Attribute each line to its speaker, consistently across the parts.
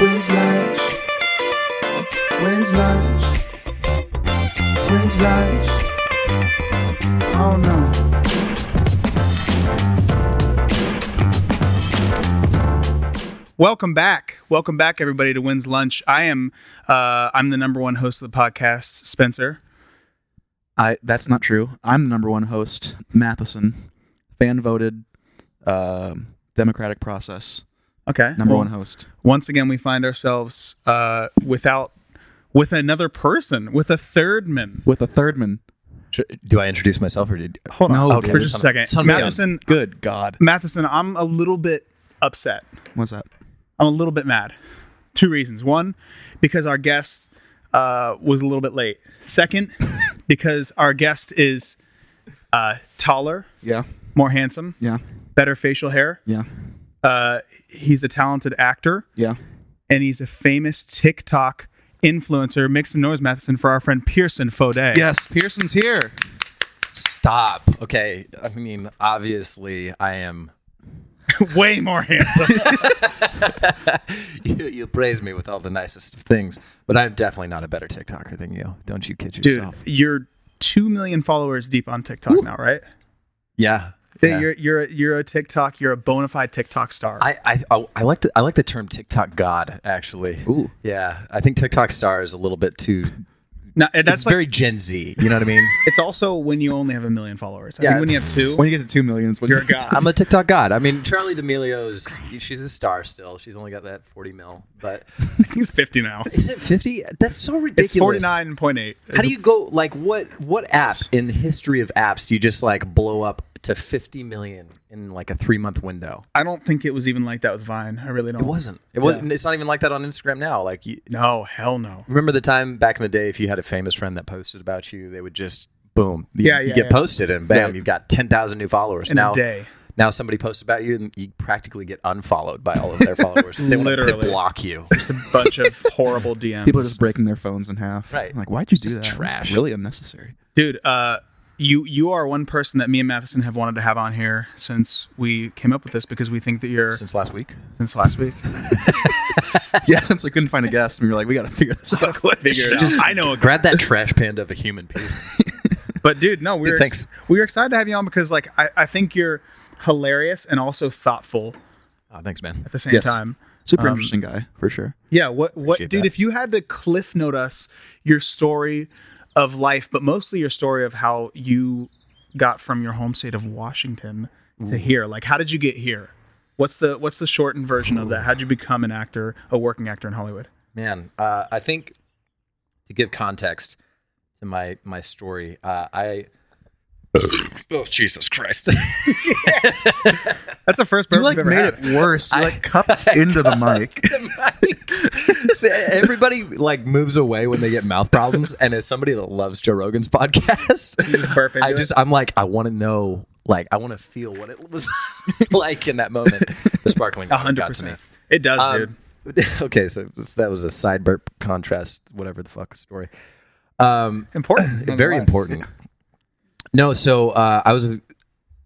Speaker 1: When's lunch? When's lunch? When's lunch? I don't know.
Speaker 2: Welcome back. Welcome back everybody to Wins Lunch. I am uh I'm the number one host of the podcast, Spencer.
Speaker 3: I that's not true. I'm the number one host, Matheson, fan voted, um, democratic process,
Speaker 2: Okay.
Speaker 3: number
Speaker 2: Well,
Speaker 3: one host.
Speaker 2: Once again we find ourselves uh without with another person, with a third man.
Speaker 3: With a third man.
Speaker 4: Sh- Do I introduce myself or did?
Speaker 2: Hold on
Speaker 3: No,
Speaker 2: for
Speaker 3: dude.
Speaker 2: just a
Speaker 4: Some-
Speaker 2: second.
Speaker 4: some-
Speaker 2: Matheson uh,
Speaker 3: Good God,
Speaker 2: Matheson, I'm a little bit upset.
Speaker 3: what's that?
Speaker 2: I'm a little bit mad. Two reasons. One, because our guest uh, was a little bit late. Second, because our guest is uh, taller,
Speaker 3: Yeah,
Speaker 2: more handsome,
Speaker 3: yeah,
Speaker 2: better facial hair.
Speaker 3: yeah,
Speaker 2: Uh, he's a talented actor,
Speaker 3: yeah.
Speaker 2: and he's a famous TikTok influencer. Make some noise, Matheson, for our friend Pearson Foday.
Speaker 3: Yes, Pearson's here.
Speaker 4: Stop. Okay. I mean, obviously, I am.
Speaker 2: way more handsome.
Speaker 4: You, you praise me with all the nicest of things, but I'm definitely not a better TikToker than you. Don't you kid
Speaker 2: Dude,
Speaker 4: yourself?
Speaker 2: you're two million followers deep on TikTok now, right?
Speaker 4: Yeah.
Speaker 2: That
Speaker 4: yeah.
Speaker 2: You're you're a- you're a TikTok. You're a bona fide TikTok star.
Speaker 4: I, I- oh, I I like the I like the term TikTok God actually.
Speaker 3: Ooh.
Speaker 4: Yeah, I think TikTok star is a little bit too.
Speaker 2: now, and
Speaker 4: That's
Speaker 2: that's
Speaker 4: it's
Speaker 2: like,
Speaker 4: very Gen Z. You know what I mean?
Speaker 2: It's also when you only have a million followers. I
Speaker 4: Yeah,
Speaker 2: think when you have two,
Speaker 3: When you get to two millions, when
Speaker 2: you're
Speaker 3: you
Speaker 2: a
Speaker 3: get
Speaker 2: god.
Speaker 4: I'm a TikTok God. I mean, Charlie D'Amelio's she's a star still. She's only got that 40 mil, but
Speaker 2: He's 50 now.
Speaker 4: is it 50? That's so
Speaker 2: It's
Speaker 4: ridiculous.
Speaker 2: 49.8.
Speaker 4: How do you go like what what app in the history of apps do you just like blow up to 50 million in like a 3 month window?
Speaker 2: I don't think it was even like that with Vine. I really don't.
Speaker 4: It wasn't. It wasn't it's not even like that on Instagram now. Like you,
Speaker 2: No, hell no.
Speaker 4: remember the time back in the day if you had a famous friend that posted about you, they would just boom, you,
Speaker 2: Yeah,
Speaker 4: you
Speaker 2: yeah,
Speaker 4: get
Speaker 2: yeah.
Speaker 4: posted and bam,
Speaker 3: Right.
Speaker 4: you've got 10,000 new followers
Speaker 2: In a
Speaker 4: now.
Speaker 2: day.
Speaker 4: Now somebody posts about you and you practically get unfollowed by all of their followers. they wanna pit
Speaker 2: Literally.
Speaker 4: block you.
Speaker 2: Just a bunch of horrible DMs.
Speaker 3: people are just breaking their phones in half.
Speaker 4: Right.
Speaker 3: Like, why'd you do
Speaker 4: Just
Speaker 3: that? That's
Speaker 4: trash.
Speaker 3: really unnecessary.
Speaker 2: Dude, uh, you you are one person that me and Matheson have wanted to have on here since we came up with this because we think that you're since,
Speaker 4: Since last week.
Speaker 2: last week.
Speaker 3: yeah, since we couldn't find a guest, and we were like, we gotta figure this out quick.
Speaker 2: Figure it out. I know a
Speaker 4: Grab that trash panda of a human piece.
Speaker 2: But dude, no, we
Speaker 4: Dude,
Speaker 2: were
Speaker 4: thanks.
Speaker 2: we were excited to have you on because like I, I think you're hilarious and also thoughtful
Speaker 4: oh, thanks, man.
Speaker 2: at the same
Speaker 3: Yes.
Speaker 2: time.
Speaker 3: Super
Speaker 2: Um,
Speaker 3: interesting guy for sure.
Speaker 2: Yeah, what what
Speaker 4: Appreciate
Speaker 2: dude,
Speaker 4: that.
Speaker 2: if you had to cliff note us your story of life, but mostly your story of how you got from your home state of Washington to here. Like how did you get here? What's the what's the shortened version of that? How'd you become an actor, a working actor in Hollywood?
Speaker 4: Man, uh, I think to give context to my my story, uh, I oh Jesus Christ,
Speaker 2: That's the first
Speaker 3: You
Speaker 2: burp
Speaker 3: like
Speaker 2: we've ever
Speaker 3: made
Speaker 2: had.
Speaker 3: it worse. You like cupped into the mic.
Speaker 4: See, everybody like moves away when they get mouth problems, and as somebody that loves Joe Rogan's podcast,
Speaker 2: burp into
Speaker 4: I
Speaker 2: it?
Speaker 4: just I'm like I want to know, like I want to feel what it was like in that moment. The sparkling
Speaker 2: A
Speaker 4: water
Speaker 2: hundred
Speaker 4: got to me.
Speaker 2: percent. It does, dude.
Speaker 4: Um, okay, so this, that was a side burp contrast, whatever the fuck story. Um,
Speaker 2: Important.
Speaker 4: very
Speaker 2: nonetheless.
Speaker 4: important. No, so uh, I was a,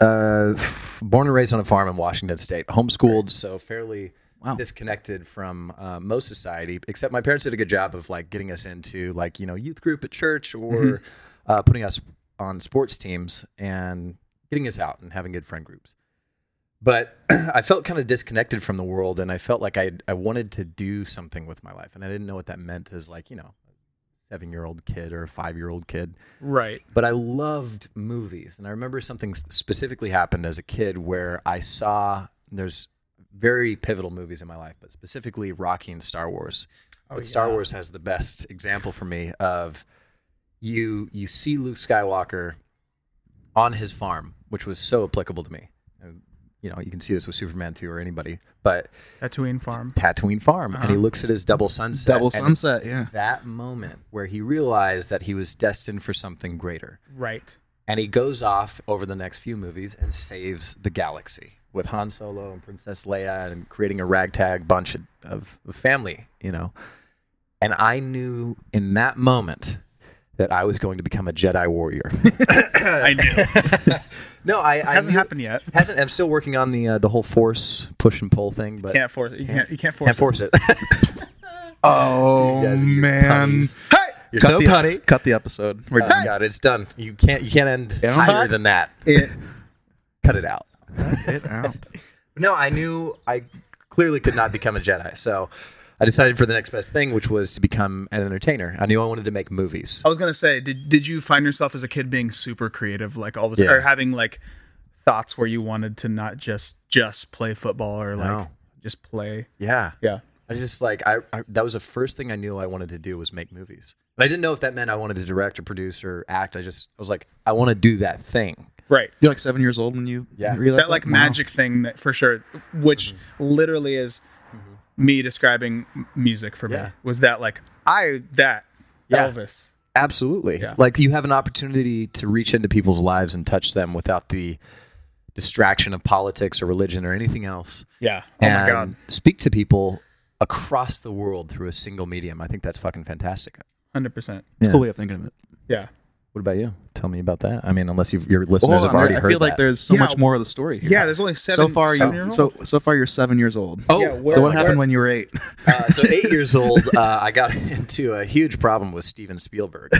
Speaker 4: uh, born and raised on a farm in Washington State, homeschooled, so fairly
Speaker 3: Wow.
Speaker 4: disconnected from uh, most society. Except my parents did a good job of like getting us into like you know youth group at church or uh, putting us on sports teams and getting us out and having good friend groups. But I felt kind of disconnected from the world, and I felt like I I wanted to do something with my life, and I didn't know what that meant as like you know, seven year old kid or a five year old kid
Speaker 2: Right.
Speaker 4: but I loved movies. And I remember something s- specifically happened as a kid where I saw there's very pivotal movies in my life, but specifically Rocky and Star Wars. but Star Wars has the best example for me of you you see Luke Skywalker on his farm, which was so applicable to me. And, You know, you can see this with Superman 2 or anybody, but
Speaker 2: Tatooine farm.
Speaker 4: Tatooine Farm, and he looks at his double sunset.
Speaker 3: Double
Speaker 4: and
Speaker 3: sunset. Yeah.
Speaker 4: That moment where he realized that he was destined for something greater
Speaker 2: Right.
Speaker 4: and he goes off over the next few movies and saves the galaxy with Han Solo and Princess Leia and creating a ragtag bunch of, of of family, you know. And I knew in that moment that I was going to become a Jedi warrior.
Speaker 2: I knew. It
Speaker 4: no, I, I
Speaker 2: hasn't
Speaker 4: knew-
Speaker 2: happened yet.
Speaker 4: Hasn't. I'm still working on the uh, the whole force push and pull thing, but
Speaker 2: Can't force it. You can't you can't force
Speaker 4: can't
Speaker 2: it.
Speaker 4: force it.
Speaker 3: Oh
Speaker 4: You guys and your
Speaker 3: man!
Speaker 4: punnies.
Speaker 2: Hey,
Speaker 4: You're
Speaker 3: Cut
Speaker 4: so
Speaker 3: the
Speaker 4: punny.
Speaker 3: cut the episode. We're
Speaker 4: Oh
Speaker 3: done.
Speaker 4: my god, it's done. You can't you can't end
Speaker 3: Yeah.
Speaker 4: higher than that.
Speaker 2: it,
Speaker 4: Cut it out.
Speaker 3: Get out.
Speaker 4: No, I knew I clearly could not become a Jedi, so I decided for the next best thing, which was to become an entertainer. I knew I wanted to make movies.
Speaker 2: I
Speaker 3: Oh,
Speaker 2: was gonna say, did did you find yourself as a kid being super creative, like all the time,
Speaker 4: Yeah.
Speaker 2: or having like thoughts where you wanted to not just just play football or like
Speaker 4: No.
Speaker 2: just play?
Speaker 4: Yeah.
Speaker 2: Yeah.
Speaker 4: I just like I, I that was the first thing I knew I wanted to do was make movies. But I didn't know if that meant I wanted to direct or produce or act. I just I was like I want to do that thing.
Speaker 2: Right.
Speaker 3: You're like seven years old when you
Speaker 4: Yeah.
Speaker 3: realized
Speaker 2: that like
Speaker 3: Wow.
Speaker 2: magic thing that for sure, which literally is me describing m- music for me
Speaker 4: Yeah.
Speaker 2: was that like I that
Speaker 4: Yeah.
Speaker 2: Elvis.
Speaker 4: Absolutely.
Speaker 2: Yeah.
Speaker 4: Like you have an opportunity to reach into people's lives and touch them without the distraction of politics or religion or anything else.
Speaker 2: Yeah. Oh
Speaker 4: and
Speaker 2: my god.
Speaker 4: Speak to people across the world through a single medium. I think that's fucking fantastic.
Speaker 2: Hundred percent.
Speaker 3: It's a cool way of thinking of it.
Speaker 2: Yeah.
Speaker 4: What about you? Tell me about that. I mean, unless you've, your listeners have
Speaker 3: Hold on,
Speaker 4: Oh, already
Speaker 3: I
Speaker 4: heard
Speaker 3: feel like
Speaker 4: that.
Speaker 3: there's so
Speaker 2: Yeah.
Speaker 3: much more of the story here.
Speaker 2: Yeah. There's only seven.
Speaker 3: so far,
Speaker 2: seven
Speaker 3: you
Speaker 2: years
Speaker 3: so
Speaker 2: old.
Speaker 3: so far you're seven years old.
Speaker 4: Oh,
Speaker 2: Yeah, where-
Speaker 3: so what happened when you were eight?
Speaker 4: Uh, so eight years old, uh, I got into a huge problem with Steven Spielberg.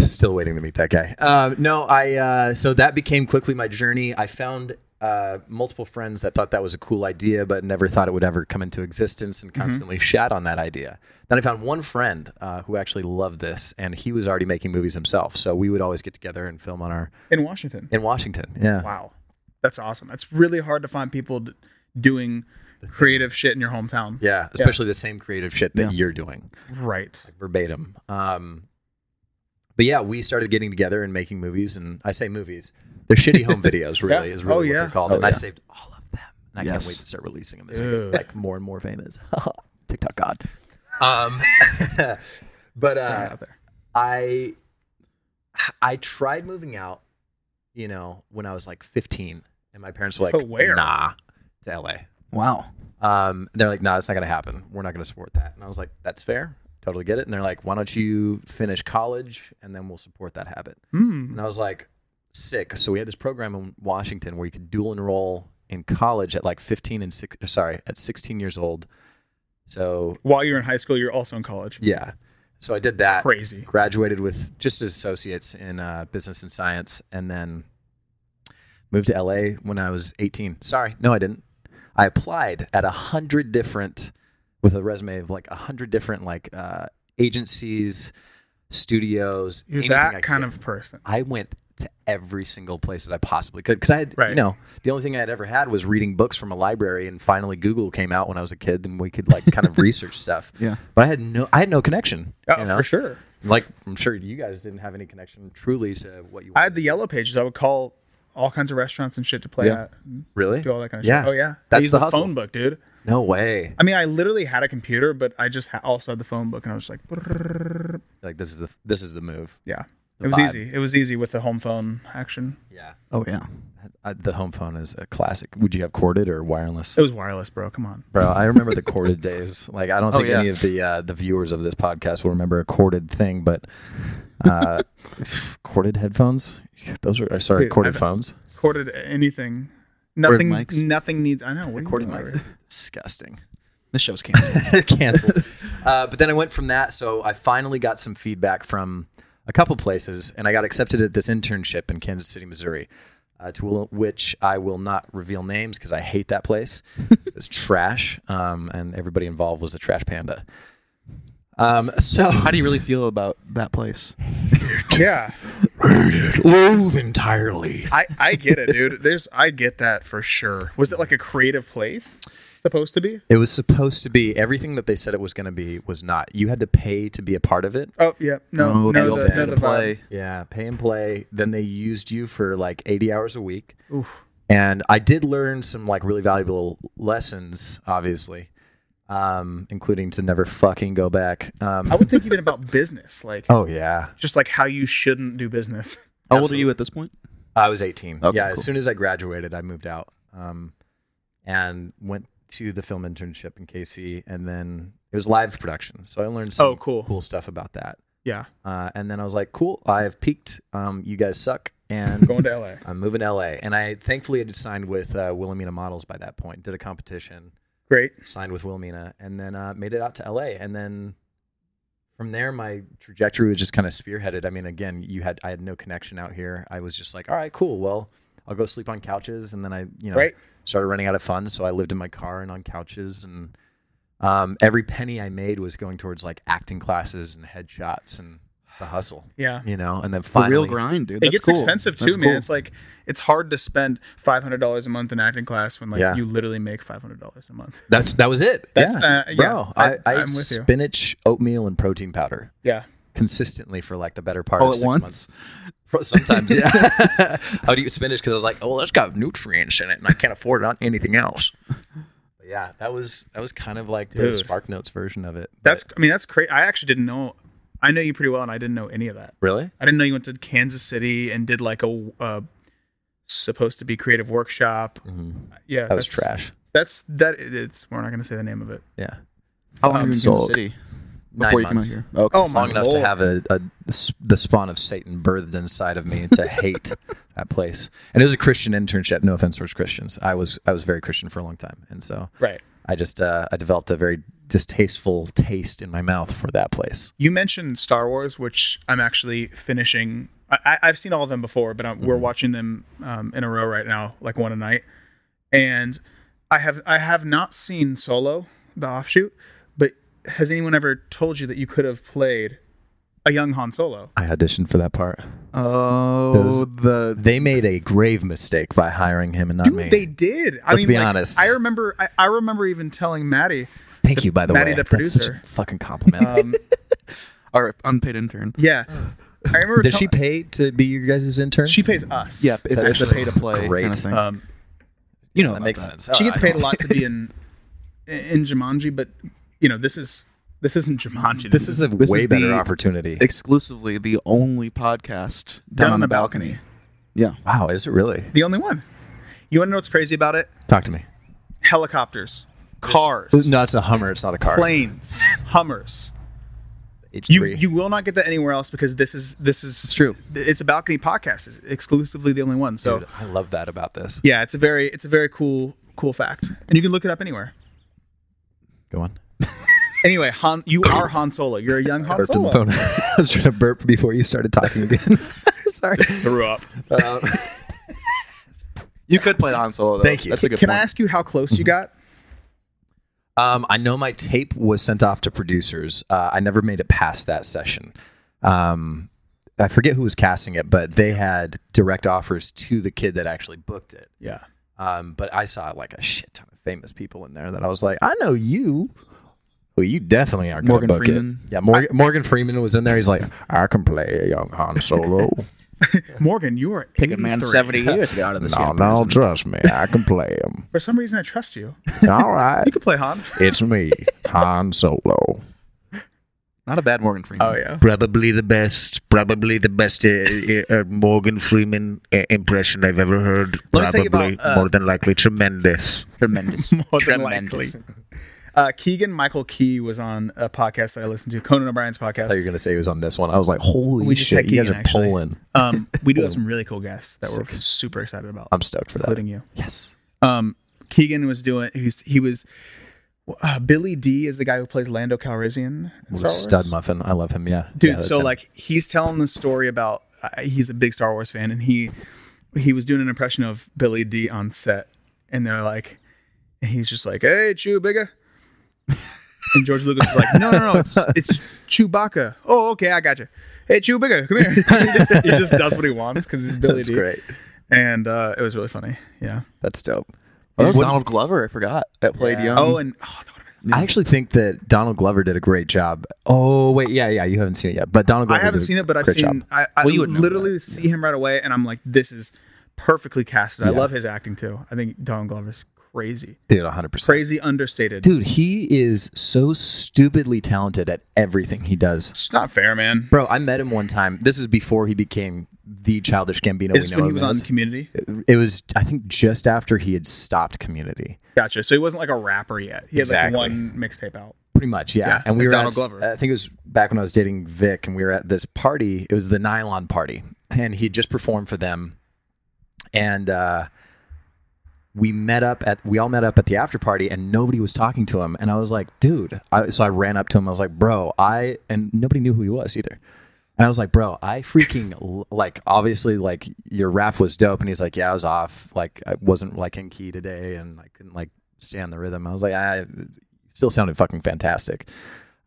Speaker 4: Still waiting to meet that guy. Um, no, I. Uh, so that became quickly my journey. I found uh, multiple friends that thought that was a cool idea, but never thought it would ever come into existence, and constantly shat on that idea. Then I found one friend uh, who actually loved this, and he was already making movies himself. So we would always get together and film on our
Speaker 2: in Washington.
Speaker 4: in Washington. Yeah.
Speaker 2: Wow. That's awesome. It's really hard to find people d- doing creative shit in your hometown.
Speaker 4: Yeah, especially the same creative shit that
Speaker 3: Yeah.
Speaker 4: you're doing.
Speaker 2: Right.
Speaker 4: verbatim. Um, but yeah, we started getting together and making movies, and I say movies. They're shitty home videos, really,
Speaker 2: Yeah.
Speaker 4: is really
Speaker 2: Oh,
Speaker 4: what
Speaker 2: yeah.
Speaker 4: they're called.
Speaker 3: Oh,
Speaker 4: and I
Speaker 3: yeah.
Speaker 4: saved all of them, and I can't wait
Speaker 3: Yes.
Speaker 4: to start releasing them. As I
Speaker 2: Dude.
Speaker 4: get, like more and more famous. TikTok God. Um, but
Speaker 2: Throwing it
Speaker 4: uh,
Speaker 2: out there.
Speaker 4: I I tried moving out, you know, when I was like 15, and my parents were like,
Speaker 2: To Oh, where?
Speaker 4: Nah, to LA.
Speaker 3: Wow.
Speaker 4: Um, they're like, no, nah, it's not going to happen. We're not going to support that. And I was like, that's fair. Totally get it. And they're like, why don't you finish college and then we'll support that habit?
Speaker 2: Hmm.
Speaker 4: And I was like, sick. So we had this program in Washington where you could dual enroll in college at like 15 and six, or sorry, at 16 years old. So
Speaker 2: While you're in high school, you're also in college.
Speaker 4: yeah. So I did that.
Speaker 2: Crazy.
Speaker 4: Graduated with just associates in uh, business and science, and then moved to LA when I was 18. Sorry, no, I didn't. I applied at a hundred different, with a resume of like a hundred different like uh, agencies, studios.
Speaker 2: You're
Speaker 4: anything I
Speaker 2: that
Speaker 4: could
Speaker 2: kind
Speaker 4: get.
Speaker 2: of person.
Speaker 4: I went to every single place that I possibly could because I had,
Speaker 2: Right.
Speaker 4: you know, the only thing I had ever had was reading books from a library, and finally Google came out when I was a kid, and we could like kind of research stuff.
Speaker 3: Yeah.
Speaker 4: But I had no, I had no connection.
Speaker 2: Oh,
Speaker 4: you know?
Speaker 2: for sure.
Speaker 4: Like I'm sure you guys didn't have any connection truly to what you.
Speaker 2: I had the yellow pages. I would call all kinds of restaurants and shit to play
Speaker 3: Yeah.
Speaker 2: at.
Speaker 4: really
Speaker 2: Do all that kind of
Speaker 4: Yeah.
Speaker 2: shit. Oh yeah. I
Speaker 4: That's
Speaker 2: used
Speaker 4: the hustle.
Speaker 2: phone book, dude.
Speaker 4: no way.
Speaker 2: I mean, I literally had a computer, but I just ha- also had the phone book, and I was just like, brrrr.
Speaker 4: Like this is the this is the move.
Speaker 2: yeah.
Speaker 4: The
Speaker 2: It was
Speaker 4: vibe.
Speaker 2: easy. It was easy with the home phone action.
Speaker 4: Yeah.
Speaker 3: Oh yeah.
Speaker 4: I, Uh, the home phone is a classic. Would you have corded or wireless?
Speaker 2: It was wireless, bro. Come on.
Speaker 4: Bro, I remember the corded days. Like, I don't
Speaker 3: Oh,
Speaker 4: think
Speaker 3: yeah.
Speaker 4: any of the uh, the viewers of this podcast will remember a corded thing, but uh, corded headphones. Those are or sorry,
Speaker 2: Dude,
Speaker 4: corded
Speaker 2: I've-
Speaker 4: phones.
Speaker 2: Recorded anything. Nothing.
Speaker 3: mics.
Speaker 2: Nothing needs. I know. What are you
Speaker 4: Corded
Speaker 2: doing
Speaker 4: mics.
Speaker 2: over here?
Speaker 4: Disgusting.
Speaker 3: This show's canceled.
Speaker 4: Canceled. uh, but then I went from that, so I finally got some feedback from a couple places, and I got accepted at this internship in Kansas City, Missouri. Uh, to will- which I will not reveal names because I hate that place. it was trash, um, and everybody involved was a trash panda. Um, so
Speaker 3: How do you really feel about that place?
Speaker 2: Yeah.
Speaker 4: loathe entirely.
Speaker 2: I, I get it, dude. There's I get that for sure. Was it like a creative place supposed to be?
Speaker 4: It was supposed to be everything that they said it was going to be was not. You had to pay to be a part of it.
Speaker 2: Oh yeah, no, no,
Speaker 3: the old
Speaker 2: the,
Speaker 3: pay
Speaker 2: no,
Speaker 3: to
Speaker 2: the
Speaker 3: play.
Speaker 2: vibe.
Speaker 4: Yeah, pay and play. Then they used you for like 80 hours a week.
Speaker 2: Oof.
Speaker 4: And I did learn some like really valuable lessons, obviously, um, including to never fucking go back. Um,
Speaker 2: I would think even about business, like
Speaker 4: oh, yeah.
Speaker 2: just like how you shouldn't do business.
Speaker 3: How old are you at this point?
Speaker 4: I was 18.
Speaker 3: Okay,
Speaker 4: yeah,
Speaker 3: cool.
Speaker 4: as soon as I graduated, I moved out um, and went to the film internship in KC, and then it was live production. So I learned some
Speaker 2: Oh, cool.
Speaker 4: cool stuff about that.
Speaker 2: Yeah,
Speaker 4: Uh, and then I was like, cool, I've peaked. Um, you guys suck, and
Speaker 2: going to LA.
Speaker 4: I'm moving to LA. And I thankfully had signed with uh, Wilhelmina Models by that point. Did a competition,
Speaker 2: Great.
Speaker 4: signed with Wilhelmina, and then uh, made it out to LA. And then from there, my trajectory was just kind of spearheaded. I mean, again, you had I had no connection out here. I was just like, all right, cool. Well, I'll go sleep on couches, and then I, you know,
Speaker 2: Right.
Speaker 4: started running out of funds, so I lived in my car and on couches, and um, every penny I made was going towards like acting classes and headshots and the hustle,
Speaker 2: Yeah.
Speaker 4: you know. And then
Speaker 3: The
Speaker 4: finally,
Speaker 3: real grind, dude.
Speaker 2: It
Speaker 3: That's
Speaker 2: gets
Speaker 3: cool.
Speaker 2: expensive too,
Speaker 3: That's
Speaker 2: man.
Speaker 3: cool.
Speaker 2: It's like it's hard to spend five hundred dollars a month in acting class when like
Speaker 4: Yeah.
Speaker 2: you literally make five hundred dollars a month.
Speaker 4: that's that was it.
Speaker 2: That's,
Speaker 4: yeah,
Speaker 2: uh, yeah,
Speaker 4: bro.
Speaker 2: I-
Speaker 4: I, I,
Speaker 2: I'm
Speaker 4: ate
Speaker 2: with you.
Speaker 4: spinach, oatmeal, and protein powder.
Speaker 2: Yeah.
Speaker 4: consistently for like the better part
Speaker 3: all
Speaker 4: of
Speaker 3: at
Speaker 4: six
Speaker 3: once.
Speaker 4: months. Pro- Sometimes, yeah. I would eat spinach because I was like, "Oh, that's got nutrients in it, and I can't afford it on anything else." But yeah, that was that was kind of like the
Speaker 2: Dude.
Speaker 4: Spark Notes version of it. but-
Speaker 2: That's I mean that's crazy. I actually didn't know. I know you pretty well, and I didn't know any of that.
Speaker 4: really
Speaker 2: I didn't know you went to Kansas City and did like a uh, supposed to be creative workshop. Yeah,
Speaker 4: Mm-hmm. that
Speaker 2: that's-
Speaker 4: was trash.
Speaker 2: That's that. It's we're not gonna say the name of it.
Speaker 4: Yeah,
Speaker 3: How long were you in Kansas
Speaker 4: sold.
Speaker 3: City
Speaker 4: Nine
Speaker 3: before you came out
Speaker 4: months.
Speaker 3: here? Okay.
Speaker 2: Oh
Speaker 3: so-
Speaker 2: my
Speaker 4: long enough to
Speaker 2: Lord.
Speaker 4: have a, a s- the spawn of Satan birthed inside of me to hate that place. And it was a Christian internship. No offense towards Christians. I was I was very Christian for a long time, and so
Speaker 2: Right.
Speaker 4: I just uh, I developed a very distasteful taste in my mouth for that place.
Speaker 2: You mentioned Star Wars, which I'm actually finishing. I, I- I've seen all of them before, but i we're
Speaker 4: Mm-hmm.
Speaker 2: watching them um, in a row right now, like one a night. And I have I have not seen Solo, the offshoot. But has anyone ever told you that you could have played a young Han Solo?
Speaker 4: I auditioned for that part.
Speaker 3: Oh, the
Speaker 4: They made a grave mistake by hiring him and not me.
Speaker 2: Dude, they did. I
Speaker 4: Let's
Speaker 2: mean,
Speaker 4: be
Speaker 2: like,
Speaker 4: honest.
Speaker 2: I remember. I, I remember even telling Maddie.
Speaker 4: Thank you, by the
Speaker 2: Matty,
Speaker 4: way.
Speaker 2: the
Speaker 4: That's such a
Speaker 2: producer.
Speaker 4: fucking compliment.
Speaker 2: Um,
Speaker 3: our unpaid intern.
Speaker 2: yeah, I remember.
Speaker 4: Does she
Speaker 2: tell-
Speaker 4: pay to be your guys' intern?
Speaker 2: She pays us.
Speaker 3: Yep, it's, it's a
Speaker 4: actually
Speaker 3: pay to play
Speaker 4: great.
Speaker 3: kind of thing.
Speaker 2: Um,
Speaker 3: you know,
Speaker 4: that
Speaker 3: about
Speaker 4: makes
Speaker 3: that.
Speaker 4: sense.
Speaker 2: uh, she gets
Speaker 4: Oh, I
Speaker 2: paid a
Speaker 4: know.
Speaker 2: lot to be in in Jumanji, but you know this is this isn't Jumanji.
Speaker 4: This is a
Speaker 3: This
Speaker 4: way
Speaker 3: is
Speaker 4: better
Speaker 3: the-
Speaker 4: opportunity.
Speaker 3: Exclusively the only podcast down, on the balcony. Yeah.
Speaker 4: wow, is it really?
Speaker 2: the only one. You want to know what's crazy about it?
Speaker 4: Talk to me.
Speaker 2: Helicopters, cars,
Speaker 4: No, it's a Hummer. It's not a car.
Speaker 2: planes, Hummers.
Speaker 4: H3.
Speaker 2: You you will not get that anywhere else because this is this is
Speaker 3: It's true.
Speaker 2: It's a balcony podcast. It's exclusively the only one. So
Speaker 4: Dude, I love that about this.
Speaker 2: yeah, it's a very it's a very cool cool fact, and you can look it up anywhere.
Speaker 4: Go on.
Speaker 2: Anyway, Han, you are Han Solo. You're a young Han
Speaker 4: Burped
Speaker 2: Solo.
Speaker 4: in the phone. I was trying to burp before you started talking again. Sorry.
Speaker 2: Threw up.
Speaker 4: Um,
Speaker 3: You could play Han Solo though.
Speaker 4: Thank you.
Speaker 3: That's a good
Speaker 2: Can
Speaker 3: point.
Speaker 2: I ask you how close you got?
Speaker 4: Um, I know my tape was sent off to producers. Uh, I never made it past that session. Um, I forget who was casting it, but they had direct offers to the kid that actually booked it.
Speaker 2: Yeah.
Speaker 4: Um, but I saw like a shit ton of famous people in there that I was like, I know you. Well, you definitely aren't going to
Speaker 3: Morgan
Speaker 4: book
Speaker 3: Freeman.
Speaker 4: it. Yeah, Morgan, Morgan Freeman was in there. He's like, I can play a young Han Solo.
Speaker 2: Morgan, you are
Speaker 3: Pick a man
Speaker 2: 83.
Speaker 3: seventy years to get out of this.
Speaker 4: no,
Speaker 3: shit
Speaker 4: no,
Speaker 3: prison.
Speaker 4: trust me, I can play him.
Speaker 2: For some reason, I trust you.
Speaker 4: All right,
Speaker 2: You could play Han.
Speaker 4: it's me, Han Solo.
Speaker 3: Not a bad Morgan Freeman.
Speaker 2: yeah.
Speaker 5: probably the best, probably the best uh, uh, uh, Morgan Freeman uh, impression I've ever heard.
Speaker 2: Let me tell you
Speaker 5: probably,
Speaker 2: about, uh,
Speaker 5: more than likely, tremendous.
Speaker 3: Tremendous.
Speaker 2: More than
Speaker 3: Tremendous.
Speaker 2: likely. Uh, Keegan Michael Key was on a podcast that I listened to, Conan O'Brien's podcast.
Speaker 4: I thought you were gonna say he was on this one. I was like, holy
Speaker 2: We just
Speaker 4: shit,
Speaker 2: had
Speaker 4: you guys
Speaker 2: Keegan,
Speaker 4: are
Speaker 2: actually.
Speaker 4: pulling.
Speaker 2: Um, we do have some really cool guests that we're super excited about,
Speaker 4: I'm stoked for that.
Speaker 2: including you.
Speaker 4: yes.
Speaker 2: Um, Keegan was doing. He was. He was uh, Billy D is the guy who plays Lando Calrissian. in Star
Speaker 4: What a
Speaker 2: Wars.
Speaker 4: stud muffin. I love him. Yeah.
Speaker 2: dude
Speaker 4: Yeah, that's
Speaker 2: so
Speaker 4: him.
Speaker 2: like he's telling the story about uh, he's a big star wars fan and he he was doing an impression of billy d on set and they're like and he's just like hey chewbacca and george lucas is like no no no it's it's chewbacca oh okay i got you hey chewbacca come here he, just, he just does what he wants because he's billy
Speaker 4: that's
Speaker 2: d
Speaker 4: great.
Speaker 2: and uh it was really funny yeah
Speaker 4: That's dope.
Speaker 3: Oh, that was
Speaker 4: What-
Speaker 3: Donald Glover. I forgot that played
Speaker 4: Um,
Speaker 3: young.
Speaker 2: oh and oh, that would've been-
Speaker 4: I actually think that Donald Glover did a great job. Oh wait, yeah, yeah, you haven't seen it yet, but Donald
Speaker 2: i
Speaker 4: Glover.
Speaker 2: haven't
Speaker 4: did a
Speaker 2: seen it but i've
Speaker 4: great
Speaker 2: seen
Speaker 4: job.
Speaker 2: i, I
Speaker 3: Well, you would know
Speaker 2: literally see him right away and i'm like this is perfectly casted i love his acting too i think don glover's crazy
Speaker 4: dude 100. percent
Speaker 2: crazy understated.
Speaker 4: Dude, he is so stupidly talented at everything he does.
Speaker 2: It's not fair, man.
Speaker 4: Bro, I met him one time. This is before he became the childish Gambino.
Speaker 2: This is
Speaker 4: we know
Speaker 2: when he
Speaker 4: him
Speaker 2: was on
Speaker 4: as.
Speaker 2: Community.
Speaker 4: It was, I think, just after he had stopped Community.
Speaker 2: Gotcha. So he wasn't like a rapper yet. He had
Speaker 4: Exactly.
Speaker 2: like one mixtape out.
Speaker 4: Pretty much, yeah.
Speaker 2: Yeah,
Speaker 4: and we
Speaker 2: it's
Speaker 4: were
Speaker 2: Donald
Speaker 4: at,
Speaker 2: Glover.
Speaker 4: I think it was back when I was dating Vic, and we were at this party. It was the Nylon Party, and he had just performed for them. And uh, we met up at we all met up at the after party and nobody was talking to him and i was like dude I, so i ran up to him i was like bro i and nobody knew who he was either and i was like bro i freaking l- like obviously like your rap was dope and he's like yeah i was off like i wasn't like in key today and i couldn't like stand the rhythm i was like i still sounded fucking fantastic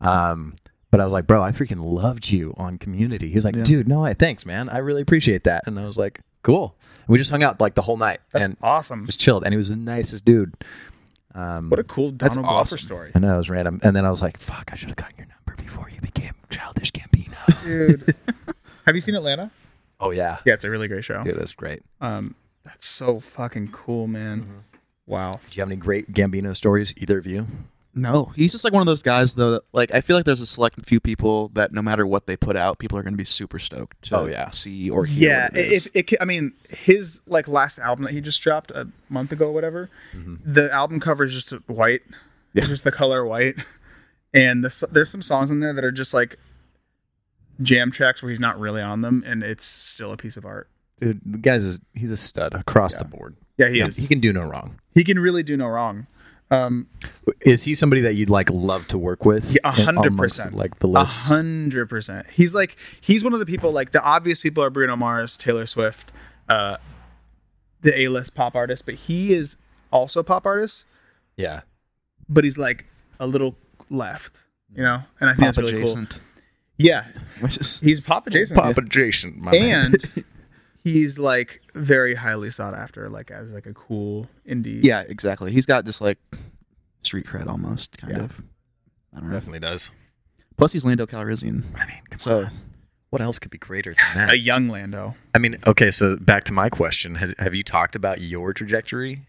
Speaker 4: um but I was like, bro, I freaking loved you on community. He's like, dude, no, I thanks, man. I really appreciate that. And I was like, cool. We just hung out like the whole night.
Speaker 2: That's
Speaker 4: and
Speaker 2: awesome.
Speaker 4: just chilled, and he was the nicest dude. Um,
Speaker 2: What a cool Donald
Speaker 4: That's
Speaker 2: Glover
Speaker 4: awesome.
Speaker 2: story.
Speaker 4: I know it was random, and then I was like, "Fuck! I should have gotten your number before you became childish Gambino."
Speaker 2: Dude. Have you seen Atlanta?
Speaker 4: oh yeah,
Speaker 2: Yeah, it's a really great show.
Speaker 4: dude, that's great.
Speaker 2: Um, that's so fucking cool, man.
Speaker 4: Mm-hmm.
Speaker 2: Wow.
Speaker 4: Do you have any great Gambino stories, either of you?
Speaker 3: No, he's just like one of those guys though. That, like I feel like there's a select few people that no matter what they put out, people are going to be super stoked to
Speaker 4: Oh, yeah.
Speaker 3: see or hear.
Speaker 2: Yeah,
Speaker 3: what it
Speaker 2: it,
Speaker 3: is.
Speaker 2: it, it, ca- I mean, his like last album that he just dropped a month ago, or whatever. The album cover is just white. It's just the color white, and the, s- there's some songs in there that are just like jam tracks where he's not really on them, and it's still a piece of art.
Speaker 4: Dude, the guy's is, he's a stud across the board.
Speaker 2: Yeah, he
Speaker 4: Yeah,
Speaker 2: is.
Speaker 4: He can do no wrong.
Speaker 2: He can really do no wrong. Um,
Speaker 4: Is he somebody that you'd like love to work with?
Speaker 2: Yeah, a
Speaker 4: in-
Speaker 2: hundred
Speaker 4: amongst,
Speaker 2: percent.
Speaker 4: Like the
Speaker 2: A
Speaker 4: list.
Speaker 2: hundred percent. He's like he's one of the people like the obvious people are Bruno Mars, Taylor Swift, uh, the A list pop artist, but he is also a pop artist,
Speaker 4: Yeah,
Speaker 2: but he's like a little left, you know. And I think
Speaker 3: Papa
Speaker 2: that's really cool.
Speaker 3: Jason,
Speaker 2: Yeah,
Speaker 3: which is
Speaker 2: he's Papa Jason,
Speaker 5: Papa Jason, my man.
Speaker 2: and he's like very highly sought after, like as like a cool indie.
Speaker 3: yeah, exactly. He's got just like street cred almost, kind
Speaker 2: Yeah.
Speaker 3: of. I don't know.
Speaker 4: definitely does.
Speaker 3: Plus, he's Lando Calrissian,
Speaker 4: I mean, come on.
Speaker 3: so
Speaker 4: what else could be greater than
Speaker 2: a
Speaker 4: that?
Speaker 2: young Lando.
Speaker 4: I mean, okay, so back to my question: Has, Have you talked about your trajectory,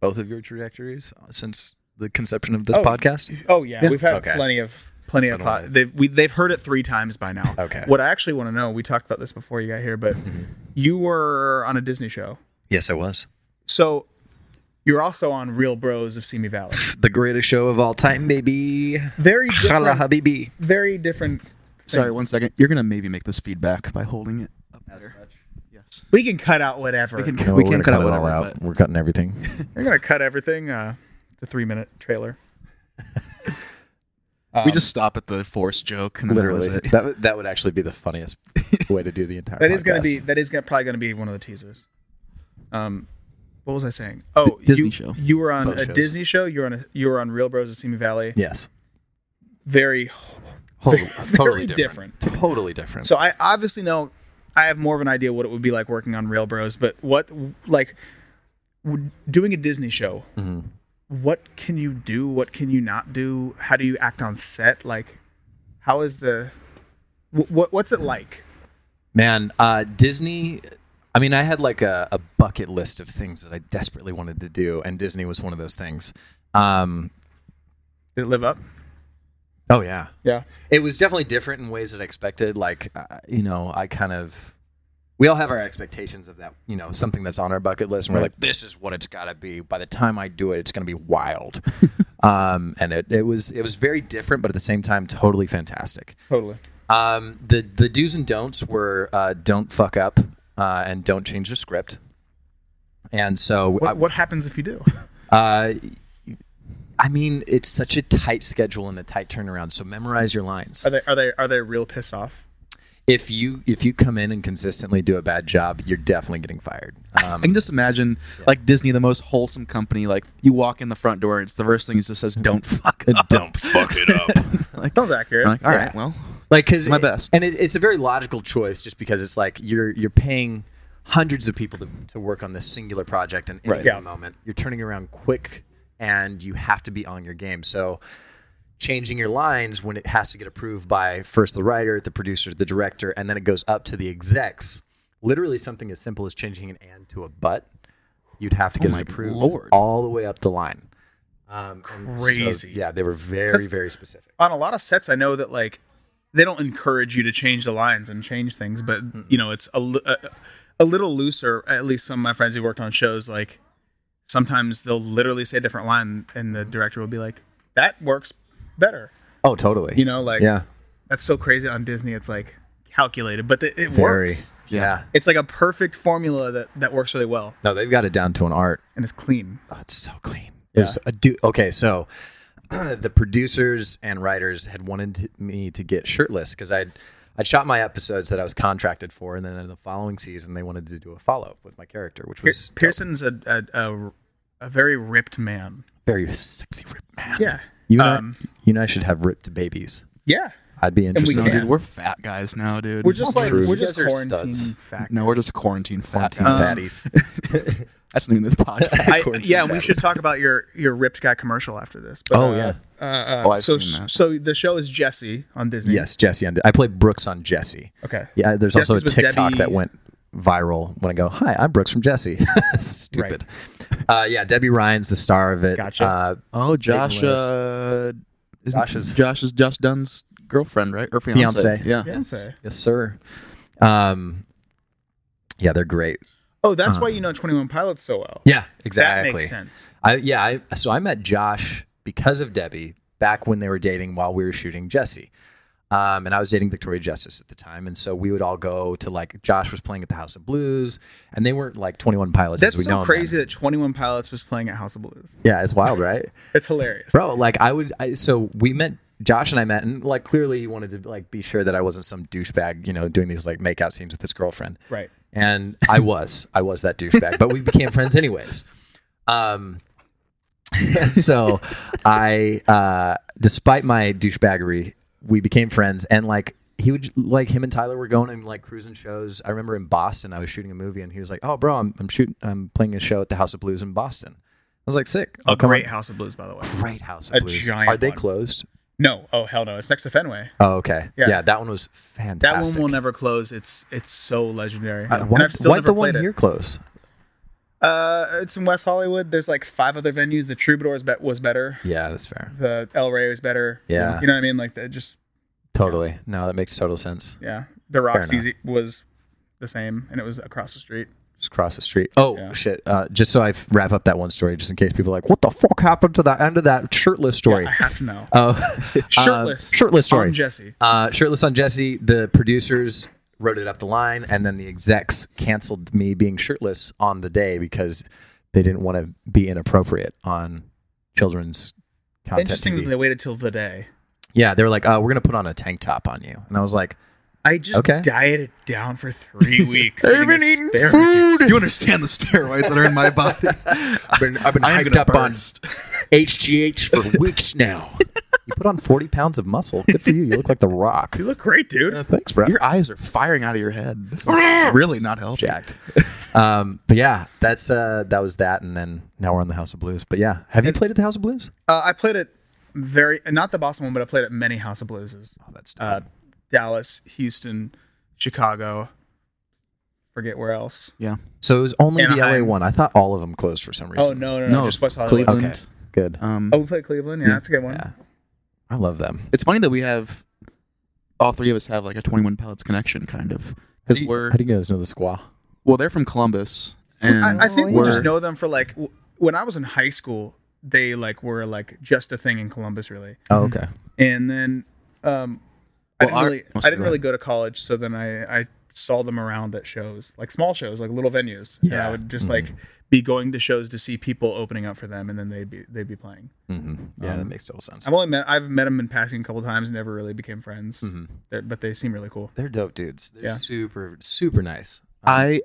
Speaker 4: both of your trajectories, uh, since the conception of this
Speaker 2: Oh.
Speaker 4: podcast?
Speaker 2: Oh yeah,
Speaker 3: Yeah.
Speaker 2: we've had
Speaker 4: Okay.
Speaker 2: plenty of plenty
Speaker 4: So
Speaker 2: of
Speaker 4: do I.
Speaker 2: thought. They've we, they've heard it three times by now.
Speaker 4: Okay.
Speaker 2: What I actually want to know, we talked about this before you got here, but you were on a Disney show,
Speaker 4: Yes, I was.
Speaker 2: so you're also on Real Bros of Simi Valley.
Speaker 4: The greatest show of all time, baby.
Speaker 2: Very
Speaker 4: Hala
Speaker 2: different.
Speaker 4: habibi.
Speaker 2: very different.
Speaker 3: sorry. One second, you're gonna maybe make this feedback by holding it up there. Yes,
Speaker 2: We can cut out whatever.
Speaker 3: we can we can cut out whatever. But
Speaker 4: We're cutting everything.
Speaker 2: We're gonna cut everything. Uh, the three minute trailer.
Speaker 3: we just stop at the force joke and then that was
Speaker 4: Um, Literally,
Speaker 3: it.
Speaker 4: that would- that would actually be the funniest way to do the entire.
Speaker 2: That is gonna
Speaker 4: podcast.
Speaker 2: be that is gonna, probably gonna be one of the teasers. Um, what was I saying? Oh,
Speaker 3: Disney
Speaker 2: you,
Speaker 3: show.
Speaker 2: You were on
Speaker 4: Both
Speaker 2: a
Speaker 4: shows.
Speaker 2: Disney show. You were on a you were on Real Bros of Simi Valley.
Speaker 4: yes,
Speaker 2: Very
Speaker 4: totally,
Speaker 2: totally
Speaker 4: totally
Speaker 2: different.
Speaker 4: different. Totally different.
Speaker 2: So I obviously know I have more of an idea what it would be like working on Rail Bros, but what like w- doing a Disney show? What can you do? What can you not do? How do you act on set? Like, how is the wh- what what's it like?
Speaker 4: Man, uh, Disney. I mean, I had like a, a bucket list of things that I desperately wanted to do, and Disney was one of those things. Um,
Speaker 2: Did it live up?
Speaker 4: oh yeah,
Speaker 2: Yeah.
Speaker 4: it was definitely different in ways that I expected. Like, uh, you know, I kind of we all have our expectations of that. You know, something that's on our bucket list, and we're like, this is what it's got to be. By the time I do it, it's going to be wild. um, and it, it was it was very different, but at the same time, totally fantastic.
Speaker 2: Totally.
Speaker 4: Um, the the do's and don'ts were uh, don't fuck up uh, and don't change the script. And so,
Speaker 2: What, what happens if you do?
Speaker 4: uh, I mean, it's such a tight schedule and a tight turnaround. So memorize your lines.
Speaker 2: Are they are they are they real pissed off?
Speaker 4: If you if you come in and consistently do a bad job, you're definitely getting fired. Um,
Speaker 3: I can just imagine like Disney, the most wholesome company. Like you walk in the front door, it's the first thing that just says "Don't fuck up."
Speaker 4: don't fuck it up.
Speaker 2: Sounds accurate.
Speaker 3: I'm like, all right,
Speaker 4: Yeah.
Speaker 3: well,
Speaker 4: like because
Speaker 3: my best.
Speaker 4: and it, it's a very logical choice just because it's like you're you're paying hundreds of people to, to work on this singular project and in
Speaker 3: Right.
Speaker 4: any given
Speaker 2: Yeah.
Speaker 4: moment you're turning around quick and you have to be on your game so changing your lines when it has to get approved by first the writer the producer the director and then it goes up to the execs literally something as simple as changing an and to a but you'd have to get
Speaker 3: Oh my
Speaker 4: it approved
Speaker 3: Lord.
Speaker 4: all the way up the line um, and so,
Speaker 2: Crazy.
Speaker 4: yeah they were very very specific
Speaker 2: on a lot of sets i know that like they don't encourage you to change the lines and change things but you know it's a, li- a, a little looser at least some of my friends who worked on shows like sometimes they'll literally say a different line and the director will be like that works better
Speaker 4: oh totally
Speaker 2: you know like
Speaker 4: yeah
Speaker 2: that's so crazy on disney it's like calculated, but it, it
Speaker 4: Very.
Speaker 2: works.
Speaker 4: Yeah.
Speaker 2: It's like a perfect formula that that works really well
Speaker 4: No, they've got it down to an art.
Speaker 2: and it's clean.
Speaker 4: Oh, it's so clean. There's a du- okay, so the producers and writers had wanted t- me to get shirtless because I'd I'd shot my episodes that I was contracted for, and then in the following season they wanted to do a follow up with my character, which
Speaker 2: Pier-
Speaker 4: was
Speaker 2: Pearson's a, a a a very ripped man.
Speaker 4: very sexy ripped man.
Speaker 2: Yeah.
Speaker 4: you and,
Speaker 2: Um,
Speaker 4: I, you and I should have ripped babies.
Speaker 2: Yeah.
Speaker 4: I'd be interested.
Speaker 3: No,
Speaker 2: can.
Speaker 3: dude, we're fat guys now, dude.
Speaker 2: We're just
Speaker 4: not
Speaker 2: like
Speaker 4: true.
Speaker 2: we're
Speaker 4: You
Speaker 2: just
Speaker 4: guys are
Speaker 2: quarantine
Speaker 4: studs.
Speaker 2: fact.
Speaker 3: no, we're just quarantine fat
Speaker 4: Quarantine
Speaker 3: guys.
Speaker 4: um, fatties.
Speaker 3: That's the name of this podcast.
Speaker 2: I,
Speaker 4: Quarantine
Speaker 2: yeah, and we
Speaker 4: fact.
Speaker 2: should talk about your your ripped guy commercial after this. But,
Speaker 4: Oh,
Speaker 2: uh,
Speaker 4: yeah.
Speaker 2: Uh, uh,
Speaker 3: Oh, I've
Speaker 2: so
Speaker 3: seen that.
Speaker 2: so the show is Jesse on Disney.
Speaker 4: yes, Jesse. And I played Brooks on Jesse.
Speaker 2: Okay.
Speaker 4: Yeah, there's also a
Speaker 2: Jesse's with
Speaker 4: TikTok
Speaker 2: Debbie-
Speaker 4: that went viral when I go, "Hi, I'm Brooks from Jesse." Stupid. Uh, yeah, Debbie Ryan's the star of it.
Speaker 2: Gotcha.
Speaker 4: Uh,
Speaker 3: oh, Josh.
Speaker 4: Big list.
Speaker 3: Uh, isn't-
Speaker 4: Josh is-
Speaker 3: Josh is Josh Dunn's girlfriend, right? Or fiance?
Speaker 4: Fiance.
Speaker 3: Yeah.
Speaker 2: Beyonce.
Speaker 4: yes, sir. Um, yeah, they're great.
Speaker 2: Oh, that's why you know Twenty One Pilots so well.
Speaker 4: Uh. Yeah,
Speaker 2: That
Speaker 4: exactly.
Speaker 2: makes sense.
Speaker 4: I, yeah, I, so I met Josh because of Debbie back when they were dating while we were shooting Jesse. Um, and I was dating Victoria Justice at the time. And so we would all go to like, Josh was playing at the House of Blues, and they weren't like 21 Pilots
Speaker 2: That's
Speaker 4: as we know
Speaker 2: so
Speaker 4: 'em
Speaker 2: crazy
Speaker 4: then.
Speaker 2: that Twenty One Pilots was playing at House of Blues.
Speaker 4: yeah, it's wild, right?
Speaker 2: It's hilarious.
Speaker 4: bro like i would I, so we met josh and i met and like clearly he wanted to like be sure that i wasn't some douchebag you know doing these like makeout scenes with his girlfriend
Speaker 2: Right.
Speaker 4: and i was i was that douchebag but we became friends anyways um and so i uh despite my douchebaggery we became friends and like he would like him and tyler were going and like cruising shows i remember in boston i was shooting a movie and he was like oh bro i'm, I'm shooting i'm playing a show at the house of blues in boston i was like sick
Speaker 2: A
Speaker 4: I'll Oh, come on
Speaker 2: great House of Blues, by the way.
Speaker 4: great house of
Speaker 2: A
Speaker 4: blues.
Speaker 2: giant
Speaker 4: Are they
Speaker 2: one.
Speaker 4: closed?
Speaker 2: No. Oh hell no. It's next to Fenway.
Speaker 4: Oh, okay.
Speaker 2: Yeah.
Speaker 4: Yeah, that one was
Speaker 2: That
Speaker 4: fantastic.
Speaker 2: one will never close. It's it's so legendary.
Speaker 4: Uh,
Speaker 2: and
Speaker 4: why
Speaker 2: I've still
Speaker 4: why'd
Speaker 2: never
Speaker 4: the
Speaker 2: played
Speaker 4: one
Speaker 2: it.
Speaker 4: here close?
Speaker 2: Uh, it's in West Hollywood. There's like five other venues. The Troubadours bet was better.
Speaker 4: Yeah, that's fair.
Speaker 2: The El Rey was better.
Speaker 4: Yeah.
Speaker 2: You know what I mean? Like that. Just
Speaker 4: Totally. No, that makes total sense.
Speaker 2: yeah. The Roxy's
Speaker 4: enough.
Speaker 2: was the same, and it was across the street.
Speaker 4: Just across the street. Oh
Speaker 2: Yeah.
Speaker 4: shit! Uh, just so I f- wrap up that one story, just in case people are like, "What the fuck happened to that end of that shirtless story?"
Speaker 2: I have to know.
Speaker 4: Oh,
Speaker 2: Shirtless.
Speaker 4: uh, shirtless story.
Speaker 2: On Jesse.
Speaker 4: Uh, shirtless on Jesse. The producers wrote it up the line, and then the execs canceled me being shirtless on the day because they didn't want to be inappropriate on children's content.
Speaker 2: Interesting
Speaker 4: TV.
Speaker 2: that they waited till the day.
Speaker 4: Yeah, they were like, "Oh, we're gonna put on a tank top on you," and I was like,
Speaker 2: I just
Speaker 4: Okay.
Speaker 2: dieted down for three weeks.
Speaker 3: I've been eating
Speaker 2: asparagus.
Speaker 3: You understand the steroids that are in my body?
Speaker 4: "I've been, I've been
Speaker 3: I am
Speaker 4: hyped
Speaker 3: gonna
Speaker 4: up on
Speaker 3: burst.
Speaker 5: HGH for weeks now.
Speaker 4: you put on forty pounds of muscle. Good for you. You look like the Rock.
Speaker 2: You look great, dude.
Speaker 3: Uh,
Speaker 4: Thanks, bro.
Speaker 3: Your eyes are firing out of your head. This is really not helping.
Speaker 4: jacked." um, but yeah, that's uh, that was that, and then now we're on the House of Blues. But yeah, have you played at the House of Blues?
Speaker 2: Uh, I played at very not the Boston one, but I played at many House of Blueses.
Speaker 4: Oh, that's
Speaker 2: Uh, Dallas, Houston, Chicago. Forget where else.
Speaker 3: Yeah.
Speaker 4: so it was only the
Speaker 2: Anaheim.
Speaker 4: LA one. I thought all of them closed for some
Speaker 2: Oh
Speaker 4: reason.
Speaker 2: no, no, no,
Speaker 3: No,
Speaker 2: just West Hollywood.
Speaker 3: Cleveland.
Speaker 4: Okay, good.
Speaker 3: Um,
Speaker 2: Oh, we played Cleveland. Yeah,
Speaker 3: Yeah.
Speaker 2: that's a good one.
Speaker 4: Yeah, I love them.
Speaker 3: It's funny that we have all three of us have like a 21 pellets connection, kind of, because we're
Speaker 4: How do you guys know the Squaw?
Speaker 3: well, they're from Columbus, and
Speaker 2: I, I think we
Speaker 3: we're
Speaker 2: just know them for like w- when I was in high school, they like were like just a thing in Columbus, really.
Speaker 4: Oh, okay.
Speaker 2: And then um, I
Speaker 3: Well,
Speaker 2: didn't
Speaker 3: our-
Speaker 2: really,
Speaker 3: oh,
Speaker 2: I
Speaker 3: sorry,
Speaker 2: didn't
Speaker 3: go
Speaker 2: really go to college, so then I I saw them around at shows, like small shows, like little venues. and I
Speaker 4: Yeah.
Speaker 2: would just
Speaker 3: Mm-hmm.
Speaker 2: like be going to shows to see people opening up for them, and then they'd be they'd be playing.
Speaker 4: hmm Yeah, that makes total sense.
Speaker 2: I've only met I've met them in passing a couple times, never really became friends,
Speaker 3: Mm-hmm.
Speaker 4: Mhm.
Speaker 2: They're- but they seem really cool.
Speaker 4: They're dope dudes. They're
Speaker 2: Yeah.
Speaker 4: super, super nice.
Speaker 3: I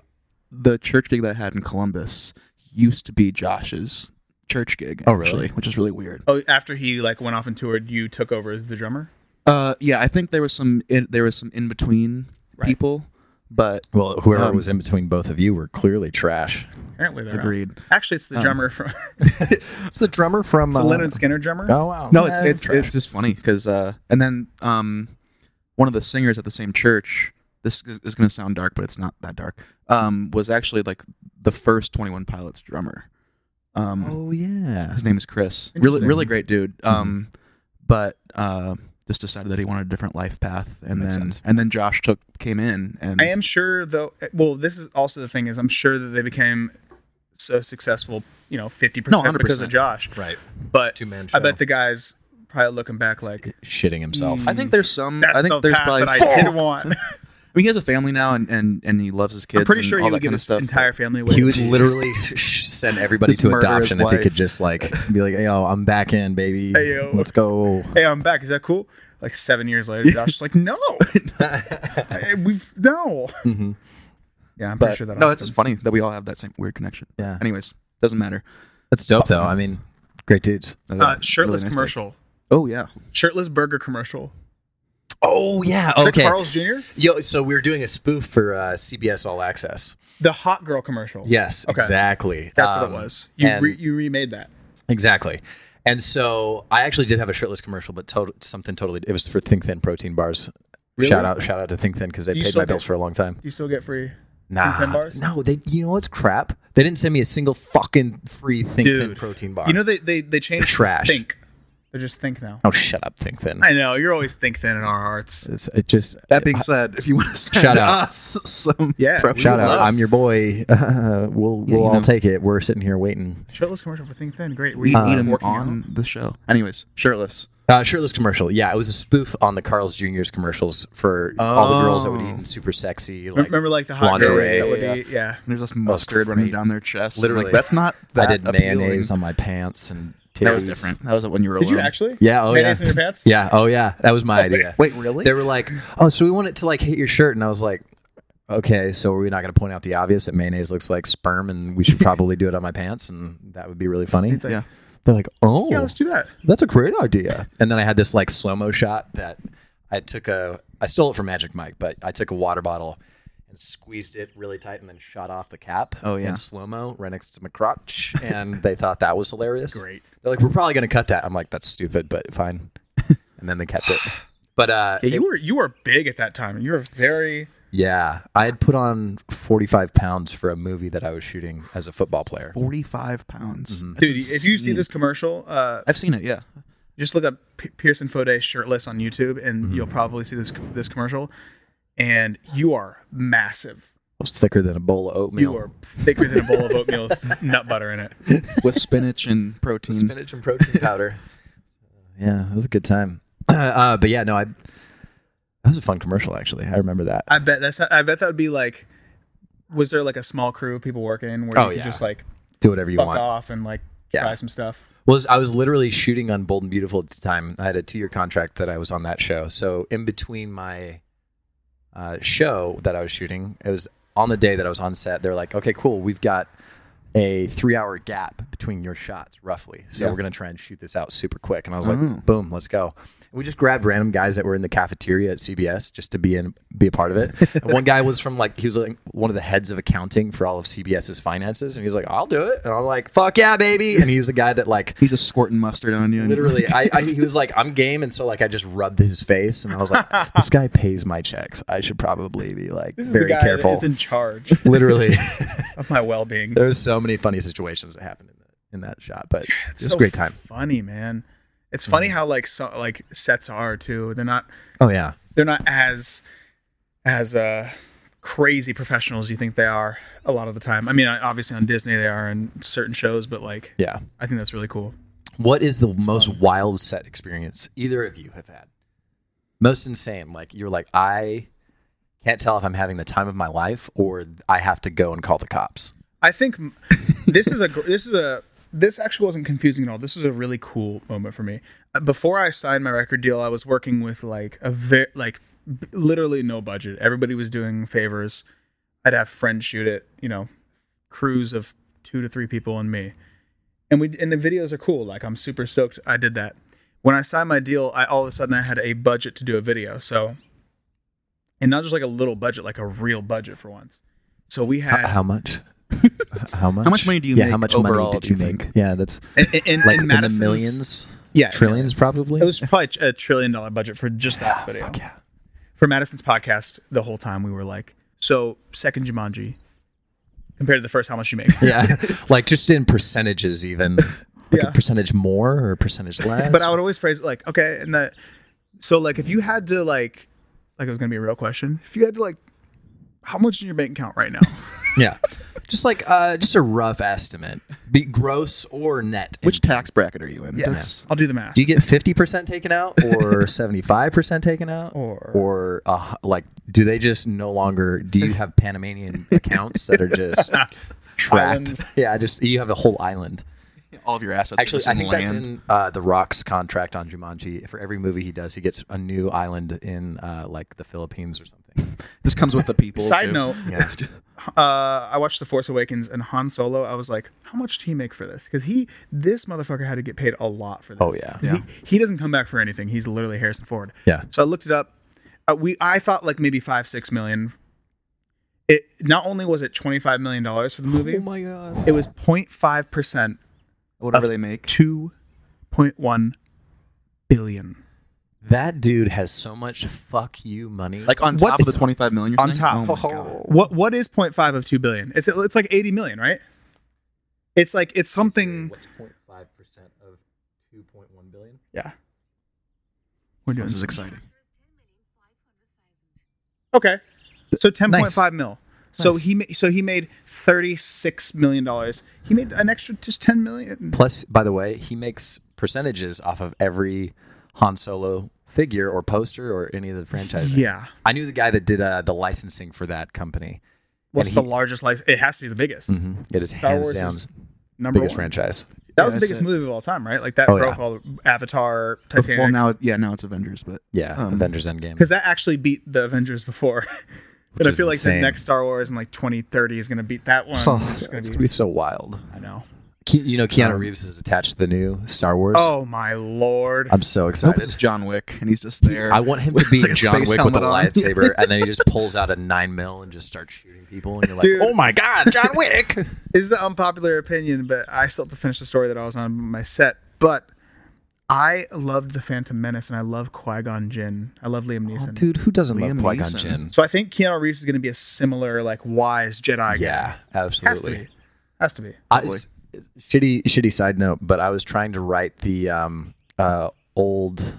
Speaker 3: the church gig that I had in Columbus used to be Josh's church gig.
Speaker 4: Oh, really?
Speaker 3: actually, which is really weird.
Speaker 2: Oh, after he like went off and toured, you took over as the drummer.
Speaker 3: Uh, yeah, I think there was some in, there was some in between
Speaker 2: Right.
Speaker 3: people, but
Speaker 4: Well, whoever
Speaker 3: Um,
Speaker 4: was in between both of you were clearly trash.
Speaker 2: Apparently, they're out.
Speaker 3: agreed. Um,
Speaker 2: Actually, it's the drummer from
Speaker 4: It's the drummer from uh,
Speaker 2: it's the Leonard Skinner drummer.
Speaker 4: Oh wow!
Speaker 3: No, it's it's it's just funny because uh, and then um, one of the singers at the same church. This is- is going to sound dark, but it's not that dark. Um, was actually like the first Twenty One Pilots drummer. Um,
Speaker 4: oh yeah.
Speaker 3: his name is Chris. Really,
Speaker 2: Interesting. Mm-hmm.
Speaker 3: really great dude. Um, but uh, just decided that he wanted a different life path, and
Speaker 4: Makes
Speaker 3: then
Speaker 4: sense.
Speaker 3: and then Josh took came in, and
Speaker 2: I am sure though. eh, Well, this is also the thing is I'm sure that they became so successful, you know, fifty percent because
Speaker 3: 100%.
Speaker 2: of Josh.
Speaker 4: Right.
Speaker 2: But
Speaker 4: two-man
Speaker 2: I
Speaker 4: show.
Speaker 2: bet the guys probably looking back like
Speaker 4: Shitting himself.
Speaker 3: I think there's some.
Speaker 2: that's
Speaker 3: I think
Speaker 2: the
Speaker 3: there's
Speaker 2: path
Speaker 3: probably.
Speaker 2: that I did want.
Speaker 3: I mean, he has a family now, and and, and he loves his kids.
Speaker 2: I'm pretty
Speaker 3: and
Speaker 2: sure
Speaker 3: all
Speaker 2: he
Speaker 3: that
Speaker 2: would give
Speaker 3: kind of
Speaker 2: his
Speaker 3: stuff.
Speaker 2: entire family away.
Speaker 4: He would literally send everybody
Speaker 3: Just
Speaker 4: to
Speaker 3: murder his
Speaker 4: adoption if he
Speaker 3: wife.
Speaker 4: could just like be like, "Yo, I'm back in, baby.
Speaker 2: Hey, yo.
Speaker 4: Let's go."
Speaker 2: hey, I'm back. Is that cool? Like seven years later, Josh is like, no, I- we've no.
Speaker 4: Mhm.
Speaker 2: Yeah,
Speaker 3: Mm-hmm.
Speaker 2: I'm pretty
Speaker 3: But
Speaker 2: sure that.
Speaker 3: no, it's just funny that we all have that same weird connection.
Speaker 4: Yeah.
Speaker 3: Anyways, doesn't matter.
Speaker 4: That's dope, though. I mean, great dudes.
Speaker 2: uh, shirtless
Speaker 3: Really nice
Speaker 2: commercial,
Speaker 3: guys. Oh yeah.
Speaker 2: shirtless burger commercial.
Speaker 4: Oh yeah.
Speaker 2: Is that
Speaker 4: okay.
Speaker 2: Carl's Jr.
Speaker 4: Yo, so we were doing a spoof for uh, CBS All Access.
Speaker 2: The hot girl commercial.
Speaker 4: Yes,
Speaker 2: Okay.
Speaker 4: exactly.
Speaker 2: That's what it
Speaker 4: Um,
Speaker 2: was. You
Speaker 4: and-
Speaker 2: re- you remade that.
Speaker 4: Exactly. And so I actually did have a shirtless commercial, but tot- something totally. It was for Think Thin protein bars. Shout out, shout out to Think Thin because they
Speaker 2: You
Speaker 4: paid
Speaker 2: still
Speaker 4: my bills
Speaker 2: get-
Speaker 4: for a long time.
Speaker 2: Do you still get free?
Speaker 4: Nah,
Speaker 2: Thin bars?
Speaker 4: no, they. You know what's crap? They didn't send me a single fucking free Think Thin
Speaker 2: Dude.
Speaker 4: protein bar.
Speaker 2: You know they they they changed
Speaker 4: Trash.
Speaker 2: Think. They're just think now.
Speaker 4: oh, shut up, Think Thin.
Speaker 2: I know you're always think thin in our hearts.
Speaker 4: It's, it just
Speaker 3: That being said, if you want to send
Speaker 4: Shout out.
Speaker 3: us some
Speaker 2: Yeah,
Speaker 3: prep-
Speaker 2: we
Speaker 4: shout out.
Speaker 2: love-
Speaker 4: I'm your boy. we'll we'll
Speaker 3: you
Speaker 4: all
Speaker 3: know.
Speaker 4: take it. We're sitting here waiting.
Speaker 2: Shirtless commercial for think thin. Great. Were
Speaker 3: we
Speaker 2: you
Speaker 3: need him
Speaker 2: working
Speaker 3: on
Speaker 2: out?
Speaker 3: the show. Anyways, shirtless.
Speaker 4: Uh, shirtless commercial. Yeah, it was a spoof on the Carl's Jr.'s commercials for all the girls that would
Speaker 3: Oh.
Speaker 4: eat and super sexy. Like,
Speaker 2: Remember like the hot girls
Speaker 4: lingerie,
Speaker 2: that would be yeah.
Speaker 3: And there's just mustard running down their chest. I'm
Speaker 4: Literally.
Speaker 3: like, that's not that
Speaker 4: I did
Speaker 3: appealing.
Speaker 4: mayonnaise on my pants and titties.
Speaker 3: That was different. That was when you were
Speaker 2: Did you
Speaker 3: alone.
Speaker 2: actually?
Speaker 4: Yeah. Oh
Speaker 2: Mayonnaise
Speaker 4: yeah.
Speaker 2: in your pants?
Speaker 4: Yeah. Oh yeah. That was my idea.
Speaker 3: Wait, really?
Speaker 4: They were like, "Oh, so we want it to like hit your shirt," and I was like, "Okay, so are we not going to point out the obvious that mayonnaise looks like sperm, and we should probably do it on my pants, and that would be really funny."
Speaker 2: It's like,
Speaker 3: Yeah.
Speaker 4: They're like, "Oh,
Speaker 2: yeah, let's do that.
Speaker 4: that's a great idea. And then I had this like slow mo shot that I took a, I stole it from Magic Mike, but I took a water bottle and squeezed it really tight and then shot off the cap.
Speaker 3: Oh, yeah.
Speaker 4: In slow mo right next to my crotch. And they thought that was hilarious.
Speaker 2: Great.
Speaker 4: They're like, we're probably going to cut that. I'm like, that's stupid, but fine. and then they kept it. But uh,
Speaker 2: Yeah,
Speaker 4: it-
Speaker 2: you were you were big at that time. You were very
Speaker 4: yeah, I had put on 45 pounds for a movie that I was shooting as a football player.
Speaker 3: 45 pounds. That's
Speaker 2: dude. If you see
Speaker 3: insane.
Speaker 2: this commercial, uh,
Speaker 3: I've seen it, yeah.
Speaker 2: just look up P- Pearson Fode shirtless on YouTube, and
Speaker 4: Mm-hmm.
Speaker 2: you'll probably see this this commercial. And you are massive.
Speaker 4: I was thicker than a bowl of oatmeal.
Speaker 2: You are thicker than a bowl of oatmeal with nut butter in it.
Speaker 3: With spinach and protein.
Speaker 4: spinach and protein powder. yeah, it was a good time. Uh, but yeah, no, I. That was a fun commercial, actually. I remember that.
Speaker 2: I bet that's. I bet that would be like. Was there like a small crew of people working where
Speaker 4: Oh,
Speaker 2: you could
Speaker 4: yeah.
Speaker 2: just like
Speaker 4: Do whatever you
Speaker 2: fuck
Speaker 4: want.
Speaker 2: off and like
Speaker 4: Yeah.
Speaker 2: try some stuff?
Speaker 4: Was I was literally shooting on Bold and Beautiful at the time. I had a two-year contract that I was on that show. So in between my uh, show that I was shooting, it was on the day that I was on set. They're like, "Okay, cool. We've got a three-hour gap between your shots, roughly. So
Speaker 3: Yeah.
Speaker 4: we're gonna try and shoot this out super quick." And I was like,
Speaker 2: Mm.
Speaker 3: Oh.
Speaker 4: "Boom, let's go." And we just grabbed random guys that were in the cafeteria at CBS just to be in, be a part of it. And one guy was from like he was like one of the heads of accounting for all of CBS's finances, and he was like, "I'll do it." And I'm like, "Fuck yeah, baby!" And he was a guy that like
Speaker 3: He's just squirting mustard on you. And
Speaker 4: literally I, I he was like i'm game and so like i just rubbed his face and i was like this guy pays my checks i should probably be like
Speaker 2: This is
Speaker 4: very
Speaker 2: the guy
Speaker 4: careful
Speaker 2: that is in charge
Speaker 4: literally
Speaker 2: of my well being.
Speaker 4: there's so many funny situations that happened in, the, in that shot but it was
Speaker 2: so
Speaker 4: a great time Mm-hmm.
Speaker 2: Funny man. It's funny how like so, like sets are too. They're not
Speaker 4: oh yeah
Speaker 2: they're not as as uh crazy professionals you think they are a lot of the time. I mean, I- obviously on Disney they are in certain shows, but like
Speaker 4: yeah
Speaker 2: I think that's really cool.
Speaker 4: what is the most wild set experience either of you have had most insane like you're like i can't tell if i'm having the time of my life or i have to go and call the cops
Speaker 2: I think m- this is a gr- this is a this actually wasn't confusing at all. This is a really cool moment for me. Uh, Before I signed my record deal, I was working with like a very like b- literally no budget. Everybody was doing favors. I'd have friends shoot it, you know, crews of two to three people and me. And we and the videos are cool. Like I'm super stoked I did that. When I signed my deal, I all of a sudden I had a budget to do a video. So and not just like a little budget, like a real budget for once. So we had
Speaker 4: H- how much how much
Speaker 3: much money do you
Speaker 4: yeah,
Speaker 3: make
Speaker 4: how much
Speaker 3: overall,
Speaker 4: money did
Speaker 3: do
Speaker 4: you
Speaker 3: you think?
Speaker 4: make yeah that's
Speaker 2: in, in,
Speaker 4: like
Speaker 2: in
Speaker 4: in the
Speaker 2: Madison's-
Speaker 4: millions,
Speaker 2: yeah,
Speaker 4: trillions probably.
Speaker 2: It was probably a trillion dollar budget for just that video.
Speaker 4: Ah, Fuck yeah.
Speaker 2: For Madison's podcast, the whole time we were like, so second Jumanji compared to the first, how much you make?
Speaker 4: yeah, like just in percentages, even like
Speaker 2: Yeah.
Speaker 4: a percentage more or a percentage less.
Speaker 2: but I would always phrase it like, okay, and that. So like, if you had to like, like it was gonna be a real question. If you had to like how much in your bank account right now?
Speaker 4: Yeah. just like uh, just a rough estimate, be gross or net.
Speaker 3: Which tax bracket are you in?
Speaker 2: Yeah.
Speaker 3: That's
Speaker 2: I'll do the math.
Speaker 4: do you get fifty percent taken out or seventy five percent taken out
Speaker 2: Or-
Speaker 4: or uh, like do they just no longer? Do you have Panamanian accounts that are just tracked?
Speaker 2: Islands.
Speaker 4: Yeah, just you have a whole island.
Speaker 3: all of your assets.
Speaker 4: Actually, I think that's in uh, the Rock's contract on Jumanji. For every movie he does, he gets a new island in uh, like the Philippines or something.
Speaker 3: This comes with the people.
Speaker 2: Side
Speaker 3: too.
Speaker 2: note,
Speaker 4: Yeah.
Speaker 2: uh, I watched The Force Awakens and Han Solo. I was like, how much did he make for this? Because he, this motherfucker had to get paid a lot for this.
Speaker 4: Oh, yeah.
Speaker 2: 'Cause He, he doesn't come back for anything. He's literally Harrison Ford.
Speaker 4: Yeah.
Speaker 2: So I looked it up. Uh, we, I thought like maybe five, six million. It not only was it twenty five million dollars for the movie,
Speaker 4: Oh my god.
Speaker 2: it was 05 percent
Speaker 3: whatever they make.
Speaker 2: two point one billion
Speaker 4: That dude has so much fuck you money.
Speaker 3: Like on top
Speaker 2: What's-
Speaker 3: of the 25 million you're
Speaker 2: on
Speaker 3: saying?
Speaker 2: top.
Speaker 3: Oh my God.
Speaker 2: What what is 0.5 of two billion? It's it's like eighty million, right? It's like it's something.
Speaker 4: What's 0.5% of 2.1 billion?
Speaker 2: Yeah. We're doing
Speaker 3: This is exciting.
Speaker 2: Okay. So ten point
Speaker 4: Nice.
Speaker 2: five mil. So he ma- so he made thirty six million dollars. He made an extra just ten million.
Speaker 4: Plus, by the way, he makes percentages off of every Han Solo figure or poster or any of the franchises.
Speaker 2: Yeah.
Speaker 4: I knew the guy that did uh, the licensing for that company.
Speaker 2: What's
Speaker 4: he-
Speaker 2: the largest license? It has to be the biggest.
Speaker 3: Mm-hmm.
Speaker 4: It is
Speaker 2: Star
Speaker 4: hands
Speaker 2: Wars
Speaker 4: down
Speaker 2: is Number
Speaker 4: biggest
Speaker 2: one.
Speaker 4: franchise.
Speaker 2: That
Speaker 3: Yeah,
Speaker 2: was the
Speaker 3: that's
Speaker 2: biggest
Speaker 3: it.
Speaker 2: movie of all time, right? Like that
Speaker 4: Oh,
Speaker 2: broke
Speaker 4: yeah.
Speaker 2: all the Avatar, Titanic.
Speaker 3: Well, now, yeah, now it's Avengers, but
Speaker 4: Yeah,
Speaker 3: Um,
Speaker 4: Avengers Endgame.
Speaker 2: because that actually beat the Avengers before.
Speaker 4: Which
Speaker 2: and I
Speaker 4: is
Speaker 2: feel like
Speaker 4: insane.
Speaker 2: the next Star Wars in like 2030 is going to beat that one.
Speaker 4: Oh,
Speaker 2: It's gonna
Speaker 4: it's
Speaker 2: be-
Speaker 4: gonna be so wild.
Speaker 2: I know.
Speaker 4: Ke- you know,
Speaker 3: Um,
Speaker 4: Keanu Reeves is attached to the new Star Wars.
Speaker 2: Oh my lord!
Speaker 4: I'm
Speaker 3: I
Speaker 4: so
Speaker 3: hope it's
Speaker 4: excited.
Speaker 3: John Wick and he's just there.
Speaker 4: I want him to be
Speaker 3: Like a
Speaker 4: John
Speaker 3: space
Speaker 4: Wick with a
Speaker 3: helmet on.
Speaker 4: lightsaber, and then he just pulls out a nine mil and just starts shooting people, and you're like,
Speaker 2: Dude.
Speaker 4: "Oh my
Speaker 2: Ah,
Speaker 4: god, John Wick!"
Speaker 2: This is an unpopular opinion, but I still have to finish the story that I was on my set. But I loved the Phantom Menace, and I love Qui Gon Jinn. I love Liam Neeson.
Speaker 4: Oh, Dude, who doesn't
Speaker 3: Liam
Speaker 4: love Qui Gon
Speaker 3: Neeson.
Speaker 4: Jinn?
Speaker 2: so I think Keanu Reeves is going to be a similar, like wise Jedi. guy.
Speaker 4: Yeah,
Speaker 2: has to
Speaker 4: absolutely.
Speaker 2: be. Has to be.
Speaker 4: I, s- shitty, shitty side note, but I was trying to write the um, uh, old,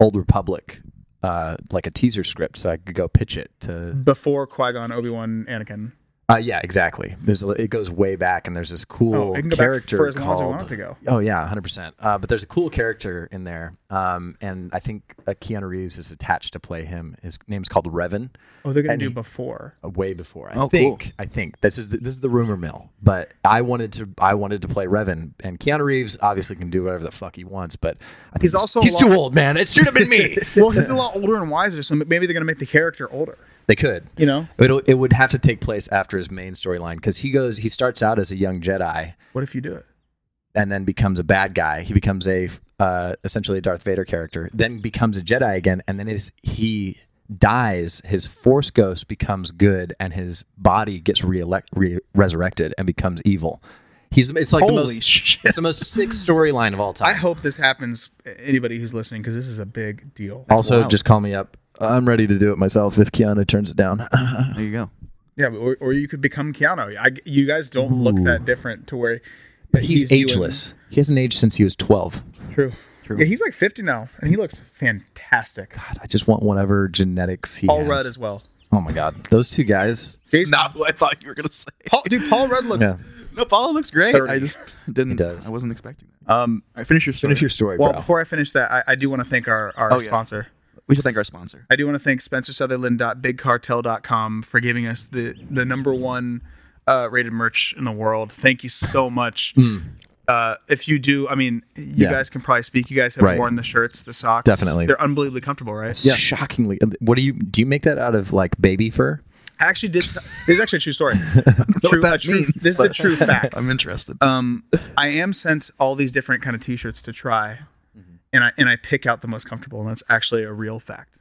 Speaker 4: old Republic, uh, like a teaser script, so I could go pitch it to.
Speaker 2: Before Qui Gon, Obi Wan, Anakin.
Speaker 4: Uh, yeah, exactly. There's a, it goes way back, and there's this cool
Speaker 2: Oh, it can go back
Speaker 4: character
Speaker 2: for as long as
Speaker 4: called.
Speaker 2: we want it to go.
Speaker 4: Oh yeah, hundred percent. Uh, but there's a cool character in there, um, and I think uh, Keanu Reeves is attached to play him. His name's called Revan.
Speaker 2: Oh, they're going
Speaker 4: And
Speaker 2: to do
Speaker 4: he-
Speaker 2: before.
Speaker 4: uh, way before. I
Speaker 3: Oh, cool.
Speaker 4: think I think this is the, this is the rumor mill. But I wanted to I wanted to play Revan, and Keanu Reeves obviously can do whatever the fuck he wants. But I think
Speaker 2: He's also
Speaker 4: he's
Speaker 2: a
Speaker 4: too
Speaker 2: lot-
Speaker 4: old, man. It should have been me.
Speaker 2: Well, he's a lot older and wiser, so maybe they're going to make the character older.
Speaker 4: they could,
Speaker 2: You know?
Speaker 4: It'll, it would have to take place after his main storyline because he goes he starts out as a young Jedi
Speaker 2: What if you do it?
Speaker 4: and then becomes a bad guy. He becomes a uh, essentially a Darth Vader character, then becomes a Jedi again, and then is he dies, his Force ghost becomes good, and his body gets re-elect- re- resurrected and becomes evil. He's it's like the
Speaker 3: Holy
Speaker 4: most
Speaker 3: shit.
Speaker 4: it's the most sick storyline of all time.
Speaker 2: I hope this happens. Anybody who's listening, because this is a big deal.
Speaker 4: also,
Speaker 3: wild.
Speaker 4: just call me up. I'm ready to do it myself if Keanu turns it down.
Speaker 3: There you go.
Speaker 2: Yeah, or, or you could become Keanu. I, you guys don't look that different to where. But
Speaker 4: He's ageless. He hasn't aged since he was 12.
Speaker 2: True. True. Yeah, he's like 50 now, and he looks fantastic.
Speaker 4: God, I just want whatever genetics he
Speaker 2: Paul
Speaker 4: has.
Speaker 2: Rudd as well.
Speaker 4: oh my god, those two guys.
Speaker 3: It's not what I thought you were gonna say.
Speaker 2: Paul, dude, Paul Rudd looks.
Speaker 4: Yeah.
Speaker 3: No, Paul looks great. I
Speaker 2: 30.
Speaker 3: just didn't.
Speaker 4: does.
Speaker 3: I wasn't expecting that.
Speaker 2: Um,
Speaker 3: All right, finish your story.
Speaker 4: Finish your story,
Speaker 2: well,
Speaker 4: bro.
Speaker 2: before I finish that, I, I do want to thank our, our
Speaker 3: Oh, yeah.
Speaker 2: sponsor.
Speaker 3: we should thank our sponsor.
Speaker 2: I do want to thank SpencerSutherland.BigCartel.com for giving us the the number one uh, rated merch in the world. Thank you so much. Uh, if you do, I mean, you
Speaker 4: Hmm. Yeah.
Speaker 2: guys can probably speak. You guys have
Speaker 4: Right.
Speaker 2: worn the shirts, the socks.
Speaker 4: Definitely.
Speaker 2: they're unbelievably comfortable, right?
Speaker 4: shockingly what do you do you make that out of like baby fur
Speaker 2: I actually did. This is actually a true story. true,
Speaker 3: that
Speaker 2: a true-
Speaker 3: means,
Speaker 2: this is a
Speaker 3: but-
Speaker 2: true fact.
Speaker 3: I'm interested.
Speaker 2: um, I am sent all these different kind of T-shirts to try, and I and I pick out the most comfortable, and that's actually a real fact.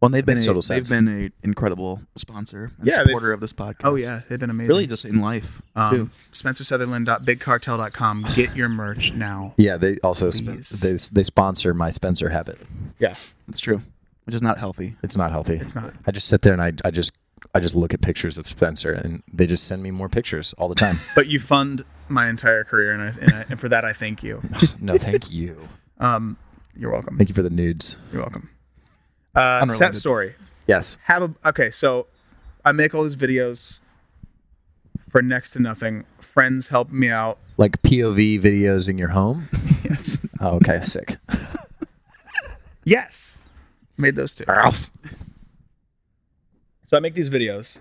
Speaker 3: well, they've been
Speaker 4: makes total
Speaker 3: a, they've
Speaker 4: sense.
Speaker 3: been an incredible sponsor and
Speaker 2: Yeah, they've-
Speaker 3: supporter of this podcast.
Speaker 2: Oh yeah, they've been amazing.
Speaker 3: really just in life too.
Speaker 2: Um, SpencerSutherland.BigCartel.com. Get your merch now.
Speaker 4: yeah they also sp-
Speaker 2: Please.
Speaker 4: they, they sponsor my spencer habit
Speaker 2: Yes.
Speaker 3: It's true, which is not healthy.
Speaker 4: it's not healthy
Speaker 2: It's not.
Speaker 4: i just sit there and i, I just I just look at pictures of Spencer, and they just send me more pictures all the time.
Speaker 2: But you fund my entire career, and I, and, I, and for that I thank you.
Speaker 4: no, thank you.
Speaker 2: Um, you're welcome.
Speaker 4: Thank you for the nudes.
Speaker 2: You're welcome. Uh, set
Speaker 3: Unrelated.
Speaker 2: story.
Speaker 4: Yes.
Speaker 2: Have a okay. So I make all these videos for next to nothing. Friends help me out.
Speaker 4: Like POV videos in your home?
Speaker 2: Yes.
Speaker 4: Oh, okay, sick.
Speaker 2: Yes. Made those two. So I make these videos.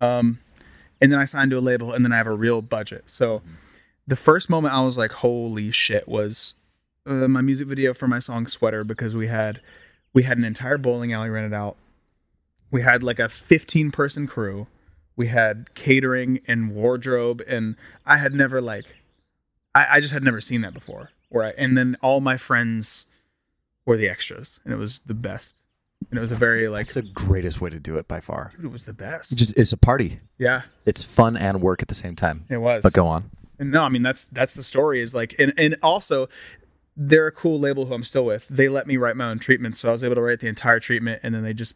Speaker 2: Um and then I sign to a label and then I have a real budget. So the first moment I was like, holy shit, was uh, my music video for my song Sweater because we had we had an entire bowling alley rented out. We had like a 15 person crew. We had catering and wardrobe and I had never like I, I just had never seen that before. Where I, and then all my friends were the extras and it was the best. And it was a very like
Speaker 4: It's the greatest way to do it by far.
Speaker 2: dude, it was the
Speaker 4: It
Speaker 2: best.
Speaker 4: just it's a party.
Speaker 2: Yeah,
Speaker 4: It's fun and work at the same time.
Speaker 2: it was.
Speaker 4: But go on.
Speaker 2: And no, I mean that's that's the story is like and and also they're a cool label who I'm still with. They let me write my own treatment, so I was able to write the entire treatment and then they just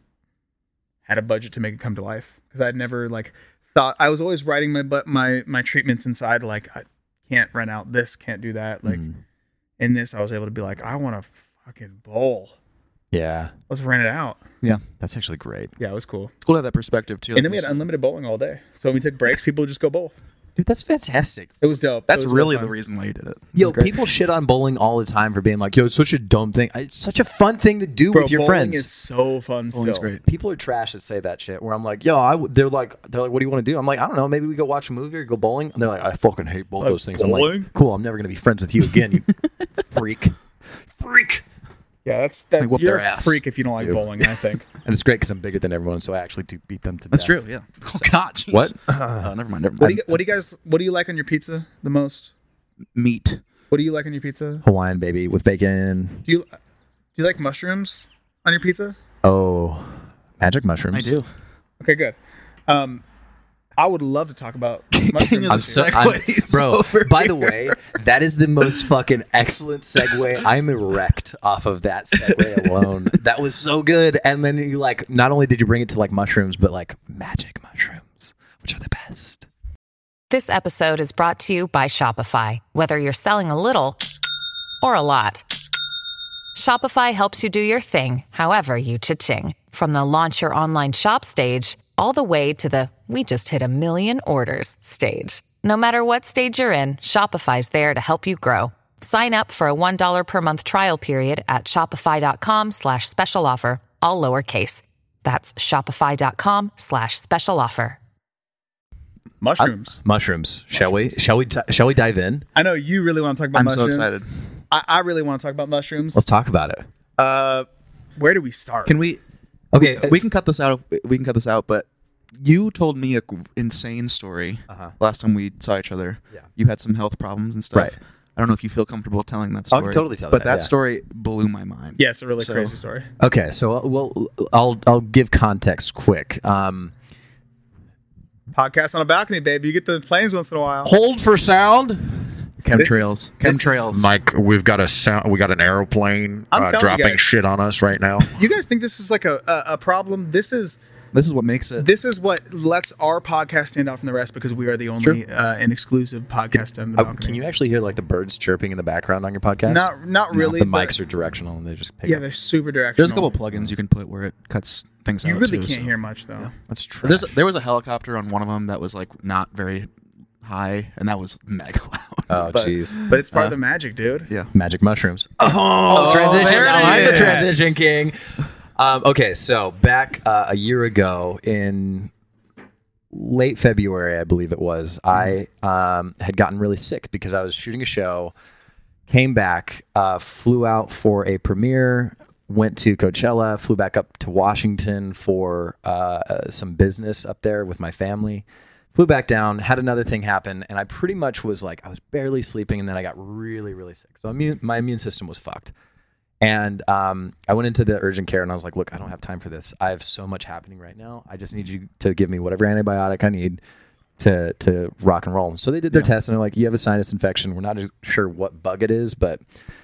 Speaker 2: had a budget to make it come to life cuz I'd never like thought I was always writing my but my my treatments inside like I can't rent out this, can't do that. Like
Speaker 4: Mm.
Speaker 2: in this I was able to be like I want to fucking bowl.
Speaker 4: yeah,
Speaker 2: Let's rent it out.
Speaker 4: that's actually great,
Speaker 2: Yeah, it was cool.
Speaker 3: It's cool to have that perspective too.
Speaker 2: And
Speaker 3: like
Speaker 2: then we
Speaker 3: you
Speaker 2: had
Speaker 3: said.
Speaker 2: unlimited bowling all day. So when we took breaks, people would just go bowl.
Speaker 4: dude. That's fantastic.
Speaker 2: It was dope. It
Speaker 3: That's
Speaker 2: was real
Speaker 3: really
Speaker 2: fun.
Speaker 3: the reason why you did it.
Speaker 4: Yo, people shit on bowling all the time for being like, yo, it's such a dumb thing. It's such a fun thing to do
Speaker 2: Bro,
Speaker 4: with your
Speaker 2: bowling
Speaker 4: friends.
Speaker 2: is so fun.
Speaker 3: Bowling's
Speaker 2: still.
Speaker 3: great.
Speaker 4: people are trash that say that shit. Where I'm like, yo, I w-, they're like, they're like, what do you want to do? I'm like, I don't know. Maybe we go watch a movie or go bowling. And they're like, I fucking hate both those things. I'm
Speaker 2: bowling?
Speaker 4: like, cool. I'm never gonna be friends with you again. You freak, freak.
Speaker 2: Yeah, that's that.
Speaker 3: They whoop
Speaker 2: you're
Speaker 3: their
Speaker 2: a
Speaker 3: ass.
Speaker 2: freak if you don't like
Speaker 4: Dude.
Speaker 2: bowling. I think.
Speaker 4: And it's great because I'm bigger than everyone, so I actually do beat them to
Speaker 3: That's
Speaker 4: death.
Speaker 3: true. Yeah. Oh God. jeez.
Speaker 4: What? Uh,
Speaker 3: Oh, never mind. Never
Speaker 2: What do, you,
Speaker 3: mind.
Speaker 2: what do you guys? What do you like on your pizza the most?
Speaker 3: Meat.
Speaker 2: What do you like on your pizza?
Speaker 4: Hawaiian baby with bacon.
Speaker 2: Do you do you like mushrooms on your pizza?
Speaker 4: Oh, magic mushrooms.
Speaker 3: I do.
Speaker 2: Okay, good. Um, I would love to talk about mushrooms.
Speaker 3: of the
Speaker 2: this year.
Speaker 3: Segue is
Speaker 4: bro.
Speaker 3: over
Speaker 4: By the way, that is the most fucking excellent segue. I'm erect off of that segue alone. That was so good. And then you like, not only did you bring it to like mushrooms, but like magic mushrooms, which are the best.
Speaker 6: This episode is brought to you by Shopify. Whether you're selling a little or a lot, Shopify helps you do your thing, however you cha-ching. From the launch your online shop stage, all the way to the we just hit a million orders stage. No matter what stage you're in, Shopify's there to help you grow. Sign up for a $1 per month trial period at shopify.com slash special offer, all lowercase. That's shopify.com slash special offer.
Speaker 2: mushrooms.
Speaker 4: Mushrooms. Shall we? Shall we? T- shall we dive in?
Speaker 2: I know you really want to talk about.
Speaker 3: I'm so
Speaker 2: mushrooms.
Speaker 3: excited.
Speaker 2: I, I really want to talk about mushrooms.
Speaker 4: Let's talk about it.
Speaker 2: Uh, where do we start?
Speaker 3: Can we?
Speaker 4: Okay.
Speaker 3: We can cut this out. If, we can cut this out. But you told me a gr- insane story last time we saw each other.
Speaker 4: Uh-huh. Yeah.
Speaker 3: You had some health problems and stuff.
Speaker 4: Right.
Speaker 3: I don't know if you feel comfortable telling that
Speaker 4: I
Speaker 3: story.
Speaker 4: can totally tell
Speaker 3: But
Speaker 4: that,
Speaker 3: that,
Speaker 4: yeah.
Speaker 3: story blew my mind.
Speaker 2: yeah, it's a really
Speaker 3: So-
Speaker 2: crazy story.
Speaker 4: okay. So, uh, well, I'll I'll give context quick. Um,
Speaker 2: Podcast on a balcony, babe. You get the flames once in a while.
Speaker 4: hold for sound.
Speaker 3: Chemtrails.
Speaker 2: this is-
Speaker 3: Chemtrails.
Speaker 5: Mike, we've got a sound. We got an aeroplane
Speaker 2: I'm
Speaker 5: uh,
Speaker 2: telling you
Speaker 5: dropping
Speaker 2: guys.
Speaker 5: shit on us right now.
Speaker 2: You guys think this is like a, a, a problem? This is
Speaker 3: this is what makes it.
Speaker 2: this is what lets our podcast stand out from the rest because we are the only uh, and exclusive podcast on the
Speaker 4: Uh,
Speaker 2: balcony.
Speaker 4: can you actually hear like the birds chirping in the background on your podcast?
Speaker 2: Not not really.
Speaker 4: the
Speaker 2: but-
Speaker 4: mics are directional and they just pick
Speaker 2: yeah,
Speaker 4: up.
Speaker 2: they're super directional.
Speaker 3: There's a couple plugins you can put where it cuts things
Speaker 2: You
Speaker 3: out.
Speaker 2: really
Speaker 3: too,
Speaker 2: can't
Speaker 3: so.
Speaker 2: hear much though.
Speaker 4: That's true.
Speaker 3: There's, there was a helicopter on one of them that was like not very high, and that was mega loud.
Speaker 4: oh
Speaker 3: But-
Speaker 4: jeez.
Speaker 2: But it's part of the magic, dude.
Speaker 3: yeah.
Speaker 4: Magic mushrooms. Oh, transition.
Speaker 3: there it
Speaker 4: I'm the
Speaker 3: is.
Speaker 4: transition king. Um, okay, so back uh, a year ago in late February, I believe it was, I
Speaker 3: Mm-hmm.
Speaker 4: um, had gotten really sick because I was shooting a show, came back, uh, flew out for a premiere, went to Coachella, flew back up to Washington for uh, uh, some business up there with my family. Flew back down, had another thing happen, and I pretty much was like, I was barely sleeping, and then I got really, really sick. So immune, my immune system was fucked. And um, I went into the urgent care and I was like, look, I don't have time for this. I have so much happening right now. I just need you to give me whatever antibiotic I need to to rock and roll. So they did their test and they're like, you have a sinus infection. We're not as- sure what bug it is, but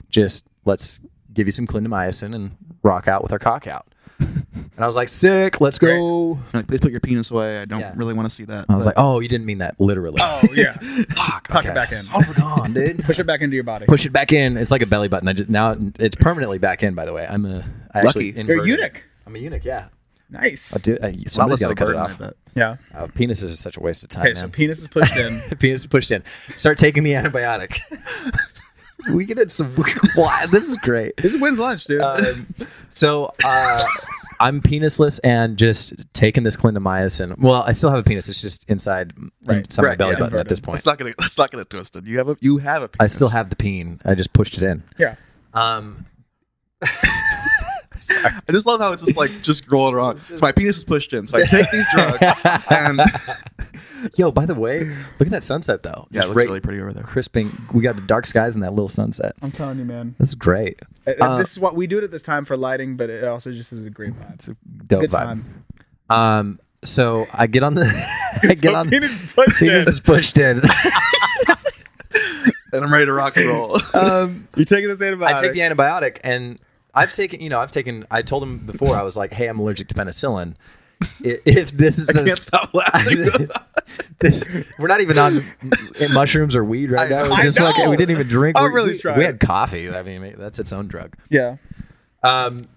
Speaker 4: just let's give you some clindamycin and rock out with our cock out. and I was like, sick, let's go.
Speaker 3: I'm like, please put your penis away. I don't
Speaker 4: Yeah.
Speaker 3: really want to see that.
Speaker 4: I was like, oh, you didn't mean that literally.
Speaker 2: Oh yeah.
Speaker 4: fuck.
Speaker 2: tuck it back in.
Speaker 4: So gone, dude.
Speaker 2: Push it back into your body.
Speaker 4: Push it back in. It's like a belly button. I just, now it's permanently back in. By the way, I'm a I
Speaker 3: Lucky.
Speaker 4: actually
Speaker 2: You're a
Speaker 4: inverted.
Speaker 2: eunuch.
Speaker 4: I'm a eunuch, yeah.
Speaker 2: Nice.
Speaker 4: I do, uh, somebody's got to cut it off.
Speaker 3: That.
Speaker 2: Yeah.
Speaker 4: Uh, penises are such a waste of time.
Speaker 2: Okay, so
Speaker 4: man.
Speaker 2: penis is pushed in.
Speaker 4: penis is pushed in. Start taking the antibiotic. we get it some. Why? This is great.
Speaker 2: This wins lunch, dude.
Speaker 4: Um, so uh, I'm penisless and just taking this clindamycin. Well, I still have a penis. It's just inside
Speaker 2: Right.
Speaker 4: inside my
Speaker 3: Right,
Speaker 4: belly
Speaker 3: yeah.
Speaker 4: button at this point.
Speaker 3: Let's not get it. Let's not get it twisted. You have a. You have a. Penis.
Speaker 4: I still have the peen. I just pushed it in.
Speaker 2: yeah.
Speaker 4: Um,
Speaker 3: I just love how it's just like just rolling around. So my penis is pushed in. So I take these drugs and
Speaker 4: yo, by the way, look at that sunset though.
Speaker 3: yeah, it
Speaker 4: Just
Speaker 3: looks
Speaker 4: right-
Speaker 3: really pretty over there.
Speaker 4: Crisping. We got the dark skies and that little sunset.
Speaker 2: I'm telling you, man.
Speaker 4: That's great.
Speaker 2: Uh,
Speaker 4: Uh,
Speaker 2: this is what we do it at this time for lighting, but it also just is a great vibe.
Speaker 4: It's a dope
Speaker 2: Good
Speaker 4: vibe.
Speaker 2: time.
Speaker 4: Um, so I get on the. I get
Speaker 2: So
Speaker 4: on.
Speaker 2: penis is pushed
Speaker 4: Penis
Speaker 2: in.
Speaker 4: is pushed in.
Speaker 3: And I'm ready to rock and roll.
Speaker 4: um,
Speaker 2: You're taking this antibiotic.
Speaker 4: I take the antibiotic, and I've taken, you know, I've taken. I told him before I was like, "Hey, I'm allergic to penicillin. I- If this is,
Speaker 3: I can't stop laughing.
Speaker 4: this, we're not even on m- mushrooms or weed right now. We're
Speaker 2: I
Speaker 4: just like-
Speaker 2: know.
Speaker 4: we didn't even drink.
Speaker 2: I'm
Speaker 4: We're-
Speaker 2: really
Speaker 4: we,
Speaker 2: trying.
Speaker 4: we had coffee. I mean, that's its own drug.
Speaker 2: yeah.
Speaker 4: Um,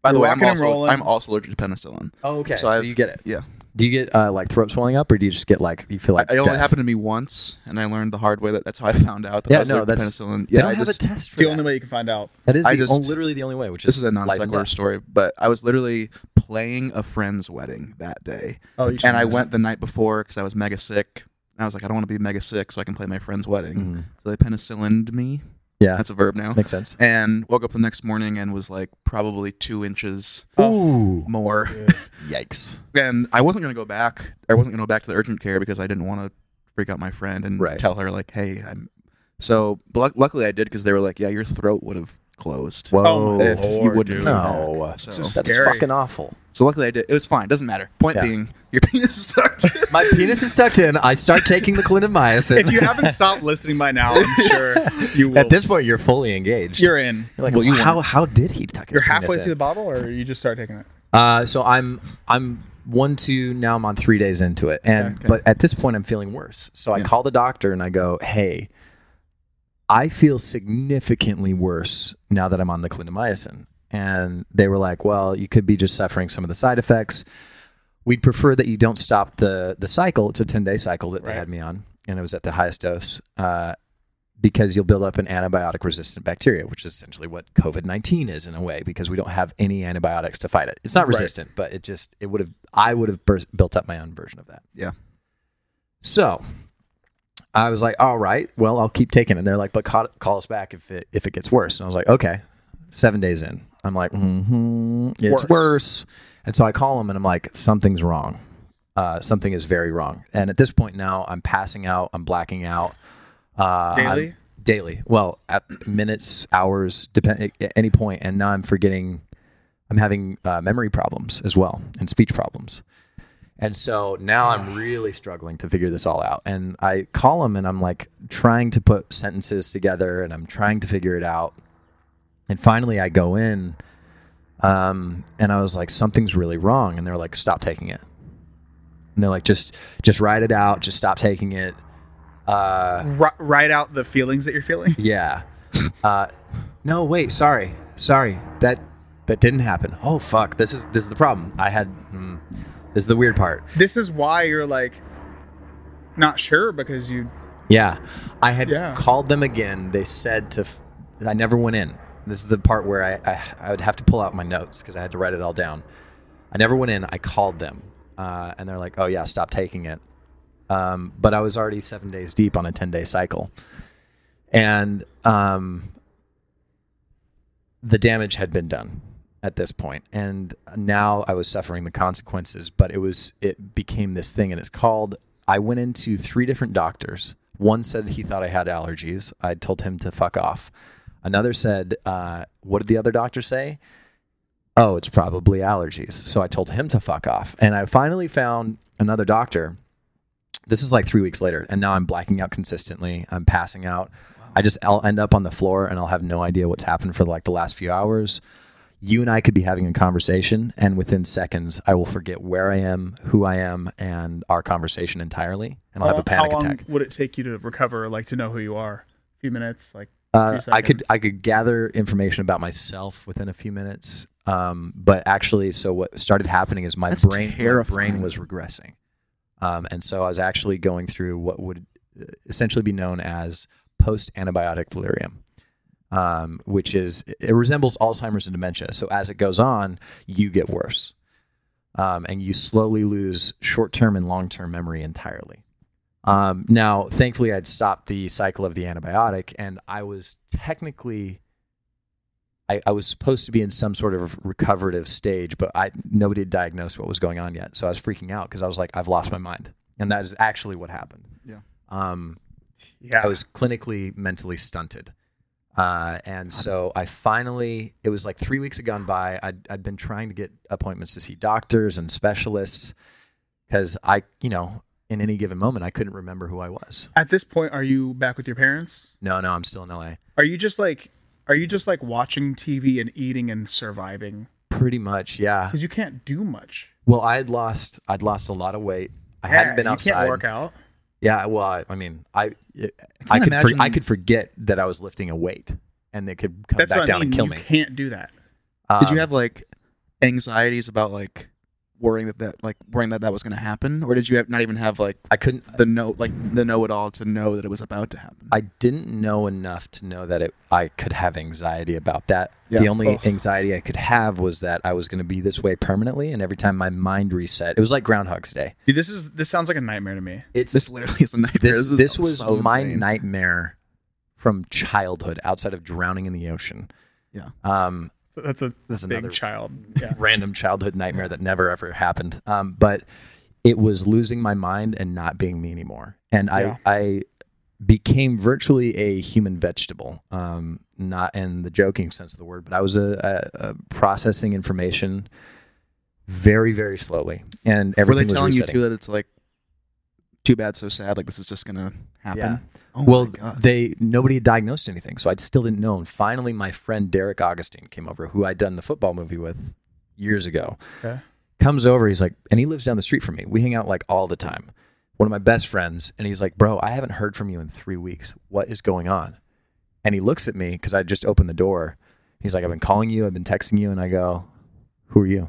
Speaker 3: By the
Speaker 2: You're
Speaker 3: way, I'm
Speaker 2: rocking and
Speaker 3: also
Speaker 2: rolling.
Speaker 3: I'm also allergic to penicillin.
Speaker 4: oh, okay. So,
Speaker 3: So I've-
Speaker 4: you get it.
Speaker 3: Yeah,
Speaker 4: Do you get uh, like throat swelling up, or do you just get like you feel like?
Speaker 3: it only
Speaker 4: death?
Speaker 3: happened to me once, and I learned the hard way that that's how I found out that I
Speaker 4: Yeah,
Speaker 3: was
Speaker 4: no,
Speaker 3: allergic
Speaker 4: that's
Speaker 3: to penicillin.
Speaker 4: They
Speaker 3: Yeah,
Speaker 4: don't
Speaker 3: I
Speaker 4: have
Speaker 3: just
Speaker 4: a test
Speaker 2: It's
Speaker 4: for
Speaker 2: the
Speaker 4: that.
Speaker 2: only way you can find out.
Speaker 4: That is
Speaker 3: I
Speaker 4: the
Speaker 3: just-
Speaker 4: on- literally the only way, which is
Speaker 3: this is a non
Speaker 4: life and
Speaker 3: sequitur
Speaker 4: death.
Speaker 3: story, but I was literally playing a friend's wedding that day.
Speaker 2: Oh, you
Speaker 3: and I
Speaker 2: Jesus.
Speaker 3: went the night before because I was mega sick. And I was like, I don't want to be mega sick so I can play my friend's wedding.
Speaker 4: Mhm.
Speaker 3: So they penicillined me.
Speaker 4: Yeah,
Speaker 3: That's a verb now.
Speaker 4: makes sense.
Speaker 3: And woke up the next morning and was like probably two inches
Speaker 4: Oh. Ooh,
Speaker 3: more.
Speaker 4: yikes!
Speaker 3: And I wasn't going to go back. I wasn't going to go back to the urgent care because I didn't want to freak out my friend and
Speaker 4: Right.
Speaker 3: tell her, like, hey, I'm. So but luck luckily I did because they were like, yeah, your throat would have closed.
Speaker 4: Whoa.
Speaker 2: Oh my
Speaker 3: if you
Speaker 2: Lord,
Speaker 3: wouldn't
Speaker 2: dude.
Speaker 3: have come
Speaker 4: No.
Speaker 3: back. So,
Speaker 2: So
Speaker 4: That's
Speaker 2: Scary.
Speaker 4: fucking awful.
Speaker 3: so luckily I did. It was fine. Doesn't matter. Point
Speaker 4: Yeah.
Speaker 3: being, your penis is tucked. in.
Speaker 4: My penis is tucked in. I start taking the clindamycin.
Speaker 2: If you haven't stopped listening by now, I'm sure you will.
Speaker 4: at this point, you're fully engaged.
Speaker 2: you're in.
Speaker 4: You're like,
Speaker 3: Well, you
Speaker 4: how how did he tuck his
Speaker 2: You're halfway
Speaker 4: penis in?
Speaker 2: through the bottle, or you just start taking it.
Speaker 4: Uh, so I'm I'm one two now. I'm on three days into it, and
Speaker 3: Okay.
Speaker 4: but at this point, I'm feeling worse. So I call the doctor and I go, "Hey, I feel significantly worse now that I'm on the clindamycin." And they were like, "Well, you could be just suffering some of the side effects. We'd prefer that you don't stop the the cycle. It's a ten day cycle that they had me on, and it was at the highest dose." Uh, because you'll build up an antibiotic resistant bacteria, which is essentially what COVID 19 is in a way, because we don't have any antibiotics to fight it. It's not resistant, but it just, it would have, I would have bur- built up my own version of that.
Speaker 3: Yeah.
Speaker 4: So I was like, all right, well, I'll keep taking it. And they're like, but call, call us back if it, if it gets worse. And I was like, okay, seven days in. I'm like, hmm it's
Speaker 2: Worse.
Speaker 4: worse. And so I call them and I'm like, something's wrong. Uh, something is very wrong. And at this point now, I'm passing out, I'm blacking out. Uh,
Speaker 2: Daily?
Speaker 4: I'm- daily. Well, at minutes, hours, depend at any point. And now I'm forgetting. I'm having uh, memory problems as well and speech problems. And so now I'm really struggling to figure this all out. And I call him and I'm like trying to put sentences together and I'm trying to figure it out. And finally I go in um, and I was like, something's really wrong. And they're like, stop taking it. And they're like, just, just write it out. Just stop taking it. Uh,
Speaker 2: R- write out the feelings that you're feeling.
Speaker 4: yeah. Uh, no, wait. Sorry, sorry. That that didn't happen. Oh fuck. This is this is the problem. I had. Hmm, this is the weird part.
Speaker 2: This is why you're like not sure because you.
Speaker 4: Yeah, I had
Speaker 2: Yeah.
Speaker 4: called them again. They said to. F- I never went in. This is the part where I I, I would have to pull out my notes because I had to write it all down. I never went in. I called them, uh, and they're like, "Oh yeah, stop taking it." Um, but I was already seven days deep on a ten day cycle, and um, the damage had been done at this point and now i was suffering the consequences but it was it became this thing and it's called i went into three different doctors one said he thought i had allergies i told him to fuck off another said uh, what did the other doctor say oh it's probably allergies so i told him to fuck off and i finally found another doctor this is like three weeks later and now i'm blacking out consistently i'm passing out i just i'll end up on the floor and i'll have no idea what's happened for like the last few hours you and i could be having a conversation and within seconds i will forget where i am who i am and our conversation entirely and i'll have a panic
Speaker 2: how long
Speaker 4: attack
Speaker 2: Would it take you to recover, like to know who you are? A few minutes, like.
Speaker 4: Uh,
Speaker 2: few
Speaker 4: I could
Speaker 2: seconds.
Speaker 4: I could gather information about myself within a few minutes. Um, but actually, so what started happening is my
Speaker 3: That's
Speaker 4: brain my brain
Speaker 3: terrifying.
Speaker 4: was regressing, um, and so I was actually going through what would uh, essentially be known as post antibiotic delirium, um, which is it resembles Alzheimer's and dementia. So as it goes on, you get worse, um, and you slowly lose short term and long term memory entirely. Um, now, thankfully, I'd stopped the cycle of the antibiotic, and I was technically, I, I was supposed to be in some sort of recoverative stage, but I nobody had diagnosed what was going on yet. So I was freaking out because I was like, I've lost my mind, and that is actually what happened.
Speaker 3: Yeah.
Speaker 4: Um,
Speaker 2: Yeah.
Speaker 4: I was clinically mentally stunted. Uh, and so I finally, it was like three weeks had gone by. I'd, I'd been trying to get appointments to see doctors and specialists because I, you know, in any given moment, I couldn't remember who I was.
Speaker 2: At this point, are you back with your parents?
Speaker 4: No, no, I'm still in LA.
Speaker 2: Are you just like are you just like watching TV and eating and surviving?
Speaker 4: Pretty much, yeah.
Speaker 2: Because you can't do much.
Speaker 4: Well, I had lost, I'd lost a lot of weight. I hadn't
Speaker 2: Yeah,
Speaker 4: been
Speaker 2: you
Speaker 4: outside.
Speaker 2: Can't work out.
Speaker 4: Yeah, well, I, I mean, I, I, could, for,
Speaker 3: imagine-
Speaker 4: I could forget that I was lifting a weight, and they could come
Speaker 2: That's
Speaker 4: back
Speaker 2: what
Speaker 4: down
Speaker 2: I mean.
Speaker 4: and kill
Speaker 2: you
Speaker 4: me.
Speaker 2: can't do that.
Speaker 3: Did
Speaker 4: Um,
Speaker 3: you have like anxieties about like worrying that that like worrying that that was going to happen, or did you have, not even have like
Speaker 4: I couldn't.
Speaker 3: the know like the know it all to know that it was about to happen?
Speaker 4: I didn't know enough to know that it, I could have anxiety about that.
Speaker 3: Yeah.
Speaker 4: The only
Speaker 2: Ugh.
Speaker 4: anxiety I could have was that I was going to be this way permanently, and every time my mind reset, it was like Groundhog's Day.
Speaker 2: Dude, this is this sounds like a nightmare to me.
Speaker 4: It's
Speaker 3: this literally is a nightmare.
Speaker 4: this,
Speaker 3: is
Speaker 4: this was
Speaker 3: so
Speaker 4: my
Speaker 3: insane.
Speaker 4: nightmare from childhood, outside of drowning in the ocean.
Speaker 3: Yeah.
Speaker 4: Um,
Speaker 2: That's a
Speaker 4: That's
Speaker 2: big
Speaker 4: another-
Speaker 2: child. Yeah.
Speaker 4: random childhood nightmare that never ever happened. Um, but it was losing my mind and not being me anymore. And
Speaker 2: Yeah.
Speaker 4: I, I became virtually a human vegetable, um, not in the joking sense of the word, but I was a, a, a processing information very, very slowly. And
Speaker 3: Were
Speaker 4: everything
Speaker 3: they
Speaker 4: was
Speaker 3: telling you
Speaker 4: resetting.
Speaker 3: too that it's like too bad, so sad? Like this is just going to happen.
Speaker 4: Yeah.
Speaker 3: Oh my
Speaker 4: well,
Speaker 3: God.
Speaker 4: they nobody had diagnosed anything, so I still didn't know. And finally, my friend Derek Augustine came over, who I'd done the football movie with years ago.
Speaker 2: Okay.
Speaker 4: Comes over, he's like, and he lives down the street from me. We hang out like all the time. One of my best friends, and he's like, "Bro, I haven't heard from you in three weeks. What is going on?" And he looks at me because I just opened the door. He's like, "I've been calling you, I've been texting you," and I go, "Who are you?"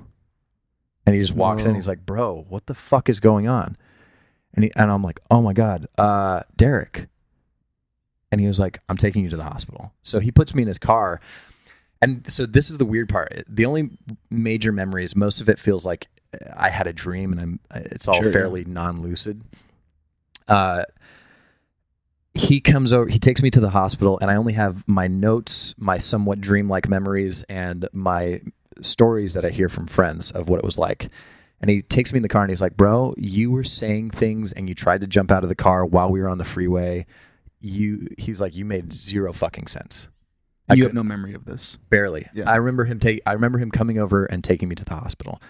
Speaker 4: And he just walks in.
Speaker 3: Whoa.
Speaker 4: He's like, "Bro, what the fuck is going on?" And he, and I'm like, "Oh my god, uh, Derek." And he was like, "I'm taking you to the hospital." So he puts me in his car, and so this is the weird part. The only major memories, most of it feels like uh, I had a dream, and I'm uh, it's all
Speaker 3: Sure, yeah.
Speaker 4: fairly non-lucid. Uh, he comes over he takes me to the hospital and i only have my notes my somewhat dreamlike memories and my stories that i hear from friends of what it was like and he takes me in the car and he's like bro you were saying things and you tried to jump out of the car while we were on the freeway you he's like you made zero fucking sense I
Speaker 3: you
Speaker 4: could-
Speaker 3: have no memory of this.
Speaker 4: barely.
Speaker 3: Yeah.
Speaker 4: I remember him take. I remember him coming over and taking me to the hospital.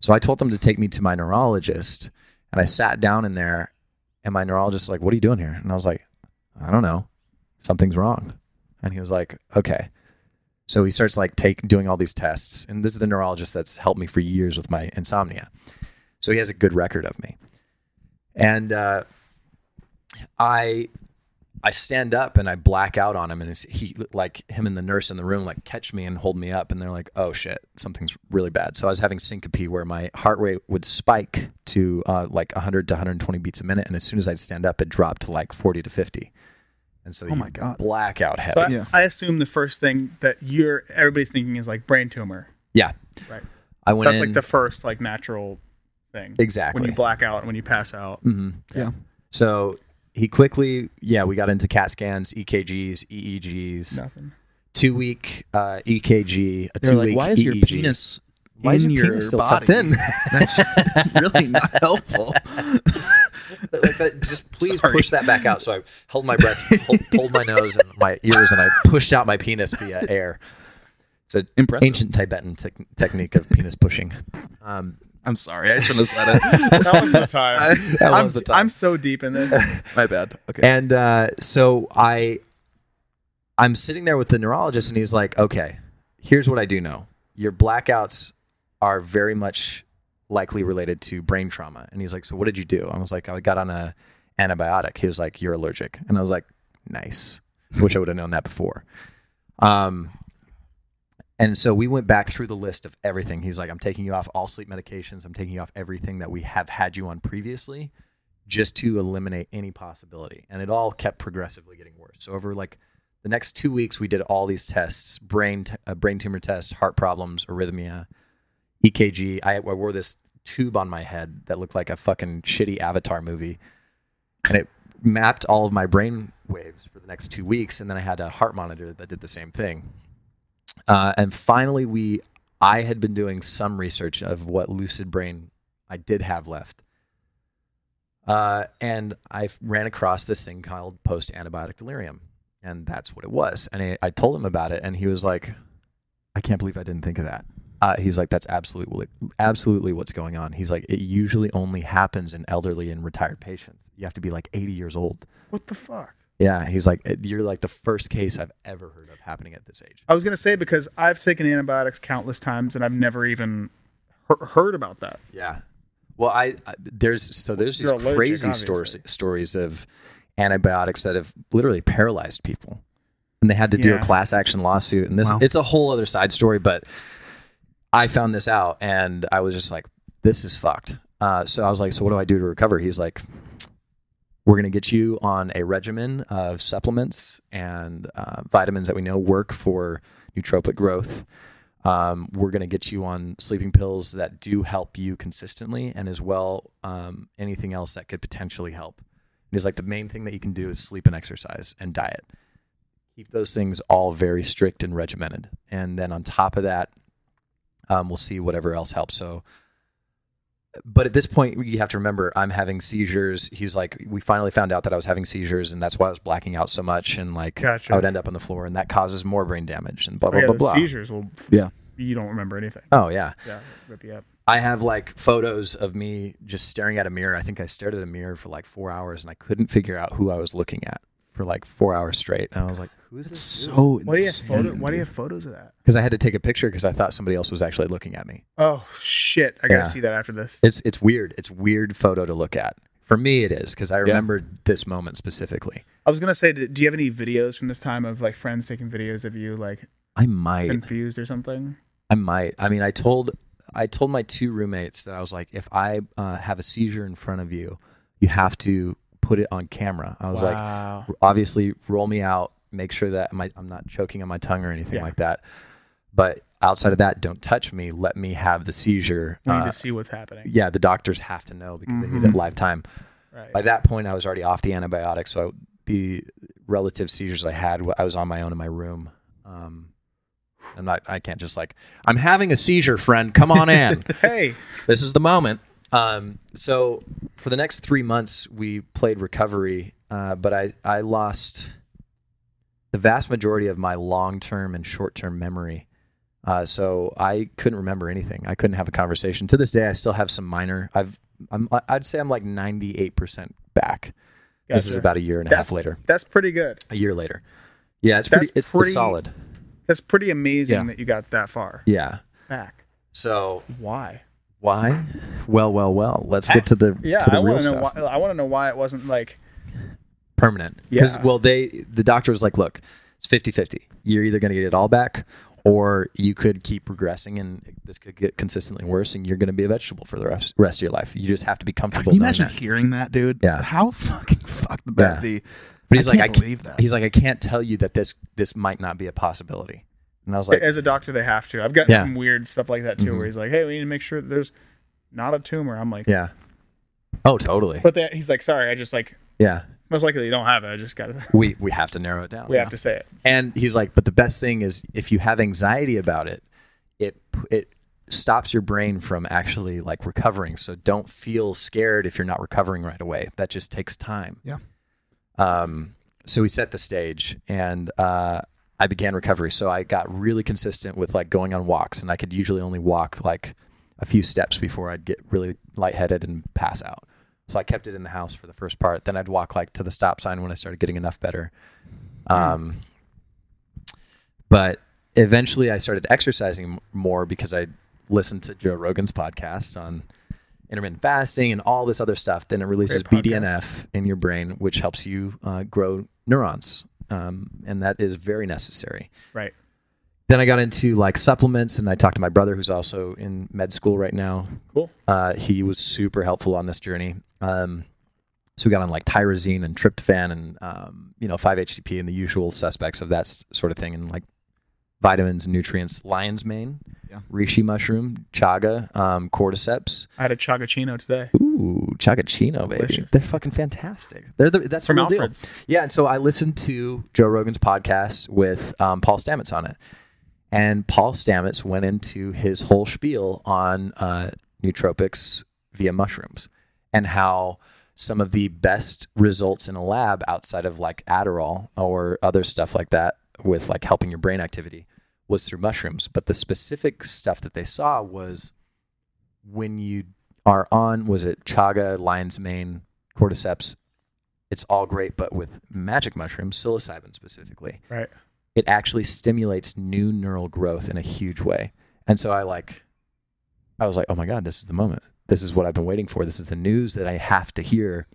Speaker 4: So I told them to take me to my neurologist, and I sat down in there, and my neurologist was like, "What are you doing here?" And I was like, "I don't know, something's wrong." And he was like, "Okay." So he starts like take doing all these tests, and this is the neurologist that's helped me for years with my insomnia. So he has a good record of me, and uh, I I stand up and I black out on him, and it's, he like him and the nurse in the room like catch me and hold me up, and they're like, "Oh shit, something's really bad." So I was having syncope where my heart rate would spike to uh, like 100 to 120 beats a minute, and as soon as I'd stand up, it dropped to like 40 to 50. And so,
Speaker 3: Oh my God.
Speaker 4: blackout heavy.
Speaker 2: So I-
Speaker 3: Yeah.
Speaker 2: I assume the first thing that you're everybody's thinking is like brain tumor.
Speaker 4: yeah,
Speaker 2: Right.
Speaker 4: I went.
Speaker 2: That's
Speaker 4: in,
Speaker 2: like the first like natural thing.
Speaker 4: Exactly.
Speaker 2: When you black out and when you pass out.
Speaker 4: Mhm.
Speaker 3: Yeah.
Speaker 4: So he quickly, yeah, we got into CAT scans, E EKGs, EEGs,
Speaker 2: Nothing.
Speaker 4: two week E uh, EKG, a E
Speaker 3: They're
Speaker 4: two
Speaker 3: like,
Speaker 4: week
Speaker 3: why is your
Speaker 4: EEG.
Speaker 3: penis
Speaker 4: Why
Speaker 3: in
Speaker 4: is your
Speaker 3: your
Speaker 4: penis still
Speaker 3: body?
Speaker 4: tucked in?
Speaker 3: That's really not helpful.
Speaker 4: But, like, but just please
Speaker 3: Sorry.
Speaker 4: push that back out. So I held my breath, hold, pulled my nose and my ears, and I pushed out my penis via air. It's an
Speaker 3: Impressive.
Speaker 4: ancient Tibetan tec- technique of penis pushing. Um,
Speaker 3: I'm sorry. I shouldn't have said it.
Speaker 2: That was the time.
Speaker 4: that
Speaker 2: I'm,
Speaker 4: was the time.
Speaker 2: I'm so deep in this.
Speaker 3: My bad. Okay.
Speaker 4: And uh, so I, I'm sitting there with the neurologist, and he's like, "Okay, here's what I do know: your blackouts are very much likely related to brain trauma." And he's like, "So what did you do?" I was like, "I got on a antibiotic." He was like, "You're allergic," and I was like, "Nice." Wish I would have known that before. Um, And so we went back through the list of everything. He's like, I'm taking you off all sleep medications. I'm taking you off everything that we have had you on previously just to eliminate any possibility. And it all kept progressively getting worse. So over like the next two weeks, we did all these tests: brain, t- uh, brain tumor tests, heart problems, arrhythmia, EKG. I, I wore this tube on my head that looked like a fucking shitty Avatar movie, and it mapped all of my brain waves for the next two weeks. And then I had a heart monitor that did the same thing. Uh, and finally, we, I had been doing some research of what lucid brain I did have left. Uh, and I f- ran across this thing called post antibiotic delirium. And that's what it was. And I, I told him about it, and he was like, I can't believe I didn't think of that. Uh, he's like, that's absolutely, absolutely what's going on. He's like, it usually only happens in elderly and retired patients. You have to be like 80 years old.
Speaker 2: What the fuck?
Speaker 4: Yeah. He's like, you're like the first case I've ever heard of happening at this age.
Speaker 2: I was gonna say because I've taken antibiotics countless times and I've never even he- heard about that.
Speaker 4: Yeah. Well, I, I there's so there's these
Speaker 2: You're allergic,
Speaker 4: crazy stories
Speaker 2: obviously.
Speaker 4: stories of antibiotics that have literally paralyzed people, and they had to do a
Speaker 2: Yeah.
Speaker 4: class action lawsuit. And this it's a whole other side story, but I found this out, and I was just like, this is fucked. Uh, so I was like, so what do I do to recover? He's like, we're going to get you on a regimen of supplements and uh, vitamins that we know work for nootropic growth. Um, we're going to get you on sleeping pills that do help you consistently, and as well um, anything else that could potentially help. And he's like, the main thing that you can do is sleep and exercise and diet. Keep those things all very strict and regimented, and then on top of that, um, we'll see whatever else helps. So, but at this point, you have to remember I'm having seizures. He's like, we finally found out that I was having seizures, and that's why I was blacking out so much, and like
Speaker 2: Gotcha. Oh,
Speaker 4: I would end up on the floor, and that causes more brain damage, and blah blah
Speaker 2: yeah,
Speaker 4: blah
Speaker 2: the
Speaker 4: blah.
Speaker 2: seizures will.
Speaker 3: Yeah.
Speaker 2: You don't remember anything.
Speaker 4: Oh yeah.
Speaker 2: Yeah, rip you up.
Speaker 4: I have like photos of me just staring at a mirror. I think I stared at a mirror for like four hours and I couldn't figure out who I was looking at for like four hours straight. And I was like, who's
Speaker 3: It's
Speaker 4: this?
Speaker 3: so
Speaker 2: Why do you have
Speaker 3: insane.
Speaker 2: photo, Why do you have photos of that?
Speaker 4: Because I had to take a picture because I thought somebody else was actually looking at me.
Speaker 2: Oh shit! I gotta
Speaker 4: Yeah.
Speaker 2: see that after this.
Speaker 4: It's it's weird. It's weird photo to look at. For me, it is because I remembered this moment specifically.
Speaker 2: I was gonna say, do do you have any videos from this time of like friends taking videos of you like
Speaker 4: I might.
Speaker 2: confused or something?
Speaker 4: I might. I mean, I told I told my two roommates that I was like, if I uh, have a seizure in front of you, you have to put it on camera. I was like,
Speaker 2: wow.
Speaker 4: obviously roll me out make sure that my, i'm not choking on my tongue or anything
Speaker 2: Yeah.
Speaker 4: like that but outside of that don't touch me let me have the seizure
Speaker 2: we need
Speaker 4: Uh,
Speaker 2: to see what's happening.
Speaker 4: yeah the doctors have to know because they need it live time
Speaker 2: Right.
Speaker 4: by that point i was already off the antibiotics so I, the relative seizures i had i was on my own in my room um, i'm not i can't just like i'm having a seizure friend come on in
Speaker 2: hey,
Speaker 4: this is the moment. Um, so for the next three months, we played recovery, uh, but I, I lost the vast majority of my long term and short term memory. Uh, so I couldn't remember anything. I couldn't have a conversation. To this day, I still have some minor. I've I'm, I'd say I'm like 98 percent back. This is
Speaker 2: Gotcha.
Speaker 4: about a year and a
Speaker 2: that's
Speaker 4: half later.
Speaker 2: That's pretty good.
Speaker 4: A year later. Yeah,
Speaker 2: That's
Speaker 4: it's pretty, it's,
Speaker 2: pretty-
Speaker 4: it's solid.
Speaker 2: That's pretty amazing
Speaker 3: Yeah.
Speaker 2: that you got that far
Speaker 4: Yeah.
Speaker 2: back.
Speaker 4: So
Speaker 2: Why?
Speaker 4: why? Well, well, well. Let's get to the
Speaker 2: Yeah,
Speaker 4: to the
Speaker 2: I
Speaker 4: real
Speaker 2: want to know.
Speaker 4: stuff.
Speaker 2: Why, I want to know why it wasn't like.
Speaker 4: permanent. Because
Speaker 2: Yeah.
Speaker 4: well, they the doctor was like, look, it's 50-50. You're either going to get it all back, or you could keep progressing, and this could get consistently worse, and you're going to be a vegetable for the rest, rest of your life. You just have to be comfortable.
Speaker 3: Can you
Speaker 4: knowing
Speaker 3: imagine
Speaker 4: that.
Speaker 3: hearing that, dude?
Speaker 4: Yeah.
Speaker 3: How fucking fucked would that
Speaker 4: Yeah.
Speaker 3: be?
Speaker 4: But he's
Speaker 3: I
Speaker 4: like,
Speaker 3: can't
Speaker 4: I can't,
Speaker 3: believe that.
Speaker 4: He's like, I can't tell you that this this might not be a possibility. And I was like,
Speaker 2: as a doctor, they have to. I've gotten
Speaker 4: Yeah.
Speaker 2: some weird stuff like that too, where he's like, "Hey, we need to make sure that there's not a tumor." I'm like,
Speaker 4: yeah. Oh, totally.
Speaker 2: But that he's like, "Sorry, I just like
Speaker 4: Yeah.
Speaker 2: most likely you don't have it. I just got to.
Speaker 4: We we have to narrow it down.
Speaker 2: We
Speaker 4: now.
Speaker 2: have to say it."
Speaker 4: And he's like, but the best thing is if you have anxiety about it, it it stops your brain from actually like recovering. So don't feel scared if you're not recovering right away. That just takes time.
Speaker 3: Yeah.
Speaker 4: Um. So we set the stage, and uh, I began recovery. So I got really consistent with like going on walks, and I could usually only walk like a few steps before I'd get really lightheaded and pass out. So I kept it in the house for the first part. Then I'd walk like to the stop sign when I started getting enough better. Um, but eventually I started exercising m- more because I listened to Joe Rogan's podcast on intermittent fasting and all this other stuff. Then it releases
Speaker 2: Great podcast.
Speaker 4: BDNF in your brain, which helps you uh, grow neurons. Um, and that is very necessary
Speaker 2: Right.
Speaker 4: Then I got into like supplements, and I talked to my brother, who's also in med school right now.
Speaker 2: Cool.
Speaker 4: Uh, he was super helpful on this journey. Um, so we got on like tyrosine and tryptophan and um, you know 5-HTP and the usual suspects of that s- sort of thing, and like vitamins, and nutrients, lion's mane,
Speaker 3: Yeah.
Speaker 4: reishi mushroom, chaga, um, cordyceps.
Speaker 2: I had a chagachino today.
Speaker 4: Ooh, Chagachino, baby.
Speaker 2: Delicious.
Speaker 4: They're fucking fantastic. They're the, that's
Speaker 2: From
Speaker 4: the real deal.
Speaker 2: Alfred's.
Speaker 4: Yeah, and so I listened to Joe Rogan's podcast with um, Paul Stamets on it, and Paul Stamets went into his whole spiel on uh, nootropics via mushrooms and how some of the best results in a lab outside of like Adderall or other stuff like that with like helping your brain activity was through mushrooms. But the specific stuff that they saw was when you are on was it chaga, lion's mane, cordyceps. It's all great, but with magic mushrooms, psilocybin specifically,
Speaker 2: Right.
Speaker 4: it actually stimulates new neural growth in a huge way. And so I like, I was like, oh my god, this is the moment. This is what I've been waiting for. This is the news that I have to hear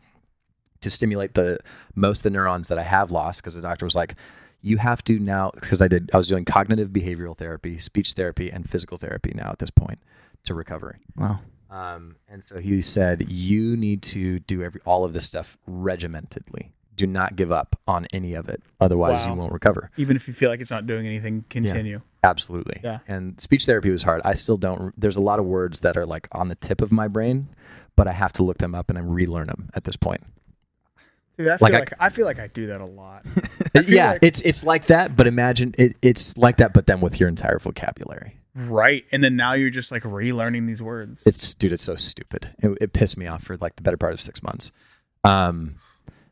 Speaker 4: to stimulate the most of the neurons that I have lost. Because the doctor was like, you have to now because I did I was doing cognitive behavioral therapy, speech therapy, and physical therapy now at this point to recovery.
Speaker 3: Wow.
Speaker 4: Um, and so he said, you need to do every all of this stuff regimentedly. Do not give up on any of it, otherwise
Speaker 2: Wow.
Speaker 4: you won't recover.
Speaker 2: Even if you feel like it's not doing anything, continue.
Speaker 4: Absolutely.
Speaker 2: Yeah.
Speaker 4: And speech therapy was hard. I still don't. There's a lot of words that are like on the tip of my brain, but I have to look them up and I relearn them at this point.
Speaker 2: Dude, I feel
Speaker 4: Like
Speaker 2: like,
Speaker 4: I
Speaker 2: I, feel like I do that a lot.
Speaker 4: yeah,
Speaker 2: like-
Speaker 4: it's it's like that, but imagine it, it's like that, but then with your entire vocabulary.
Speaker 2: right. And then now you're just like relearning these words.
Speaker 4: It's just- dude, it's so stupid. It, it pissed me off for like the better part of six months. Um,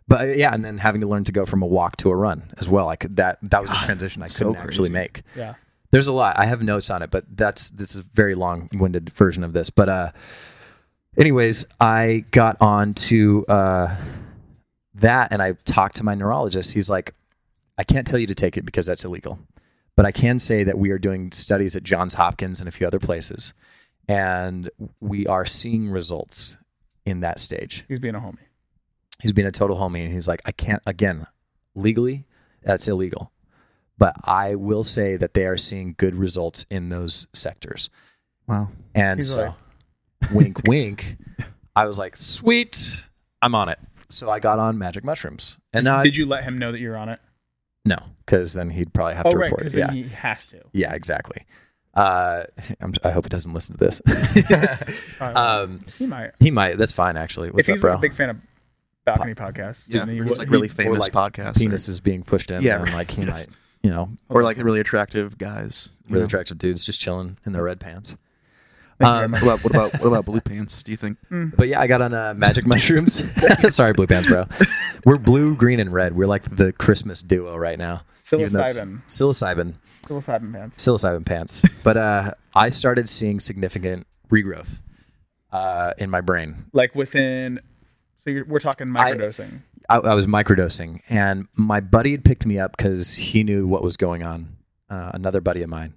Speaker 4: but uh, yeah, and then having to learn to go from a walk to a run as well. I could that that was a transition I
Speaker 3: so
Speaker 4: couldn't actually
Speaker 3: crazy.
Speaker 4: make.
Speaker 2: Yeah.
Speaker 4: There's a lot. I have notes on it, but that's this is a very long-winded version of this. But uh, anyways, I got on to uh, that, and I talked to my neurologist. He's like, I can't tell you to take it because that's illegal, but I can say that we are doing studies at Johns Hopkins and a few other places, and we are seeing results in that stage
Speaker 2: He's being a homie.
Speaker 4: he's being a total homie and he's like i can't again legally that's illegal but i will say that they are seeing good results in those sectors
Speaker 3: Wow.
Speaker 4: and
Speaker 2: He's
Speaker 4: so wink wink i was like sweet i'm on it so i got on magic mushrooms and now
Speaker 2: Did you let him know that you're on it?
Speaker 4: no because then he'd probably have
Speaker 2: Oh,
Speaker 4: to
Speaker 2: right.
Speaker 4: report it
Speaker 2: Because
Speaker 4: yeah
Speaker 2: then he has to.
Speaker 4: yeah exactly uh, I'm, i hope he doesn't listen to this um,
Speaker 2: Uh, He might.
Speaker 4: he might that's fine actually what's
Speaker 2: If
Speaker 4: up
Speaker 2: he's
Speaker 4: bro
Speaker 2: a big fan of balcony podcasts,
Speaker 3: Yeah.
Speaker 2: then he
Speaker 3: He's
Speaker 2: would-
Speaker 3: like
Speaker 2: he-
Speaker 3: really
Speaker 4: or,
Speaker 3: famous
Speaker 4: like,
Speaker 3: podcasts.
Speaker 4: penis is being pushed in
Speaker 3: Yeah,
Speaker 4: and like he
Speaker 3: yes.
Speaker 4: might you know
Speaker 3: Or, or like really attractive guys. you
Speaker 4: really
Speaker 3: know?
Speaker 4: attractive dudes just chilling in their red pants.
Speaker 2: Thank you very
Speaker 4: Um,
Speaker 2: much.
Speaker 3: What about, what about what about blue pants? Do you think?
Speaker 4: But yeah, I got on uh, magic mushrooms. Sorry, blue pants, bro. We're blue, green, and red. We're like the Christmas duo right now. even though it's-
Speaker 2: Psilocybin.
Speaker 4: Psilocybin.
Speaker 2: Psilocybin pants.
Speaker 4: Psilocybin pants. But uh, I started seeing significant regrowth uh, in my brain.
Speaker 2: Like within, so you're, we're talking
Speaker 4: I-
Speaker 2: microdosing.
Speaker 4: I, I was microdosing, and my buddy had picked me up because he knew what was going on. Uh, another buddy of mine,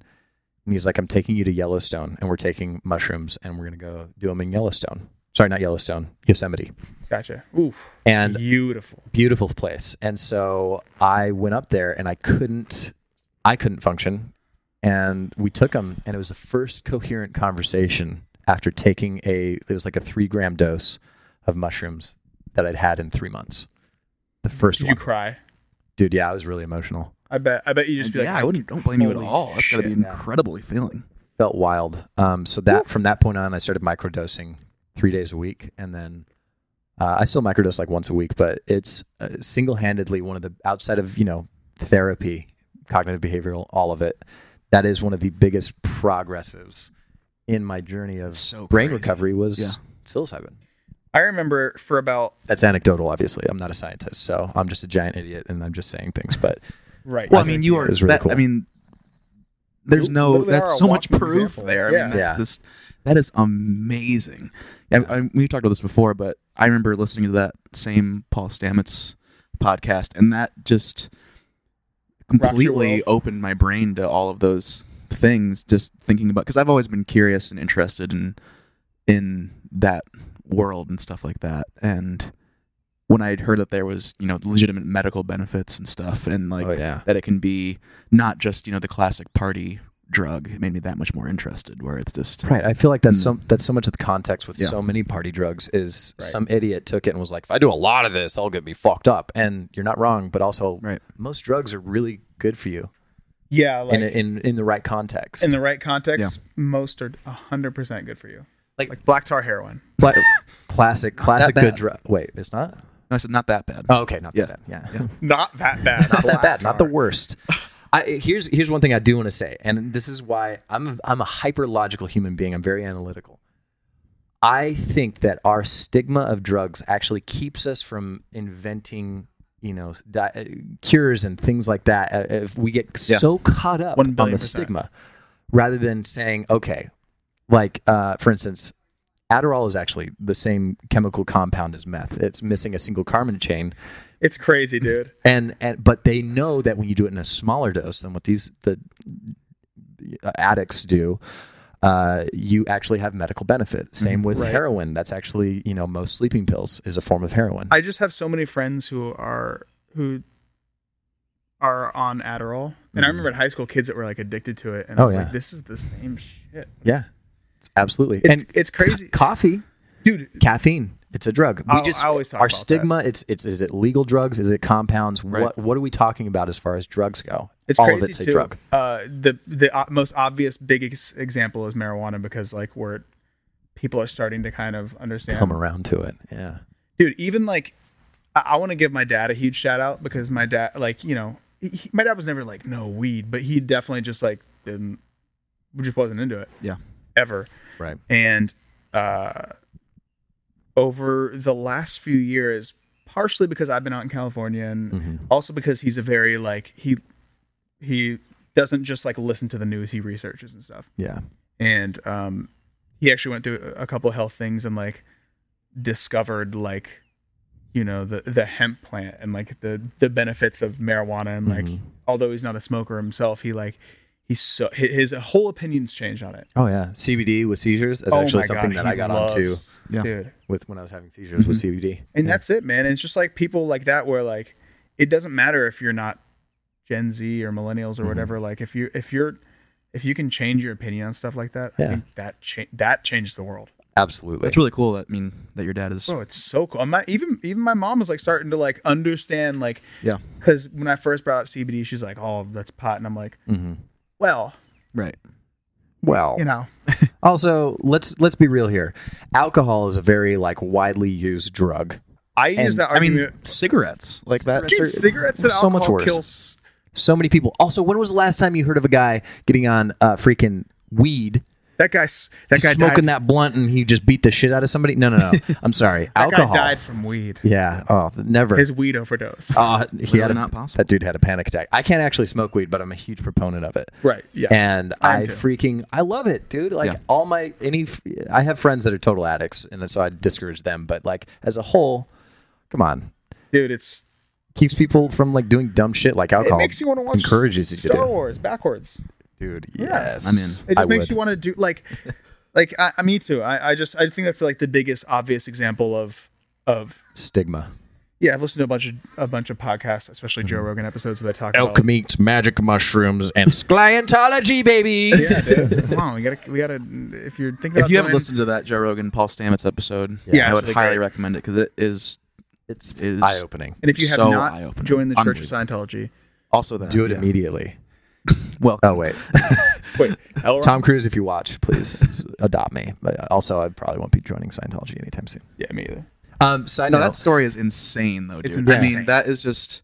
Speaker 4: and he's like, "I'm taking you to Yellowstone, and we're taking mushrooms, and we're gonna go do them in Yellowstone. Sorry, not Yellowstone, Yosemite."
Speaker 2: Gotcha. Oof.
Speaker 4: And
Speaker 2: beautiful.
Speaker 4: beautiful place. And so I went up there and I couldn't I couldn't function. And we took them and it was the first coherent conversation after taking a it was like a three gram dose of mushrooms that I'd had in three months. The first
Speaker 2: Did
Speaker 4: one.
Speaker 2: you cry?
Speaker 4: Dude, yeah, I was really emotional.
Speaker 2: I bet. I bet you just be
Speaker 3: yeah,
Speaker 2: like,
Speaker 3: I wouldn't. Don't blame you at
Speaker 2: holy
Speaker 3: all. That's got to be
Speaker 2: shit.
Speaker 3: incredibly feeling.
Speaker 4: Felt wild. Um so that from that point on I started microdosing three days a week and then uh, I still microdose like once a week, but it's uh, single-handedly one of the outside of you know therapy, cognitive behavioral, all of it. That is one of the biggest progressives in my journey of
Speaker 3: So
Speaker 4: brain
Speaker 3: crazy.
Speaker 4: recovery was
Speaker 3: Yeah.
Speaker 4: psilocybin.
Speaker 2: I remember for about
Speaker 4: That's anecdotal, obviously. I'm not a scientist, so I'm just a giant idiot, and I'm just saying things. But
Speaker 2: right.
Speaker 3: Well, I,
Speaker 4: I
Speaker 3: mean,
Speaker 4: think
Speaker 3: you
Speaker 4: it
Speaker 3: are.
Speaker 4: is really
Speaker 3: that,
Speaker 4: cool.
Speaker 3: I mean, there's
Speaker 2: You
Speaker 3: no.
Speaker 2: literally are
Speaker 3: That's
Speaker 2: a
Speaker 3: so much
Speaker 2: walking
Speaker 3: proof
Speaker 2: example.
Speaker 3: there. I
Speaker 2: Yeah.
Speaker 3: mean, that's
Speaker 4: Yeah.
Speaker 3: just that is amazing. Yeah, I, I, we talked about this before, but I remember listening to that same Paul Stamets podcast, and that just
Speaker 2: your
Speaker 3: completely
Speaker 2: world.
Speaker 3: opened my brain to all of those things. Just thinking about because I've always been curious and interested in in that world and stuff like that, and when I had heard that there was you know legitimate medical benefits and stuff, and like
Speaker 4: Oh, yeah.
Speaker 3: that it can be not just you know the classic party drug. It made me that much more interested. Where it's just
Speaker 4: Right. I feel like that's so that's so much of the context with
Speaker 3: Hmm. Yeah.
Speaker 4: so many party drugs is some idiot took it and was like, if I do a lot of this, I'll get be fucked up. And you're not wrong, but also
Speaker 3: Right.
Speaker 4: most drugs are really good for you
Speaker 2: Yeah, like
Speaker 4: in, a, in in the right context.
Speaker 2: in the right context, most are hundred percent good for you.
Speaker 4: Like-
Speaker 2: like black tar heroin.
Speaker 4: Pla- classic classic good
Speaker 3: bad.
Speaker 4: drug. Wait, it's not.
Speaker 3: I said not that bad.
Speaker 4: Oh, okay, not
Speaker 3: Yeah.
Speaker 4: that bad. Yeah.
Speaker 2: Not that bad.
Speaker 4: not that bad, not the worst. I, here's here's one thing I do want to say, and this is why I'm I'm a hyper logical human being. I'm very analytical. I think that our stigma of drugs actually keeps us from inventing, you know, di- uh, cures and things like that. Uh, if we get so caught up
Speaker 2: One
Speaker 4: on the
Speaker 2: billion percent.
Speaker 4: stigma, rather than saying, okay, like uh, for instance, Adderall is actually the same chemical compound as meth. It's missing a single carbon chain,
Speaker 2: It's crazy, dude.
Speaker 4: and and but they know that when you do it in a smaller dose than what these the addicts do uh, you actually have medical benefit
Speaker 2: Mm-hmm.
Speaker 4: same with heroin that's actually you know most sleeping pills is a form of heroin
Speaker 2: I just have so many friends who are who are on Adderall, and I remember in high school kids that were like addicted to it, and I
Speaker 4: Mm-hmm. Oh,
Speaker 2: was
Speaker 4: yeah.
Speaker 2: like, this is the same shit,
Speaker 4: yeah absolutely
Speaker 2: It's-
Speaker 4: and
Speaker 2: it's crazy.
Speaker 4: co- coffee
Speaker 2: dude.
Speaker 4: caffeine it's a drug we
Speaker 2: I'll-
Speaker 4: just
Speaker 2: I always talk
Speaker 4: our
Speaker 2: about
Speaker 4: stigma it's it's is it legal drugs is it compounds what what are we talking about as far as drugs go
Speaker 2: It's
Speaker 4: all
Speaker 2: crazy
Speaker 4: of it's a
Speaker 2: too.
Speaker 4: drug
Speaker 2: Uh, the the o- most obvious biggest example is marijuana because like we're people are starting to kind of understand
Speaker 4: come around to it yeah
Speaker 2: dude even like i, I want to give my dad a huge shout out because my dad like you know he, he- my dad was never like no weed but he definitely just like didn't just wasn't into it
Speaker 3: Yeah.
Speaker 2: ever
Speaker 4: right
Speaker 2: and uh over the last few years partially because i've been out in california and also because he's a very like he he doesn't just like listen to the news he researches and stuff
Speaker 4: yeah
Speaker 2: and um, he actually went through a a couple health things and like discovered like you know the the hemp plant and like the the benefits of marijuana and like
Speaker 4: Mm-hmm.
Speaker 2: although he's not a smoker himself he like he's so hi- his whole opinions changed on it
Speaker 4: oh yeah cbd with seizures is
Speaker 2: Oh
Speaker 4: actually
Speaker 2: my God,
Speaker 4: something that
Speaker 2: he
Speaker 4: i got
Speaker 2: loves-
Speaker 4: onto
Speaker 3: Yeah.
Speaker 2: dude
Speaker 4: with when I was having seizures with
Speaker 2: Mm-hmm.
Speaker 4: CBD.
Speaker 2: and that's it man and it's just like people like that where like it doesn't matter if you're not gen z or millennials or
Speaker 4: Mm-hmm.
Speaker 2: whatever like if you if you're if you can change your opinion on stuff like that i
Speaker 4: Yeah.
Speaker 2: think that cha- that changed the world
Speaker 4: Absolutely.
Speaker 3: That's really cool. That I mean that your dad is.
Speaker 2: Bro, it's so cool. My, even even my mom was like starting to like understand like
Speaker 3: Yeah.
Speaker 2: because when I first brought up CBD, she's like, "Oh, that's pot," and I'm like,
Speaker 4: Mm-hmm.
Speaker 2: "Well,
Speaker 3: Right.
Speaker 4: Well,
Speaker 2: you know,
Speaker 4: also let's let's be real here. Alcohol is a very like widely used drug.
Speaker 2: I use that
Speaker 3: I mean,
Speaker 2: argument."
Speaker 3: cigarettes like that.
Speaker 2: Dude, cigarettes and
Speaker 4: so
Speaker 2: alcohol
Speaker 4: much worse.
Speaker 2: kills.
Speaker 4: So many people. Also, when was the last time you heard of a guy getting on uh, freaking weed?
Speaker 2: That guy, s- that guy
Speaker 4: smoking
Speaker 2: died,
Speaker 4: that blunt and he just beat the shit out of somebody. No, no, no. I'm sorry.
Speaker 2: that
Speaker 4: alcohol.
Speaker 2: guy died from weed.
Speaker 4: Yeah. Oh, th- never.
Speaker 2: His weed overdose.
Speaker 4: Oh, he had a,
Speaker 3: not possible.
Speaker 4: That dude had a panic attack. I can't actually smoke weed, but I'm a huge proponent of it.
Speaker 2: Right, yeah.
Speaker 4: And
Speaker 2: I am
Speaker 4: I,
Speaker 2: too.
Speaker 4: freaking I love it, dude. Like
Speaker 3: Yeah.
Speaker 4: all my any f- I have friends that are total addicts, and so I discourage them. But like as a whole, come on,
Speaker 2: Dude, it's
Speaker 4: keeps people from like doing dumb shit like
Speaker 2: it
Speaker 4: alcohol.
Speaker 2: makes you want to watch
Speaker 4: encourages you
Speaker 2: Star
Speaker 4: to do.
Speaker 2: Wars backwards.
Speaker 4: Dude,
Speaker 2: Yeah.
Speaker 4: yes,
Speaker 3: I'm in.
Speaker 2: It just
Speaker 4: I
Speaker 2: makes
Speaker 4: would.
Speaker 2: you want to do like, like I, I me too. I, I just I think that's like the biggest obvious example of of
Speaker 4: stigma.
Speaker 2: Yeah, I've listened to a bunch of a bunch of podcasts, especially Joe
Speaker 3: Mm-hmm.
Speaker 2: Rogan episodes where they talk
Speaker 5: Elk
Speaker 2: about.
Speaker 5: meat, magic mushrooms, and
Speaker 4: Scientology, baby.
Speaker 2: Yeah, dude. Come on, we gotta we gotta. If you're thinking,
Speaker 3: If
Speaker 2: about
Speaker 3: you haven't
Speaker 2: doing-
Speaker 3: listened to that Joe Rogan Paul Stamets episode,
Speaker 2: Yeah,
Speaker 3: I
Speaker 2: it's
Speaker 3: would
Speaker 2: really
Speaker 3: highly
Speaker 2: great.
Speaker 3: recommend it because it is
Speaker 4: It's
Speaker 3: It is-
Speaker 4: eye opening.
Speaker 2: and if you have
Speaker 3: so
Speaker 2: not
Speaker 3: eye-opening.
Speaker 2: joined the Church of Scientology,
Speaker 3: also that.
Speaker 4: Do it immediately.
Speaker 3: Well,
Speaker 4: Oh wait,
Speaker 2: wait, Elrond?
Speaker 4: Tom Cruise, if you watch, please adopt me. But also, I probably won't be joining Scientology anytime soon.
Speaker 2: Yeah, me either.
Speaker 4: Um, side
Speaker 3: No,
Speaker 4: note,
Speaker 3: that story is insane, though, dude. I
Speaker 2: insane.
Speaker 3: mean, that is just.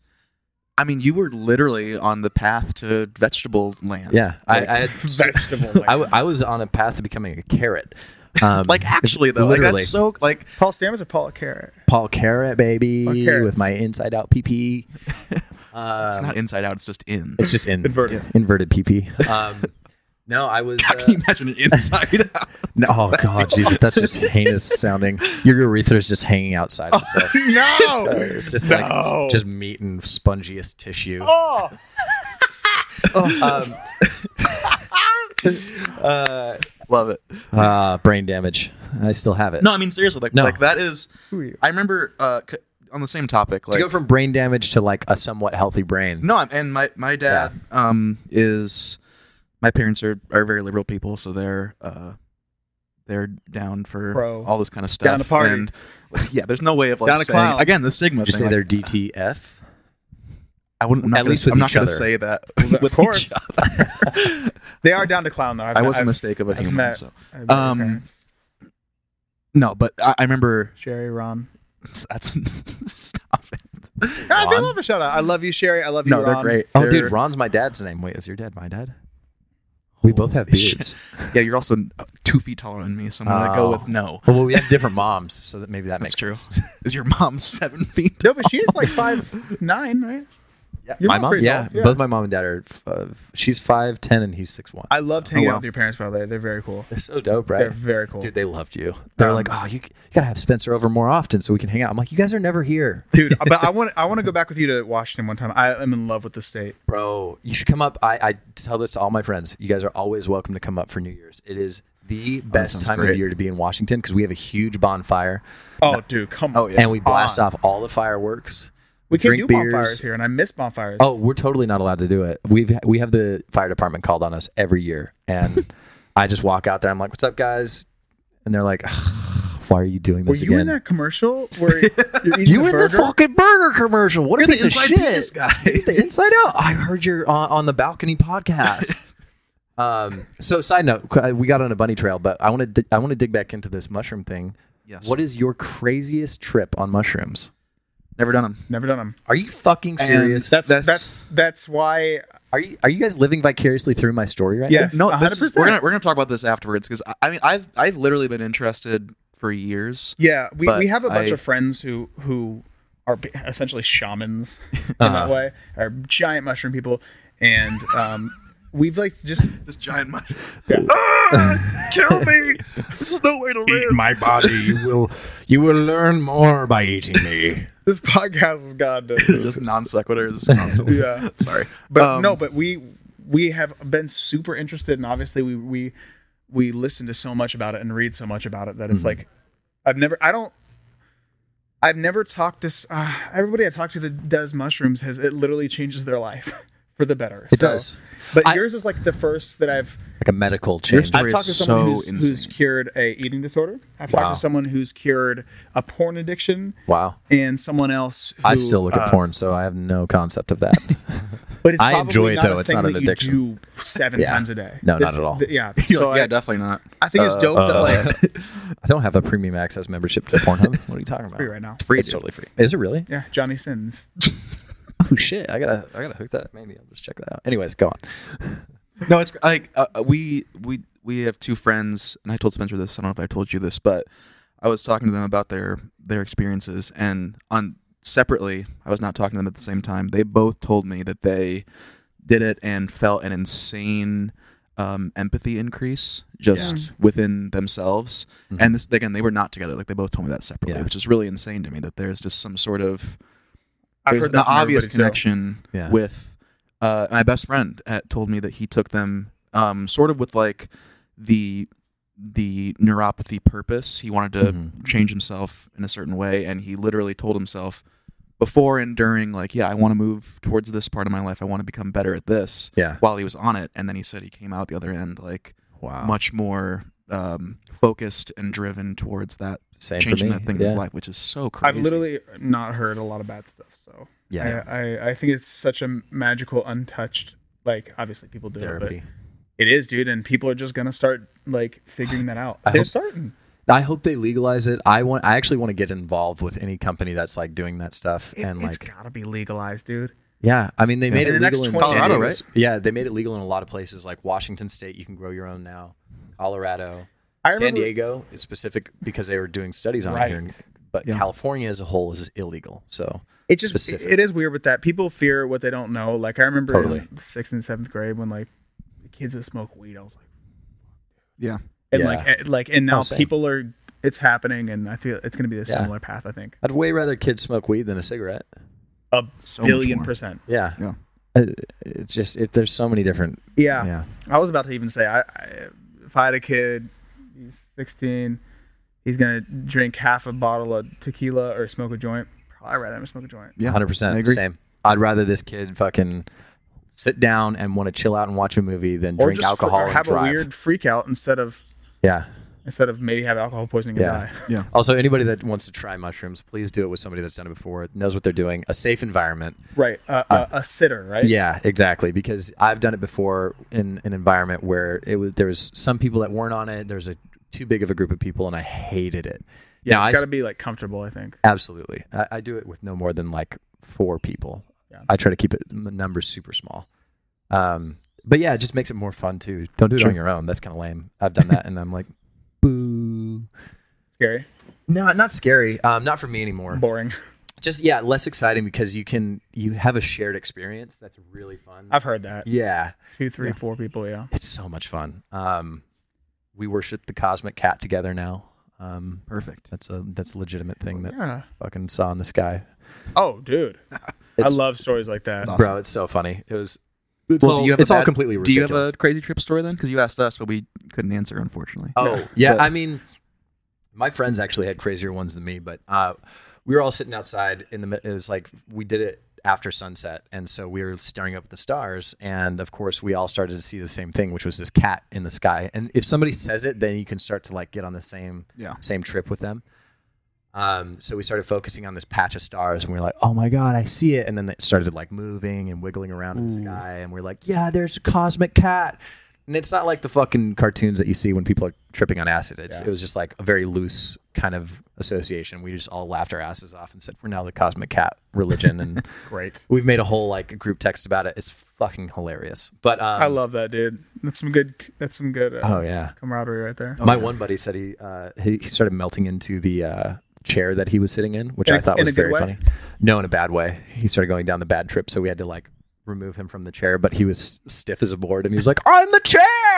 Speaker 3: I mean, you were literally on the path to vegetable land.
Speaker 4: Yeah, I,
Speaker 3: Like-
Speaker 4: I, had,
Speaker 2: Vegetable.
Speaker 4: I, w- I was on a path to becoming a carrot. Um,
Speaker 3: like actually though, like
Speaker 4: literally.
Speaker 3: that's so like
Speaker 2: Paul Stamets or Paul Carrot?
Speaker 4: Paul Carrot, baby,
Speaker 2: Paul Carrots.
Speaker 4: with my inside out PP. Um,
Speaker 3: it's not inside out; it's just in.
Speaker 4: it's just in,
Speaker 2: Inverted.
Speaker 4: inverted PP. Um, no, I was.
Speaker 3: How
Speaker 4: uh,
Speaker 3: can you imagine an inside out?
Speaker 4: no, oh God, Jesus, that's just heinous sounding. Your urethra is just hanging outside itself.
Speaker 2: No.
Speaker 4: It's just
Speaker 2: No.
Speaker 4: like just meat and spongiest tissue.
Speaker 2: oh,
Speaker 4: Um,
Speaker 3: Love it.
Speaker 4: uh, brain damage. I still have it.
Speaker 3: No, I mean seriously, like
Speaker 4: No.
Speaker 3: like that is.
Speaker 2: Who are you?
Speaker 3: I remember uh, c- on the same topic, like
Speaker 4: to go from brain damage to like a somewhat healthy brain.
Speaker 3: no, I'm- and my my dad um is my parents are are very liberal people, so they're uh they're down for
Speaker 2: Pro.
Speaker 3: all this kind of stuff.
Speaker 2: Down to party.
Speaker 3: And yeah, there's no way of like
Speaker 2: Down to
Speaker 3: saying
Speaker 2: clown.
Speaker 3: again the stigma.
Speaker 4: Just say
Speaker 3: thing, like,
Speaker 4: they're DTF.
Speaker 3: I wouldn't. I'm not
Speaker 4: at
Speaker 3: gonna-
Speaker 4: least with
Speaker 3: I'm not
Speaker 4: each
Speaker 3: going to
Speaker 4: other.
Speaker 3: say that
Speaker 2: Of
Speaker 3: with
Speaker 2: course.
Speaker 3: each other.
Speaker 2: They are down to clown though. I've,
Speaker 3: I was a
Speaker 2: I've-
Speaker 3: mistake of a
Speaker 2: I've
Speaker 3: human.
Speaker 2: met-
Speaker 3: So
Speaker 2: I've met
Speaker 3: Um,
Speaker 2: parents.
Speaker 3: no, but I, I remember.
Speaker 2: Sherry, Ron.
Speaker 3: That's stop it.
Speaker 2: God, Ah, they
Speaker 4: Ron?
Speaker 2: love a shout out. I love you, Sherry. I love you.
Speaker 3: No, they're
Speaker 2: Ron.
Speaker 3: great.
Speaker 4: Oh,
Speaker 3: They're-
Speaker 4: dude, Ron's my dad's name. Wait, is your dad my dad? We both have
Speaker 3: Holy shit.
Speaker 4: beards.
Speaker 3: Yeah, you're also uh, two feet taller than me, so I'm gonna
Speaker 4: Oh.
Speaker 3: go with no.
Speaker 4: Well, we have different moms, so that maybe that
Speaker 3: That's
Speaker 4: makes
Speaker 3: true.
Speaker 4: sense.
Speaker 3: Is your mom seven feet?
Speaker 2: No, but she is like five nine, right? Yeah,
Speaker 4: my mom, yeah, both my mom and dad are. Uh, she's five ten and he's six one.
Speaker 2: I loved
Speaker 3: Oh,
Speaker 2: hanging
Speaker 3: wow.
Speaker 2: out with your parents, by the way. They're very cool.
Speaker 4: They're so dope, right?
Speaker 2: They're very cool, dude.
Speaker 4: Dude, they loved you. They're
Speaker 2: Um,
Speaker 4: like, oh, you, you gotta have Spencer over more often so we can hang out. I'm like, you guys are never here,
Speaker 2: but I want I want to go back with you to Washington one time. I am in love with the state.
Speaker 4: bro. You should come up. I, I tell this to all my friends. You guys are always welcome to come up for New Year's. It is
Speaker 2: Oh,
Speaker 4: the best
Speaker 3: sounds
Speaker 4: time
Speaker 3: great.
Speaker 4: of year to be in Washington because we have a huge bonfire
Speaker 2: Oh, dude, come on.
Speaker 3: Oh, yeah.
Speaker 4: and we blast
Speaker 2: on.
Speaker 4: off all the fireworks.
Speaker 2: We can't do
Speaker 4: drink
Speaker 2: bonfires
Speaker 4: beers.
Speaker 2: here, and I miss bonfires.
Speaker 4: Oh, we're totally not allowed to do it. We've we have the fire department called on us every year, and I just walk out there. I'm like, "What's up, guys?" And they're like, "Ugh, "Why are you doing
Speaker 2: were
Speaker 4: this
Speaker 2: you in
Speaker 4: again?"
Speaker 2: that commercial where you're eating
Speaker 4: you
Speaker 2: a
Speaker 4: were in the
Speaker 2: burger?
Speaker 4: fucking burger commercial. What a
Speaker 3: the
Speaker 4: piece of
Speaker 3: inside
Speaker 4: shit,
Speaker 3: penis guy.
Speaker 4: Get the inside out. I heard you're on, on the balcony podcast. um. So, side note, uh, we got on a bunny trail, but I want to I want to dig back into this mushroom thing.
Speaker 3: Yes.
Speaker 4: What is your craziest trip on mushrooms?
Speaker 3: Never done them.
Speaker 2: Never done them.
Speaker 4: Are you fucking serious?
Speaker 2: That's that's
Speaker 3: That's-
Speaker 2: that's, why.
Speaker 4: are you are you guys living vicariously through my story right
Speaker 2: Yes,
Speaker 3: No, this is,
Speaker 2: 100%.
Speaker 3: we're gonna we're gonna talk about this afterwards because I, I mean I've I've literally been interested for years.
Speaker 2: Yeah, we,
Speaker 3: But
Speaker 2: we have a bunch
Speaker 3: I-
Speaker 2: of friends who who are b- essentially shamans in that
Speaker 3: Uh-huh.
Speaker 2: way, are giant mushroom people, and um, we've like just
Speaker 3: This giant mushroom. Ah, kill me! This is no way to live.
Speaker 5: my body. You will, you will learn more by eating me.
Speaker 2: this podcast has gone to
Speaker 3: Just non sequiturs. constantly.
Speaker 2: yeah.
Speaker 3: Sorry,
Speaker 2: But
Speaker 3: Um,
Speaker 2: no, but we we have been super interested, and obviously we we we listen to so much about it and read so much about it
Speaker 4: Hmm.
Speaker 2: that it's like I've never I don't I've never talked to s- uh, everybody I talk to that does mushrooms has it literally changes their life for the better.
Speaker 4: It
Speaker 2: So-
Speaker 4: does.
Speaker 2: but
Speaker 4: I-
Speaker 2: yours is like the first that I've
Speaker 4: Like a medical change.
Speaker 3: story-
Speaker 2: I've
Speaker 3: is
Speaker 2: talked to someone
Speaker 3: so
Speaker 2: who's, who's
Speaker 3: insane.
Speaker 2: cured a eating disorder. I've
Speaker 4: Wow.
Speaker 2: talked to someone who's cured a porn addiction.
Speaker 4: wow.
Speaker 2: And someone else. Who,
Speaker 4: I still look at
Speaker 2: uh,
Speaker 4: porn, so I have no concept of that.
Speaker 2: But it's
Speaker 4: I
Speaker 2: probably
Speaker 4: enjoy it,
Speaker 2: not a
Speaker 4: though. It's
Speaker 2: thing
Speaker 4: not an
Speaker 2: that you
Speaker 4: addiction.
Speaker 2: do seven
Speaker 4: Yeah.
Speaker 2: times a day.
Speaker 4: No, not
Speaker 2: This-
Speaker 4: at all. Uh,
Speaker 2: th- yeah.
Speaker 3: You're
Speaker 2: So
Speaker 3: like, yeah,
Speaker 2: I,
Speaker 3: definitely not. Uh,
Speaker 2: I think it's dope that like
Speaker 4: I don't have a premium access membership to Pornhub. What are you talking about?
Speaker 2: free right now.
Speaker 3: Free,
Speaker 4: It's
Speaker 3: dude.
Speaker 4: totally free. Is it really?
Speaker 2: Yeah, Johnny Sins.
Speaker 4: Oh shit! I gotta, I gotta hook that. Maybe I'll just check that out. Anyways, go on.
Speaker 3: No, it's like uh, uh, we we we have two friends, and I told Spencer this. I don't know if I told you this, but I was talking to them about their their experiences, and on separately, I was not talking to them at the same time. They both told me that they did it and felt an insane um, empathy increase just within themselves. And this again, they were not together. Like they both told me that separately,
Speaker 4: Yeah.
Speaker 3: which is really insane to me. That there's just some sort of
Speaker 2: I've
Speaker 3: there's
Speaker 2: heard
Speaker 3: an
Speaker 2: that from
Speaker 3: obvious
Speaker 2: everybody, too.
Speaker 3: connection
Speaker 4: Yeah.
Speaker 3: with uh, my best friend at, told me that he took them um, sort of with like the the neuropathy purpose he wanted to
Speaker 4: Mm-hmm.
Speaker 3: change himself in a certain way and he literally told himself before and during like yeah i want to move towards this part of my life i want to become better at this
Speaker 4: Yeah.
Speaker 3: while he was on it and then he said he came out the other end like
Speaker 4: Wow.
Speaker 3: much more um, focused and driven towards that
Speaker 4: Same for
Speaker 3: changing
Speaker 4: me,
Speaker 3: that thing in
Speaker 4: yeah.
Speaker 3: his life which is so crazy
Speaker 2: I've literally not heard a lot of bad stuff. So
Speaker 4: Yeah.
Speaker 2: I, I, I think it's such a magical, untouched. Like obviously people do it, but
Speaker 4: Therapy.
Speaker 2: it is, dude, and people are just gonna start like figuring that out.
Speaker 4: I
Speaker 2: They're
Speaker 4: hope-
Speaker 2: starting.
Speaker 4: I hope they legalize it. I want. I actually want to get involved with any company that's like doing that stuff
Speaker 2: It,
Speaker 4: and
Speaker 2: it's
Speaker 4: like.
Speaker 2: gotta be legalized, dude.
Speaker 4: Yeah, I mean they made
Speaker 2: In
Speaker 4: it
Speaker 2: the next
Speaker 4: legal in
Speaker 2: 20
Speaker 3: Colorado,
Speaker 4: Diego's- Yeah, they made it legal in a lot of places like Washington State. You can grow your own now. Colorado,
Speaker 2: I
Speaker 4: San
Speaker 2: remember-
Speaker 4: Diego is specific because they were doing studies on it. here,
Speaker 2: Right.
Speaker 4: but California as a whole is illegal. So
Speaker 2: it just
Speaker 4: specific.
Speaker 2: it is weird with that people fear what they don't know like i remember
Speaker 4: Totally.
Speaker 2: in sixth and seventh grade when like the kids would smoke weed i was like
Speaker 3: yeah
Speaker 2: and
Speaker 4: Yeah.
Speaker 2: like eh, like and now
Speaker 4: Oh, same.
Speaker 2: people are it's happening and i feel it's going to be a
Speaker 4: Yeah.
Speaker 2: similar path i think
Speaker 4: I'd way rather kids smoke weed than a cigarette.
Speaker 2: a
Speaker 3: So much
Speaker 2: billion
Speaker 3: more.
Speaker 2: percent
Speaker 4: Yeah.
Speaker 3: Yeah.
Speaker 4: It, Uh, it just it, there's so many different.
Speaker 2: yeah.
Speaker 4: Yeah.
Speaker 2: i was about to even say I, I if i had a kid he's 16 he's going to drink half a bottle of tequila or smoke a joint I'd rather him smoke a joint.
Speaker 3: Yeah,
Speaker 4: Hundred percent. Same. I'd rather this kid fucking sit down and want to chill out and watch a movie than
Speaker 2: Or
Speaker 4: drink
Speaker 2: just fr-
Speaker 4: alcohol
Speaker 2: or
Speaker 4: and
Speaker 2: have
Speaker 4: drive.
Speaker 2: a weird freak out instead of
Speaker 4: yeah.
Speaker 2: instead of maybe have alcohol poisoning and
Speaker 4: Yeah.
Speaker 2: die.
Speaker 3: Yeah.
Speaker 4: Also, anybody that wants to try mushrooms, please do it with somebody that's done it before, knows what they're doing, a safe environment.
Speaker 2: Right. Uh, a, a sitter, right?
Speaker 4: Yeah, exactly. Because I've done it before in an environment where it was there was some people that weren't on it. There's a too big of a group of people, and I hated it.
Speaker 2: Yeah.
Speaker 4: Now,
Speaker 2: It's
Speaker 4: I
Speaker 2: got to be like comfortable, I think.
Speaker 4: Absolutely. I, I do it with no more than like four people.
Speaker 2: Yeah.
Speaker 4: I try to keep it the numbers super small. Um, but yeah, it just makes it more fun too. Don't do it on your own. That's kind of lame. I've done that, and I'm like, boo.
Speaker 2: Scary.
Speaker 4: No, not scary. Um, not for me anymore.
Speaker 2: Boring.
Speaker 4: Just yeah, less exciting because you can you have a shared experience that's really fun.
Speaker 2: I've heard that.
Speaker 4: yeah,
Speaker 2: Two, three, four people. Yeah.
Speaker 4: it's so much fun. Um, we worship the cosmic cat together now. Um,
Speaker 3: Perfect.
Speaker 4: that's a that's a legitimate thing that
Speaker 2: Oh, Yeah.
Speaker 4: fucking saw in the sky.
Speaker 2: Oh, dude. I
Speaker 4: It's-
Speaker 2: love stories like that.
Speaker 3: awesome.
Speaker 4: Bro, it's so funny. It was. It's
Speaker 3: Well,
Speaker 4: all,
Speaker 3: do you have a
Speaker 4: it's all
Speaker 3: bad-
Speaker 4: completely
Speaker 3: Do you
Speaker 4: ridiculous.
Speaker 3: have a crazy trip story then? Because you asked us, but we couldn't answer, unfortunately.
Speaker 4: Oh yeah,
Speaker 3: But-
Speaker 4: I mean, my friends actually had crazier ones than me, but uh, we were all sitting outside in the. mi- It was like we did it after sunset, and so we were staring up at the stars, and of course we all started to see the same thing, which was this cat in the sky. And if somebody says it, then you can start to like get on the same
Speaker 3: Yeah.
Speaker 4: same trip with them. Um, so we started focusing on this patch of stars, and we were like, "Oh my god, I see it!" And then it started like moving and wiggling around in the
Speaker 2: Mm.
Speaker 4: sky, and we are like, "Yeah, there's a cosmic cat." And it's not like the fucking cartoons that you see when people are tripping on acid. It's it was just like a very loose kind of association. We just all laughed our asses off and said, "We're now the cosmic cat religion," and
Speaker 2: Great.
Speaker 4: we've made a whole like group text about it. It's fucking hilarious. But um,
Speaker 2: I love that, dude. That's some good. That's some good. Uh,
Speaker 4: Oh yeah.
Speaker 2: Camaraderie right there.
Speaker 4: My one buddy said he uh, he he started melting into the uh, chair that he was sitting in, which
Speaker 2: In
Speaker 4: I
Speaker 2: a-
Speaker 4: thought
Speaker 2: in
Speaker 4: was
Speaker 2: a good
Speaker 4: very
Speaker 2: way?
Speaker 4: funny. No, in a bad way. He started going down the bad trip, so we had to like remove him from the chair. But he was stiff as a board, and he was like, "I'm the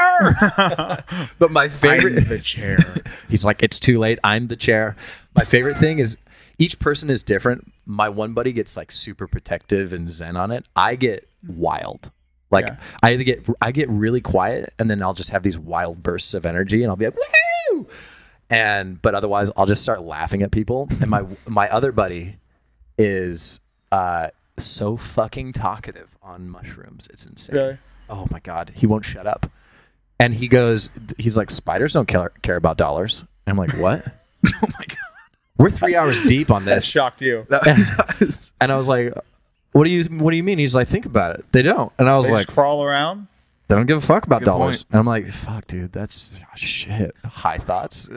Speaker 4: chair." but my favorite,
Speaker 2: the chair.
Speaker 4: he's like, "It's too late. I'm the chair." My favorite thing is each person is different. My one buddy gets like super protective and zen on it. I get wild. Like
Speaker 2: Yeah.
Speaker 4: I either get I get really quiet and then I'll just have these wild bursts of energy and I'll be like woo and but otherwise I'll just start laughing at people and my my other buddy is uh so fucking talkative on mushrooms it's insane
Speaker 2: Really?
Speaker 4: oh my god he won't shut up and he goes he's like spiders don't care, care about dollars and I'm like what
Speaker 3: Oh my god.
Speaker 4: we're three hours deep on
Speaker 2: That
Speaker 4: this
Speaker 2: shocked you.
Speaker 3: That was, that was-
Speaker 4: and I was like what do you what do you mean he's like think about it they don't and I was
Speaker 2: They
Speaker 4: like
Speaker 2: just crawl around.
Speaker 4: They don't give a fuck about
Speaker 3: Good
Speaker 4: dollars.
Speaker 3: point.
Speaker 4: And I'm like, fuck, dude, that's ah, shit. High thoughts.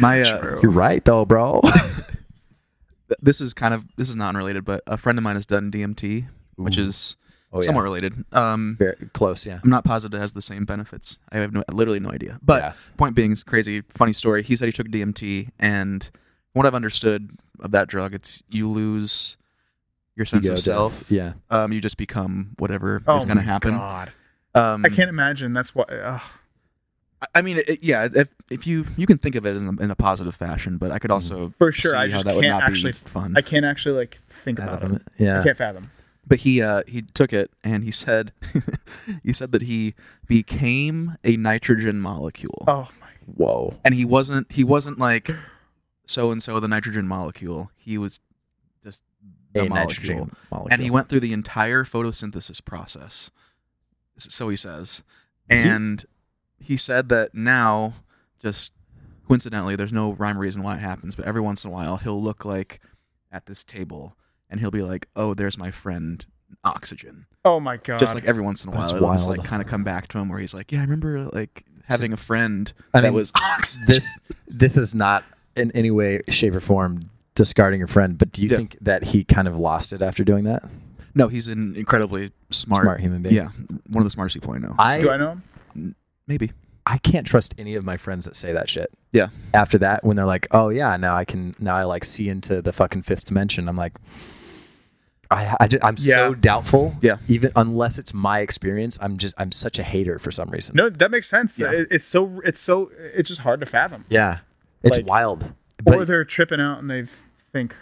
Speaker 3: my uh,
Speaker 4: You're right, though, bro.
Speaker 3: th- this is kind of this is not unrelated, but a friend of mine has done DMT, which is
Speaker 4: Oh, yeah.
Speaker 3: somewhat related. Um,
Speaker 4: Very close, yeah.
Speaker 3: I'm not positive it has the same benefits. I have no, literally no idea. But
Speaker 4: Yeah.
Speaker 3: point being, it's crazy, funny story. He said he took DMT, and from what I've understood of that drug, it's you lose your sense
Speaker 4: Ego
Speaker 3: of
Speaker 4: death,
Speaker 3: self.
Speaker 4: Yeah.
Speaker 3: Um, you just become whatever
Speaker 2: Oh,
Speaker 3: is going to
Speaker 2: my
Speaker 3: happen.
Speaker 2: God.
Speaker 3: Um,
Speaker 2: I can't imagine. That's why. Uh,
Speaker 3: I- I mean, it, yeah. If if you you can think of it as in a, in a positive fashion, but I could also
Speaker 2: Mm-hmm. For sure,
Speaker 3: see
Speaker 2: I
Speaker 3: how
Speaker 2: just
Speaker 3: that would
Speaker 2: can't
Speaker 3: not
Speaker 2: actually-
Speaker 3: be fun.
Speaker 2: I can't actually like think about it. I
Speaker 4: Yeah.
Speaker 2: can't fathom.
Speaker 3: but he uh, he took it and he said he said that he became a nitrogen molecule.
Speaker 2: Oh my.
Speaker 4: Whoa.
Speaker 3: and he wasn't he wasn't like so and so the nitrogen molecule he was just the
Speaker 4: A
Speaker 3: molecule.
Speaker 4: nitrogen molecule.
Speaker 3: and he went through the entire photosynthesis process S- so he says and he, said that now just coincidentally there's no rhyme or reason why it happens but every once in a while he'll look like at this table and he'll be like oh there's my friend oxygen
Speaker 2: Oh my God.
Speaker 3: just like every once in a while
Speaker 4: That's
Speaker 3: it'll just
Speaker 4: wild.
Speaker 3: like kind of come back to him where he's like yeah i remember like having a friend
Speaker 4: I
Speaker 3: that
Speaker 4: mean,
Speaker 3: was oxygen
Speaker 4: This, this is not in any way, shape, or form discarding your friend, but do you
Speaker 3: Yeah.
Speaker 4: think that he kind of lost it after doing that?
Speaker 3: No, he's an incredibly smart,
Speaker 4: Smart human being.
Speaker 3: Yeah, one of the smartest people I know.
Speaker 4: I-
Speaker 2: Do I know him?
Speaker 3: Maybe.
Speaker 4: I can't trust any of my friends that say that shit.
Speaker 3: Yeah.
Speaker 4: After that, when they're like, "Oh yeah, now I can now I like see into the fucking fifth dimension," I'm like, I, I am
Speaker 2: Yeah.
Speaker 4: so doubtful.
Speaker 3: Yeah.
Speaker 4: Even unless it's my experience, I'm just I'm such a hater for some reason.
Speaker 2: No, that makes sense. It- it's so. It's so. It's just hard to fathom.
Speaker 4: Yeah. It's
Speaker 2: Like-
Speaker 4: wild.
Speaker 2: or they're tripping out and they think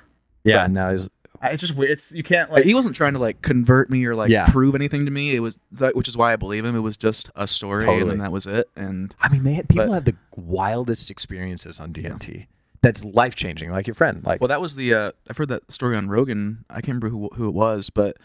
Speaker 4: yeah. no, it's,
Speaker 2: I- it's just weird. It's you can't like.
Speaker 3: he wasn't trying to like convert me or like
Speaker 4: Yeah.
Speaker 3: prove anything to me. It was that, which is why I believe him. It was just a story, and
Speaker 4: Totally.
Speaker 3: then that was it. And
Speaker 4: I mean, they had, people
Speaker 3: But-
Speaker 4: have the wildest experiences on DMT. that's life changing, like your friend. Like
Speaker 3: Well, that was the uh, I've heard that story on Rogan. I can't remember who who it was, but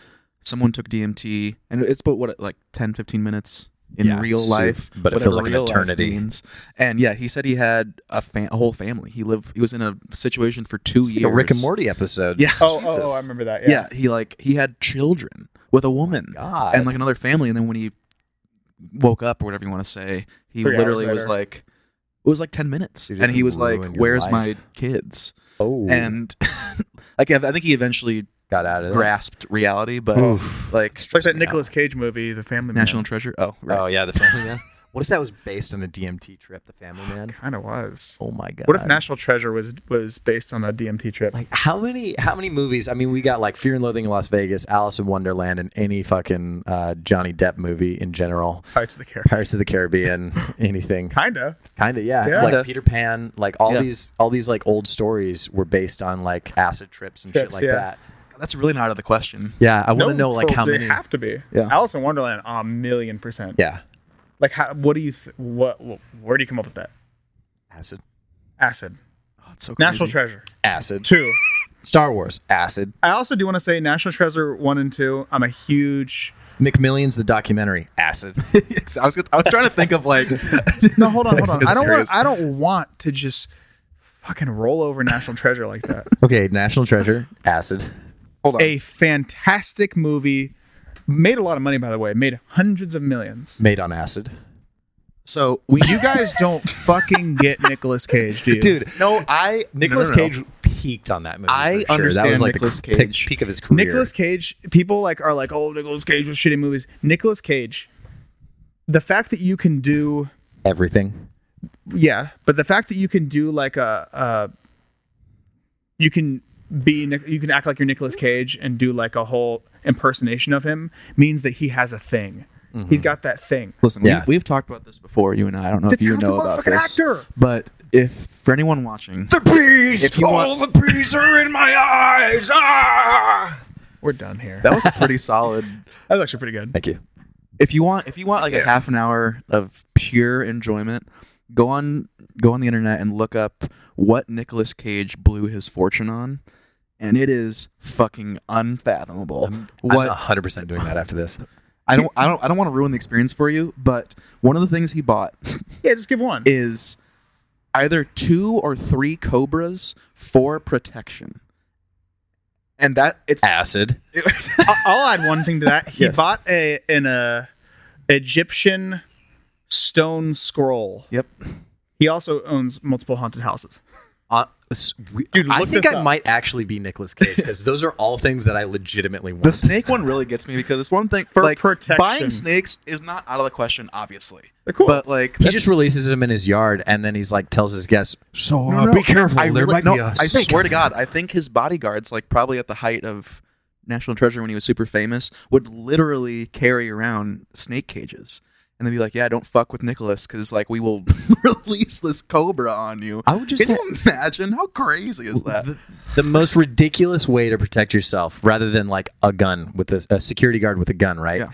Speaker 3: someone took DMT, and it's about what like 10, 15 minutes in
Speaker 4: Yeah,
Speaker 3: real
Speaker 4: soup,
Speaker 3: life,
Speaker 4: but it feels like an
Speaker 3: real life
Speaker 4: eternity.
Speaker 3: means. And yeah, he said he had a, fam- a whole family. He lived. He was in a situation for two
Speaker 4: it's
Speaker 3: years.
Speaker 4: like a Rick and Morty episode.
Speaker 3: Yeah.
Speaker 2: Oh, oh,
Speaker 4: Jesus.
Speaker 2: oh, I remember that.
Speaker 3: yeah, He like he had children with
Speaker 2: Oh
Speaker 3: a woman
Speaker 4: God.
Speaker 3: and like another family, and then when he woke up or whatever you want to say, he
Speaker 2: Three hours
Speaker 3: literally was
Speaker 2: later.
Speaker 3: like. It was like ten minutes,
Speaker 4: Dude, it
Speaker 3: and he
Speaker 4: could
Speaker 3: was like,
Speaker 4: ruin your
Speaker 3: "Where's my
Speaker 4: life.
Speaker 3: kids?"
Speaker 4: oh,
Speaker 3: And like, I think he eventually
Speaker 4: got out of it.
Speaker 3: grasped reality, but like
Speaker 2: It's like that Nicolas Cage movie, The Family
Speaker 3: National Treasure. Oh, right.
Speaker 4: Oh yeah, the Family Man. What if that was based on the DMT trip, the Family Man?
Speaker 2: Kind of was.
Speaker 4: Oh my god.
Speaker 2: What if National Treasure was was based on a DMT trip?
Speaker 4: Like how many how many movies? I mean, we got like Fear and Loathing in Las Vegas, Alice in Wonderland, and any fucking uh, Johnny Depp movie in general.
Speaker 2: Pirates of the Caribbean.
Speaker 4: Pirates of the Caribbean, anything.
Speaker 2: Kinda.
Speaker 4: Kinda, yeah.
Speaker 2: Yeah.
Speaker 4: Like
Speaker 3: Kinda.
Speaker 4: Peter Pan, like all
Speaker 3: Yeah.
Speaker 4: these all these like old stories were based on like acid trips and shit
Speaker 2: Trips,
Speaker 4: like
Speaker 2: yeah.
Speaker 4: that.
Speaker 3: That's really not out of the question.
Speaker 4: Yeah, I want
Speaker 2: No,
Speaker 4: to know like
Speaker 2: so
Speaker 4: how
Speaker 2: they
Speaker 4: many
Speaker 2: have to be.
Speaker 3: Yeah.
Speaker 2: Alice in Wonderland, a million percent.
Speaker 4: Yeah.
Speaker 2: Like, how, what do you? Th- what, what? Where do you come up with that?
Speaker 4: Acid.
Speaker 2: Acid.
Speaker 3: Oh, it's so crazy.
Speaker 2: National Treasure.
Speaker 4: Acid.
Speaker 2: Two.
Speaker 4: Star Wars. Acid.
Speaker 2: I also do want to say National Treasure one and two. I'm a huge.
Speaker 4: McMillions the documentary. Acid.
Speaker 3: Yes, I was gonna- I was trying to think of like
Speaker 2: No, hold on, hold on.
Speaker 3: Because
Speaker 2: I don't want.
Speaker 3: serious.
Speaker 2: I don't want to just fucking roll over National Treasure like that.
Speaker 4: okay, National Treasure. Acid.
Speaker 2: A fantastic movie. Made a lot of money, by the way. Made hundreds of millions.
Speaker 4: Made on acid.
Speaker 3: so we
Speaker 2: You guys don't fucking get Nicolas Cage, do you?
Speaker 4: Dude,
Speaker 3: no I
Speaker 4: Nicolas
Speaker 3: no, no, no.
Speaker 4: Cage peaked on that movie.
Speaker 3: I
Speaker 4: for sure. That was
Speaker 3: understand
Speaker 4: like
Speaker 3: Nicolas
Speaker 4: the c-
Speaker 3: Cage.
Speaker 4: peak of his career.
Speaker 2: Nicolas Cage. People like are like, oh, Nicolas Cage was shitty movies. Nicolas Cage. The fact that you can do,
Speaker 4: everything.
Speaker 2: yeah, but the fact that you can do like a, a you can be, Nic- you can act like you're Nicolas Cage and do like a whole impersonation of him means that he has a thing. He's got that thing.
Speaker 3: Listen,
Speaker 4: Yeah.
Speaker 3: we, we've talked about this before. You and I. I don't know if
Speaker 2: It's a
Speaker 3: you know
Speaker 2: talented
Speaker 3: about this,
Speaker 2: motherfucking actor.
Speaker 3: but if for anyone watching,
Speaker 5: The bees!
Speaker 3: If you want-
Speaker 5: the bees are in my eyes! Ah!
Speaker 2: We're done here.
Speaker 3: that was a pretty solid.
Speaker 2: That was actually pretty good.
Speaker 4: Thank you.
Speaker 3: If you want, if you want like a half an hour of pure enjoyment, go on, go on the internet and look up what Nicolas Cage blew his fortune on, and it is fucking unfathomable.
Speaker 4: I'm 100 percent doing that after this.
Speaker 3: I don't I don't I don't want to ruin the experience for you, but one of the things he bought
Speaker 2: Yeah, just give one.
Speaker 3: is either two or three cobras for protection. And that it's
Speaker 4: Acid. Oh.
Speaker 2: I- I'll add one thing to that. He
Speaker 3: Yes.
Speaker 2: bought a an uh, Egyptian stone scroll.
Speaker 3: Yep.
Speaker 2: He also owns multiple haunted houses.
Speaker 4: Uh, s- we-
Speaker 2: Dude,
Speaker 4: I
Speaker 2: look
Speaker 4: think
Speaker 2: this
Speaker 4: I
Speaker 2: up.
Speaker 4: might actually be Nicolas Cage because those are all things that I legitimately want.
Speaker 3: The snake one really gets me because it's one thing
Speaker 2: For
Speaker 3: like
Speaker 2: protection.
Speaker 3: buying snakes is not out of the question, obviously.
Speaker 2: They're cool.
Speaker 3: But like
Speaker 4: he
Speaker 3: that's-
Speaker 4: just releases him in his yard, and then he's like tells his guests, "So
Speaker 3: No,
Speaker 4: uh,
Speaker 3: no,
Speaker 4: be careful.
Speaker 3: I
Speaker 4: there
Speaker 3: really-
Speaker 4: might
Speaker 3: no,
Speaker 4: be a
Speaker 3: I
Speaker 4: snake
Speaker 3: swear to
Speaker 4: out there."
Speaker 3: God, I think his bodyguards, like probably at the height of National Treasure when he was super famous, would literally carry around snake cages. And they'd be like, "Yeah, don't fuck with Nicholas, because like we will release this cobra on you."
Speaker 4: I would just
Speaker 3: Can
Speaker 4: ha-
Speaker 3: you imagine how crazy is that?
Speaker 4: the, the most ridiculous way to protect yourself, rather than like a gun with a, a security guard with a gun, right?
Speaker 3: Yeah.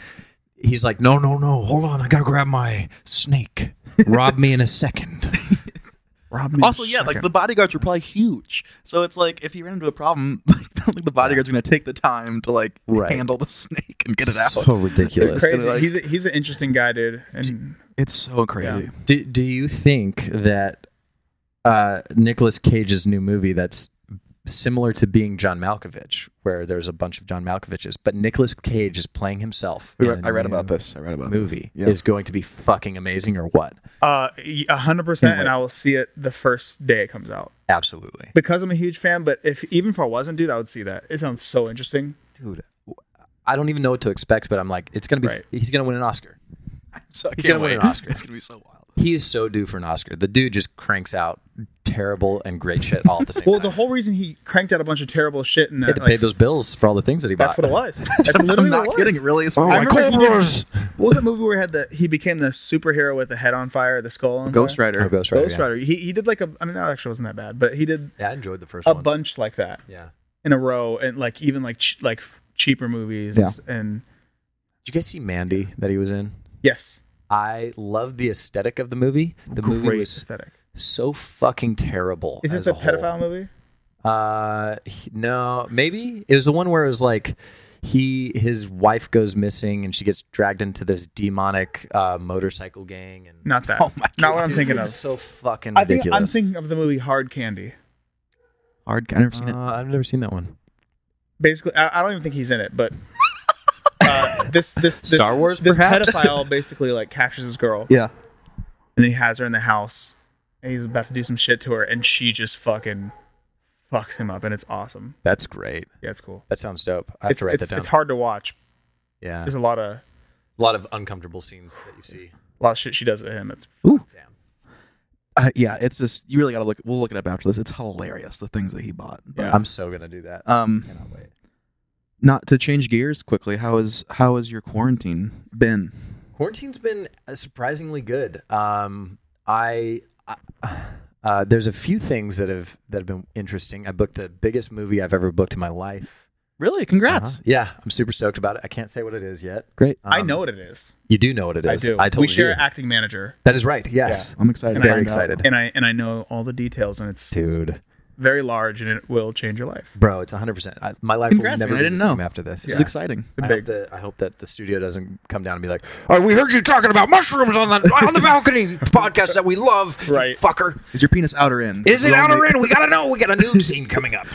Speaker 4: He's like, "No, no, no. Hold on. I gotta grab my snake. Rob me in a second.
Speaker 2: Rob me
Speaker 3: Also,
Speaker 2: a
Speaker 3: yeah, like
Speaker 2: second.
Speaker 3: the bodyguards were probably huge, so it's like if you ran into a problem, like, I don't think the bodyguards are gonna take the time to like
Speaker 4: Right.
Speaker 3: handle the snake and get it out.
Speaker 4: so ridiculous.
Speaker 3: Crazy.
Speaker 2: Crazy.
Speaker 3: like-
Speaker 2: he's a, he's an interesting guy, dude. And
Speaker 3: It's so crazy.
Speaker 4: Do, do you think that uh, Nicolas Cage's new movie that's similar to being John Malkovich, where there's a bunch of John Malkoviches, but Nicolas Cage is playing himself?
Speaker 3: We
Speaker 4: in
Speaker 3: re-
Speaker 4: a
Speaker 3: I read
Speaker 4: new
Speaker 3: about this. I read about
Speaker 4: Movie
Speaker 3: This. Yeah.
Speaker 4: is going to be fucking amazing or what?
Speaker 2: uh, y- a hundred percent. And I will see it the first day it comes out
Speaker 4: Absolutely.
Speaker 2: because I'm a huge fan. But if even if I wasn't, dude, I would see that. It sounds so interesting.
Speaker 4: Dude, I don't even know what to expect, but I'm like, it's going to be,
Speaker 2: Right.
Speaker 4: he's going to win an Oscar.
Speaker 3: So I
Speaker 4: He's
Speaker 3: can't
Speaker 4: gonna win
Speaker 3: wait.
Speaker 4: an Oscar.
Speaker 3: It's gonna be so wild.
Speaker 4: He is so due for an Oscar. The dude just cranks out terrible and great shit all at the same
Speaker 2: Well,
Speaker 4: time.
Speaker 2: the whole reason he cranked out a bunch of terrible shit and
Speaker 4: he had
Speaker 2: that,
Speaker 4: to
Speaker 2: like,
Speaker 4: pay those bills for all the things that he
Speaker 2: that's what
Speaker 4: bought.
Speaker 2: it was. That's
Speaker 3: I'm
Speaker 2: literally
Speaker 3: not
Speaker 2: what it was.
Speaker 3: kidding. It really is.
Speaker 5: Oh, my
Speaker 2: remember he did-
Speaker 5: cobras!
Speaker 2: What was that movie where he had the he became the superhero with the head on fire, the skull on
Speaker 3: Ghost
Speaker 2: fire?
Speaker 3: Rider.
Speaker 4: Oh, Ghost Rider.
Speaker 2: Ghost
Speaker 4: yeah.
Speaker 2: Rider. He he did like a I mean that actually wasn't that bad, but he did
Speaker 4: Yeah, I enjoyed the first
Speaker 2: a
Speaker 4: one.
Speaker 2: bunch like that
Speaker 4: yeah.
Speaker 2: in a row and like even like ch- like cheaper movies and- and
Speaker 4: Did you guys see Mandy that he was in?
Speaker 2: yes,
Speaker 4: I loved the aesthetic of the movie. The
Speaker 2: great
Speaker 4: movie was
Speaker 2: aesthetic.
Speaker 4: so fucking terrible.
Speaker 2: Is it
Speaker 4: as
Speaker 2: the
Speaker 4: a whole.
Speaker 2: pedophile movie?
Speaker 4: Uh, he- no, maybe it was the one where it was like he his wife goes missing and she gets dragged into this demonic uh, motorcycle gang and
Speaker 2: Not that.
Speaker 3: Oh my
Speaker 2: Not what
Speaker 3: God,
Speaker 2: I'm
Speaker 4: Dude,
Speaker 2: thinking
Speaker 4: it's
Speaker 2: of.
Speaker 4: so fucking
Speaker 2: I think I'm
Speaker 4: ridiculous.
Speaker 2: thinking of the movie Hard Candy.
Speaker 3: Hard. I've never seen it.
Speaker 4: Uh, I've never seen that one.
Speaker 2: Basically, I, I don't even think he's in it, but uh, this, this this
Speaker 4: Star Wars,
Speaker 2: This
Speaker 4: perhaps?
Speaker 2: pedophile basically like captures his girl,
Speaker 3: Yeah.
Speaker 2: and then he has her in the house, and he's about to do some shit to her, and she just fucking fucks him up, and it's awesome.
Speaker 4: That's great.
Speaker 2: Yeah, it's cool.
Speaker 4: That sounds dope. I have
Speaker 2: it's,
Speaker 4: to write
Speaker 2: it's,
Speaker 4: that down.
Speaker 2: It's hard to watch.
Speaker 4: Yeah,
Speaker 2: There's a lot of
Speaker 4: a lot of uncomfortable scenes that you see.
Speaker 2: a lot of shit she does to him. It's
Speaker 4: Damn.
Speaker 3: Uh, yeah. It's just you really gotta look. We'll look it up after this. It's hilarious the things that he bought. But,
Speaker 4: I'm so gonna do that.
Speaker 3: Um,
Speaker 4: Cannot wait.
Speaker 3: not to change gears quickly. How is how has your quarantine been?
Speaker 4: Quarantine's been uh, surprisingly good. Um, I, I uh, there's a few things that have that have been interesting. I booked the biggest movie I've ever booked in my life.
Speaker 3: Really? Congrats.
Speaker 4: Uh-huh. Yeah, I'm super stoked about it. I can't say what it is yet.
Speaker 3: Great.
Speaker 2: I
Speaker 4: Um,
Speaker 2: know what it is.
Speaker 4: You do know what it
Speaker 2: I
Speaker 4: is.
Speaker 2: do.
Speaker 4: I told
Speaker 2: we share
Speaker 4: you.
Speaker 2: acting manager,
Speaker 4: that is right. Yes.
Speaker 3: Uh-huh. I'm excited.
Speaker 2: And
Speaker 3: to
Speaker 2: I-
Speaker 3: find
Speaker 4: Very
Speaker 3: out.
Speaker 4: excited.
Speaker 2: and I and I know all the details, and it's
Speaker 4: Dude,
Speaker 2: very large, and it will change your life.
Speaker 4: bro, it's 100%. I, my life
Speaker 3: Congrats,
Speaker 4: will
Speaker 3: man.
Speaker 4: never
Speaker 3: I
Speaker 4: be the
Speaker 3: didn't know.
Speaker 4: same after this.
Speaker 3: This
Speaker 4: Yeah.
Speaker 3: is exciting.
Speaker 2: It's a
Speaker 4: I
Speaker 2: big
Speaker 4: hope, that, I hope that the studio doesn't come down and be like,
Speaker 5: Oh, we heard you talking about mushrooms on the on the balcony podcast that we love. you
Speaker 2: Right.
Speaker 5: fucker.
Speaker 3: Is your penis out or in?
Speaker 5: Is it
Speaker 3: We
Speaker 5: out
Speaker 3: only-
Speaker 5: or in? We gotta know. We got a nude scene coming up.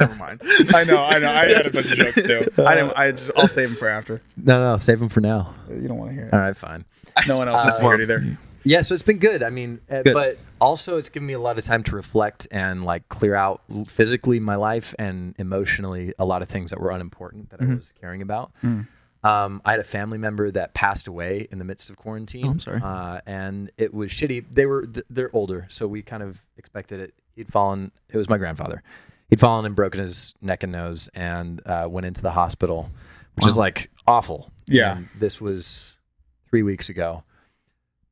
Speaker 3: Never mind.
Speaker 2: I know, I know. I had a bunch of jokes too. I didn't. I just, I'll save them for after.
Speaker 4: no, no, save them for now.
Speaker 2: You don't want to hear
Speaker 4: All
Speaker 2: it.
Speaker 4: right, fine.
Speaker 2: No one else
Speaker 4: Uh,
Speaker 2: wants to hear it either.
Speaker 4: Yeah, so it's been good. I mean, uh,
Speaker 3: Good.
Speaker 4: but also it's given me a lot of time to reflect and like clear out l- physically my life and emotionally a lot of things that were unimportant that I was caring about. Um, I had a family member that passed away in the midst of quarantine.
Speaker 3: Oh, I'm sorry.
Speaker 4: Uh, and it was shitty. They were th- they're older, so we kind of expected it. He'd fallen. It was my grandfather. He'd fallen and broken his neck and nose, and uh, went into the hospital, which is like awful.
Speaker 2: Yeah.
Speaker 4: And this was three weeks ago.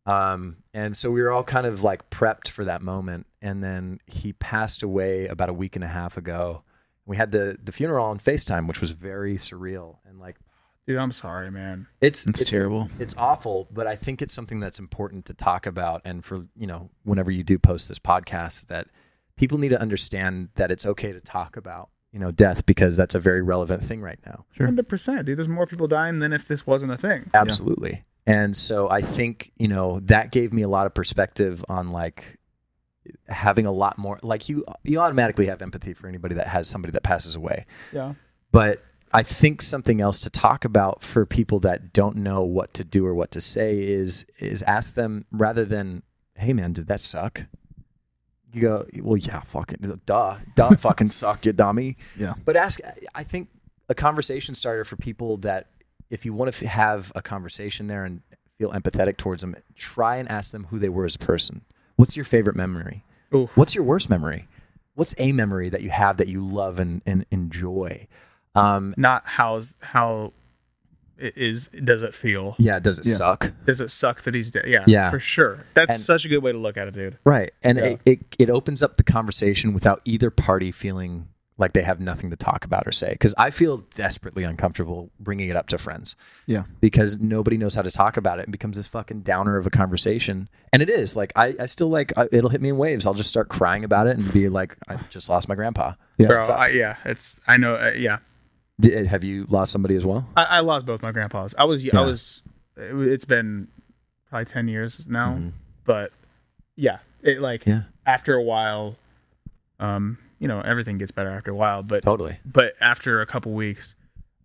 Speaker 4: Um, and so we were all kind of like prepped for that moment. And then he passed away about a week and a half ago. We had the the funeral on FaceTime, which was very surreal. And like
Speaker 2: Dude, I'm sorry, man.
Speaker 4: it's
Speaker 3: It's terrible.
Speaker 4: it's awful, but I think it's something that's important to talk about. And for you know, whenever you do post this podcast, that people need to understand that it's okay to talk about you know death because that's a very relevant thing right now.
Speaker 3: Sure.
Speaker 2: Hundred percent, dude. There's more people dying than if this wasn't a thing.
Speaker 4: Absolutely. And so I think, you know, that gave me a lot of perspective on like having a lot more like you you automatically have empathy for anybody that has somebody that passes away.
Speaker 2: Yeah.
Speaker 4: But I think something else to talk about for people that don't know what to do or what to say is is ask them rather than, "Hey man, did that suck?" You go, "Well, yeah, fucking duh. Duh fucking suck, you dummy."
Speaker 3: Yeah.
Speaker 4: But ask, I think a conversation starter for people that if you want to f- have a conversation there and feel empathetic towards them, try and ask them who they were as a person. What's your favorite memory?
Speaker 2: Oof.
Speaker 4: What's your worst memory? What's a memory that you have that you love and, and enjoy? Um,
Speaker 2: Not how's how it is. Does it feel?
Speaker 4: yeah, does it
Speaker 3: Yeah.
Speaker 4: suck?
Speaker 2: Does it suck that he's dead? Yeah.
Speaker 4: Yeah.
Speaker 2: For sure. That's
Speaker 4: And-
Speaker 2: such a good way to look at it, dude.
Speaker 4: Right. And
Speaker 2: Yeah.
Speaker 4: it, it, it opens up the conversation without either party feeling like they have nothing to talk about or say. Because I feel desperately uncomfortable bringing it up to friends.
Speaker 3: Yeah.
Speaker 4: because nobody knows how to talk about it and becomes this fucking downer of a conversation. And it is like I, I still like I, it'll hit me in waves. I'll just start crying about it and be like, I just lost my grandpa.
Speaker 3: Yeah.
Speaker 2: Bro,
Speaker 4: it
Speaker 2: I,
Speaker 4: sucks.
Speaker 2: yeah. It's. I know. Uh, yeah.
Speaker 4: Did, have you lost somebody as well?
Speaker 2: I, I lost both my grandpas. I was. I was. It, wa- it's been probably ten years now, but yeah. It like
Speaker 4: Mm-hmm. Yeah.
Speaker 2: after a while, um, you know, everything gets better after a while, but
Speaker 4: Totally.
Speaker 2: But after a couple weeks,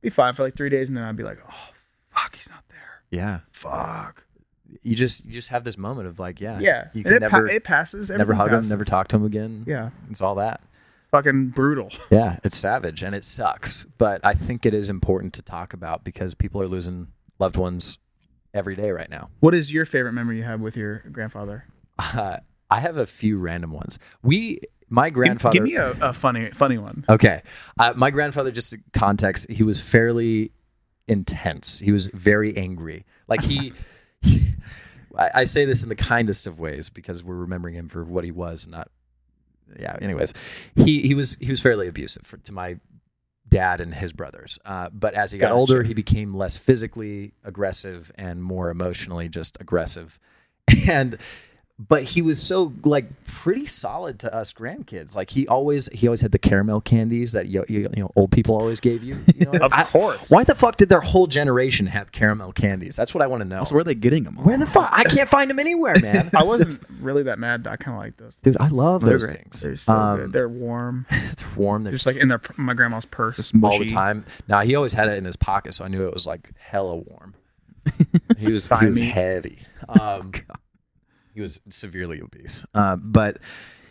Speaker 2: be fine for like three days, and then I'd be like, oh fuck, he's not there.
Speaker 4: Yeah.
Speaker 2: Fuck.
Speaker 4: You just you just have this moment of like, yeah,
Speaker 2: Yeah.
Speaker 4: you
Speaker 2: and
Speaker 4: can
Speaker 2: it, pa-
Speaker 4: never
Speaker 2: it passes.
Speaker 4: never
Speaker 2: everything
Speaker 4: hug
Speaker 2: passes.
Speaker 4: him, never talk to him again.
Speaker 2: Yeah.
Speaker 4: It's all that.
Speaker 2: Fucking brutal.
Speaker 4: Yeah, it's savage and it sucks, but I think it is important to talk about because people are losing loved ones every day right now.
Speaker 2: What is your favorite memory you have with your grandfather?
Speaker 4: Uh, I have a few random ones. We, my
Speaker 2: Give-
Speaker 4: grandfather.
Speaker 2: Give, me a, a funny, funny one.
Speaker 4: Okay. Uh, my grandfather, just in context, he was fairly intense. He was very angry. Like he, I, I say this in the kindest of ways because we're remembering him for what he was, not. Yeah. Anyways, he he was he was fairly abusive for, to my dad and his brothers. Uh, but as he got older, he became less physically aggressive and more emotionally just aggressive. And but he was so like pretty solid to us grandkids. Like he always he always had the caramel candies that you, you, you know old people always gave you. you know?
Speaker 2: Of
Speaker 4: I-
Speaker 2: course.
Speaker 4: Why the fuck did their whole generation have caramel candies? That's what I want to know.
Speaker 3: So where are they getting them?
Speaker 4: Where the fuck? I can't find them anywhere, man.
Speaker 2: I wasn't really that mad. I kind of like those.
Speaker 4: Dude, I love
Speaker 3: They're
Speaker 4: those
Speaker 3: great.
Speaker 4: things.
Speaker 2: They're so
Speaker 4: Um,
Speaker 2: good. They're warm.
Speaker 4: they're warm. They're
Speaker 2: Just like in their my grandma's purse.
Speaker 4: all the time. Now he always had it in his pocket, so I knew it was like hella warm. He was he was
Speaker 2: Thymine.
Speaker 4: heavy. Um, he was severely obese. Uh, but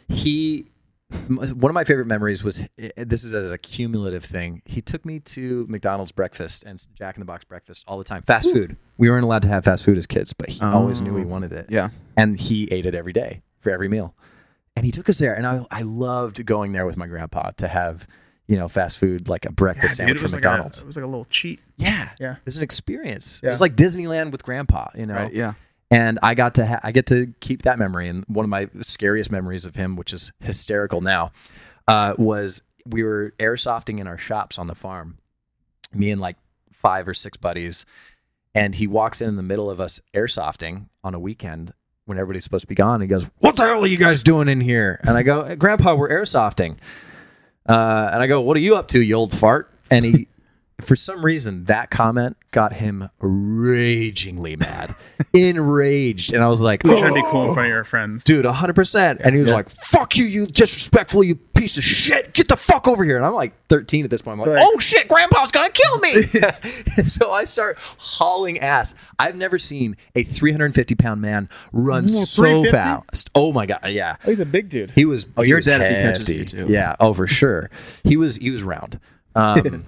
Speaker 4: he, m- one of my favorite memories was eh, this is as a cumulative thing. He took me to McDonald's breakfast and Jack in the Box breakfast all the time. Fast food. We weren't allowed to have fast food as kids, but he always knew we wanted it
Speaker 3: Yeah.
Speaker 4: and he ate it every day for every meal. And he took us there, and I, I loved going there with my grandpa to have, you know, fast food like a breakfast
Speaker 2: Yeah,
Speaker 4: sandwich
Speaker 2: dude, it was
Speaker 4: from
Speaker 2: like
Speaker 4: McDonald's.
Speaker 2: A, it was like a little cheat.
Speaker 4: yeah,
Speaker 2: Yeah.
Speaker 4: it was an experience. It
Speaker 2: Yeah.
Speaker 4: was like Disneyland with grandpa, you know.
Speaker 3: Right. Yeah.
Speaker 4: And I got to ha- I get to keep that memory. And one of my scariest memories of him, which is hysterical now, uh, was we were airsofting in our shops on the farm, me and like five or six buddies, and he walks in in the middle of us airsofting on a weekend when everybody's supposed to be gone. He goes, "What the hell are you guys doing in here?" And I go, "Grandpa, we're airsofting." Uh, and I go, "What are you up to, you old fart?" And he, for some reason, that comment got him ragingly mad, enraged, and I was like, "Oh,
Speaker 2: You're trying to be cool in front of your friends.
Speaker 4: dude, 100%. And he was like, fuck you, you disrespectful, you piece of shit. Get the fuck over here. And I'm like 13 at this point. I'm like,
Speaker 2: Right.
Speaker 4: oh shit, grandpa's going to kill me. so I start hauling ass. I've never seen a 350 pound man run so
Speaker 2: 350?
Speaker 4: fast. Oh my God. Yeah.
Speaker 2: Oh, he's a big dude.
Speaker 4: He was.
Speaker 3: Oh,
Speaker 4: he
Speaker 3: you're
Speaker 4: was
Speaker 3: dead if he catches you,
Speaker 4: hefty.
Speaker 3: too.
Speaker 4: Yeah. Oh, for sure. He was. He was round. Um,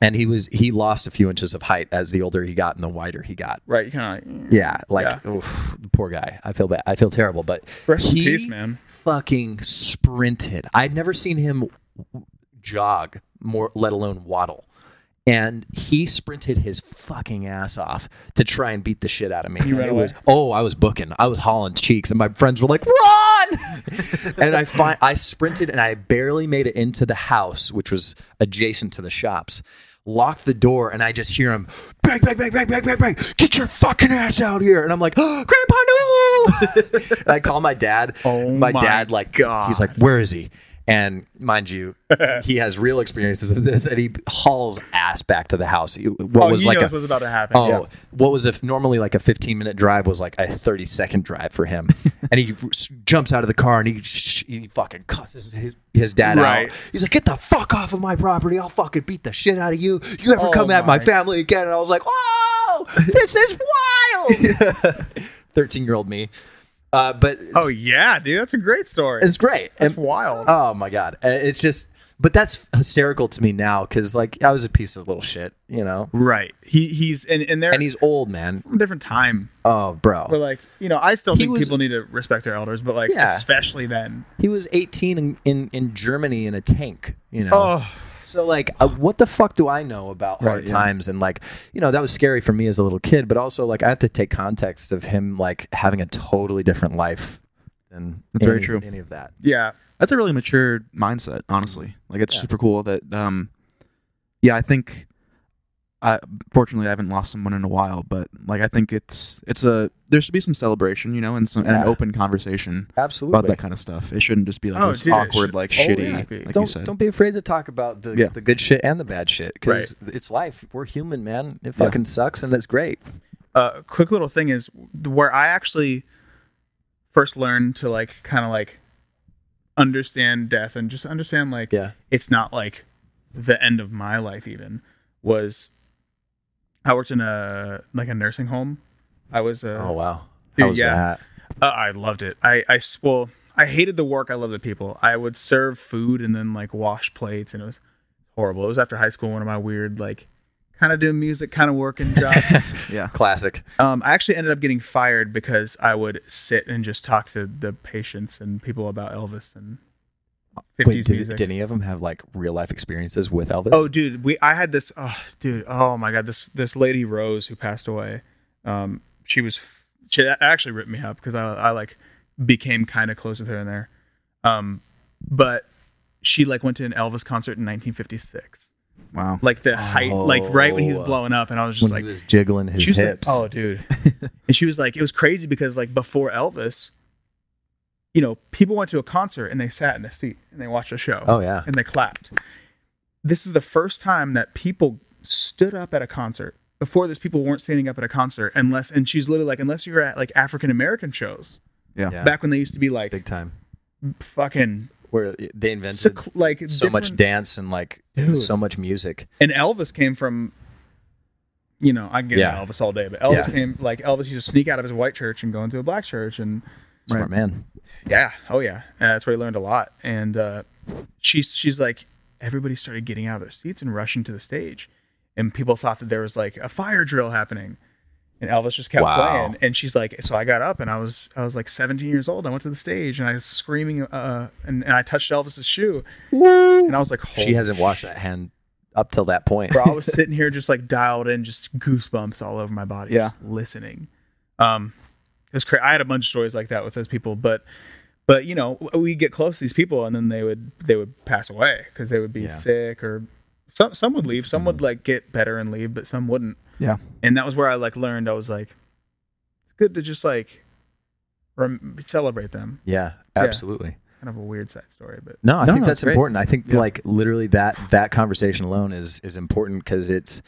Speaker 4: and he was. He lost a few inches of height as the older he got and the wider he got.
Speaker 2: right. You kind of like. mm.
Speaker 4: Yeah, like
Speaker 2: Yeah.
Speaker 4: oof, the poor guy. I feel bad. I feel terrible, but
Speaker 2: Rest in
Speaker 4: he
Speaker 2: peace, man.
Speaker 4: fucking sprinted. I'd never seen him jog more, let alone waddle. And he sprinted his fucking ass off to try and beat the shit out of me.
Speaker 2: You
Speaker 4: And
Speaker 2: ran
Speaker 4: it
Speaker 2: away?
Speaker 4: was- oh, I was booking. I was hauling cheeks, and my friends were like, "Run!" and I find I sprinted, and I barely made it into the house, which was adjacent to the shops. Locked the door, and I just hear him bang, bang, bang, bang, bang, bang, bang. Get your fucking ass out here! And I'm like, "Ah, "Grandpa, no!" and I call my dad.
Speaker 2: Oh
Speaker 4: my,
Speaker 2: my
Speaker 4: dad, like,
Speaker 2: God.
Speaker 4: he's like, "Where is he?" And mind you, he has real experiences of this, and he hauls ass back to the house. He- What
Speaker 2: Oh,
Speaker 4: was
Speaker 2: he
Speaker 4: like
Speaker 2: knows
Speaker 4: a,
Speaker 2: what's about to happen.
Speaker 4: Oh, what was if normally like a 15 minute drive was like a 30 second drive for him. and he s- jumps out of the car and he, sh- he fucking cusses his, his dad
Speaker 2: Right.
Speaker 4: out. He's like, get the fuck off of my property. I'll fucking beat the shit out of you. You ever
Speaker 2: Oh
Speaker 4: come at my
Speaker 2: my.
Speaker 4: family again. And I was like, whoa, this is wild. 13 year old me. Uh, but it's,
Speaker 2: Oh yeah, dude. That's a great story.
Speaker 4: it's great.
Speaker 2: That's
Speaker 4: And-
Speaker 2: wild.
Speaker 4: Oh my god, Uh, it's just. But that's hysterical to me now because like I was a piece of little shit, you know.
Speaker 2: right. He he's and and they're
Speaker 4: And he's old, man.
Speaker 2: from a different time.
Speaker 4: Oh,
Speaker 2: Where
Speaker 4: bro,
Speaker 2: like you know, I still
Speaker 4: He
Speaker 2: think
Speaker 4: was-
Speaker 2: people need to respect their elders, but like
Speaker 4: Yeah.
Speaker 2: especially then.
Speaker 4: he was 18 in, in in Germany in a tank, you know.
Speaker 2: Oh,
Speaker 4: So like, uh, what the fuck do I know about hard
Speaker 3: Right, yeah.
Speaker 4: times? And like, you know, that was scary for me as a little kid, but also like, I have to take context of him like having a totally different life than
Speaker 3: That's very
Speaker 4: any-
Speaker 3: true.
Speaker 4: Any of that.
Speaker 2: yeah.
Speaker 3: That's a really mature mindset, honestly. Like it's super cool that um yeah, I think I fortunately I haven't lost someone in a while, but like I think it's it's a there should be some celebration, you know, and some and an
Speaker 4: Yeah.
Speaker 3: open conversation
Speaker 4: Absolutely.
Speaker 3: about that kind of stuff. It shouldn't just be like
Speaker 2: Oh,
Speaker 3: this
Speaker 2: dude, it
Speaker 3: awkward,
Speaker 2: should
Speaker 3: like
Speaker 2: always
Speaker 3: shitty
Speaker 2: be.
Speaker 3: like you
Speaker 4: don't
Speaker 3: said.
Speaker 4: don't be afraid to talk about the,
Speaker 3: Yeah.
Speaker 4: the good shit and the bad shit because it's life. We're human, man. It fucking sucks and it's great.
Speaker 2: uh, quick little thing is where I actually first learned to like kind of like understand death and just understand like
Speaker 4: Yeah.
Speaker 2: it's not like the end of my life even was I worked in a like a nursing home. I was a
Speaker 4: Oh wow.
Speaker 2: Dude,
Speaker 4: How was
Speaker 2: yeah.
Speaker 4: that?
Speaker 2: uh, I loved it. I I s- well, I hated the work. I loved the people. I would serve food and then like wash plates, and it was horrible. It was after high school, one of my weird like kind of doing music, kind of working jobs.
Speaker 3: yeah.
Speaker 4: Classic.
Speaker 2: um, I actually ended up getting fired because I would sit and just talk to the patients and people about Elvis and
Speaker 4: Wait,
Speaker 2: fifties
Speaker 4: did,
Speaker 2: music.
Speaker 4: did any of them have like real life experiences with Elvis?
Speaker 2: Oh, dude, we I had this. Oh, dude. Oh my god, this this lady Rose who passed away. Um, she was f- she a- actually ripped me up because I I like became kind of close with her in there. Um, but she like went to an Elvis concert in 1956,
Speaker 3: Wow.
Speaker 2: like the height, like right when he's blowing up, and I was just
Speaker 4: Oh. when
Speaker 2: like,
Speaker 4: he was jiggling his
Speaker 2: she was like,
Speaker 4: hips.
Speaker 2: oh, dude. and she was like, it was crazy because like before Elvis, you know, people went to a concert and they sat in a seat and they watched a show.
Speaker 4: Oh, yeah.
Speaker 2: and they clapped. This is the first time that people stood up at a concert. Before this, people weren't standing up at a concert unless, and she's literally like, unless you're at like African American shows
Speaker 3: Yeah.
Speaker 4: Yeah.
Speaker 2: back when they used to be like
Speaker 4: big time.
Speaker 2: fucking
Speaker 4: Where they invented
Speaker 2: sec- like
Speaker 4: so much
Speaker 2: different-
Speaker 4: dance and like
Speaker 2: Dude.
Speaker 4: so much music.
Speaker 2: and Elvis came from you know, I can get
Speaker 4: Yeah.
Speaker 2: into Elvis all day, but Elvis
Speaker 4: Yeah.
Speaker 2: came like Elvis used to sneak out of his white church and go into a black church and
Speaker 3: Right.
Speaker 4: Smart man.
Speaker 2: yeah, oh yeah. And that's where he learned a lot. And uh she's she's like everybody started getting out of their seats and rushing to the stage. And people thought that there was like a fire drill happening. And Elvis just kept
Speaker 4: Wow.
Speaker 2: playing. And she's like, so I got up and I was I was like 17 years old. I went to the stage and I was screaming uh and, and I touched Elvis's shoe. And I was like,
Speaker 4: She
Speaker 2: holy
Speaker 4: hasn't washed that hand up till that point.
Speaker 2: bro. I was sitting here just like dialed in, just goosebumps all over my body.
Speaker 3: Yeah.
Speaker 2: just listening. Um, it was crazy. I had a bunch of stories like that with those people, but but you know w- we get close to these people and then they would they would pass away because they would be
Speaker 4: Yeah. Mm-hmm.
Speaker 2: sick or some some would leave, some would like get better and leave, but some wouldn't.
Speaker 3: Yeah.
Speaker 2: And that was where I like learned. I was like, it's good to just like rem- celebrate them.
Speaker 4: yeah,
Speaker 2: Yeah.
Speaker 4: absolutely.
Speaker 2: Kind of a weird side story, but
Speaker 4: No, I
Speaker 3: No,
Speaker 4: think
Speaker 3: no,
Speaker 4: that's
Speaker 3: it's great.
Speaker 4: important. I think
Speaker 3: Yeah.
Speaker 4: like literally that that conversation alone is is important because it's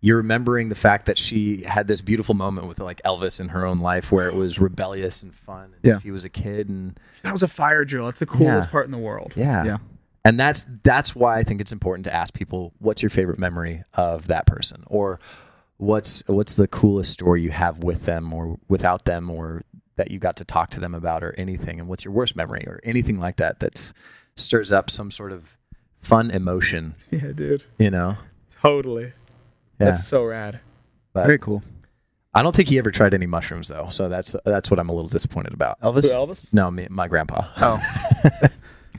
Speaker 4: you're remembering the fact that she had this beautiful moment with like Elvis in her own life where it was rebellious and fun. And
Speaker 3: Yeah.
Speaker 4: she was a kid and
Speaker 2: that was a fire drill. It's the coolest
Speaker 4: Yeah.
Speaker 2: part in the world.
Speaker 4: yeah.
Speaker 3: Yeah.
Speaker 4: And that's that's why I think it's important to ask people what's your favorite memory of that person or what's what's the coolest story you have with them or without them or that you got to talk to them about or anything and what's your worst memory or anything like that that's stirs up some sort of fun emotion,
Speaker 2: Yeah, dude.
Speaker 4: you know.
Speaker 2: Totally.
Speaker 4: Yeah.
Speaker 2: That's so rad.
Speaker 4: but
Speaker 3: Very cool.
Speaker 4: I don't think he ever tried any mushrooms though. So that's that's what I'm a little disappointed about.
Speaker 3: Elvis.
Speaker 2: Who, Elvis.
Speaker 4: No, me, my grandpa.
Speaker 3: Oh.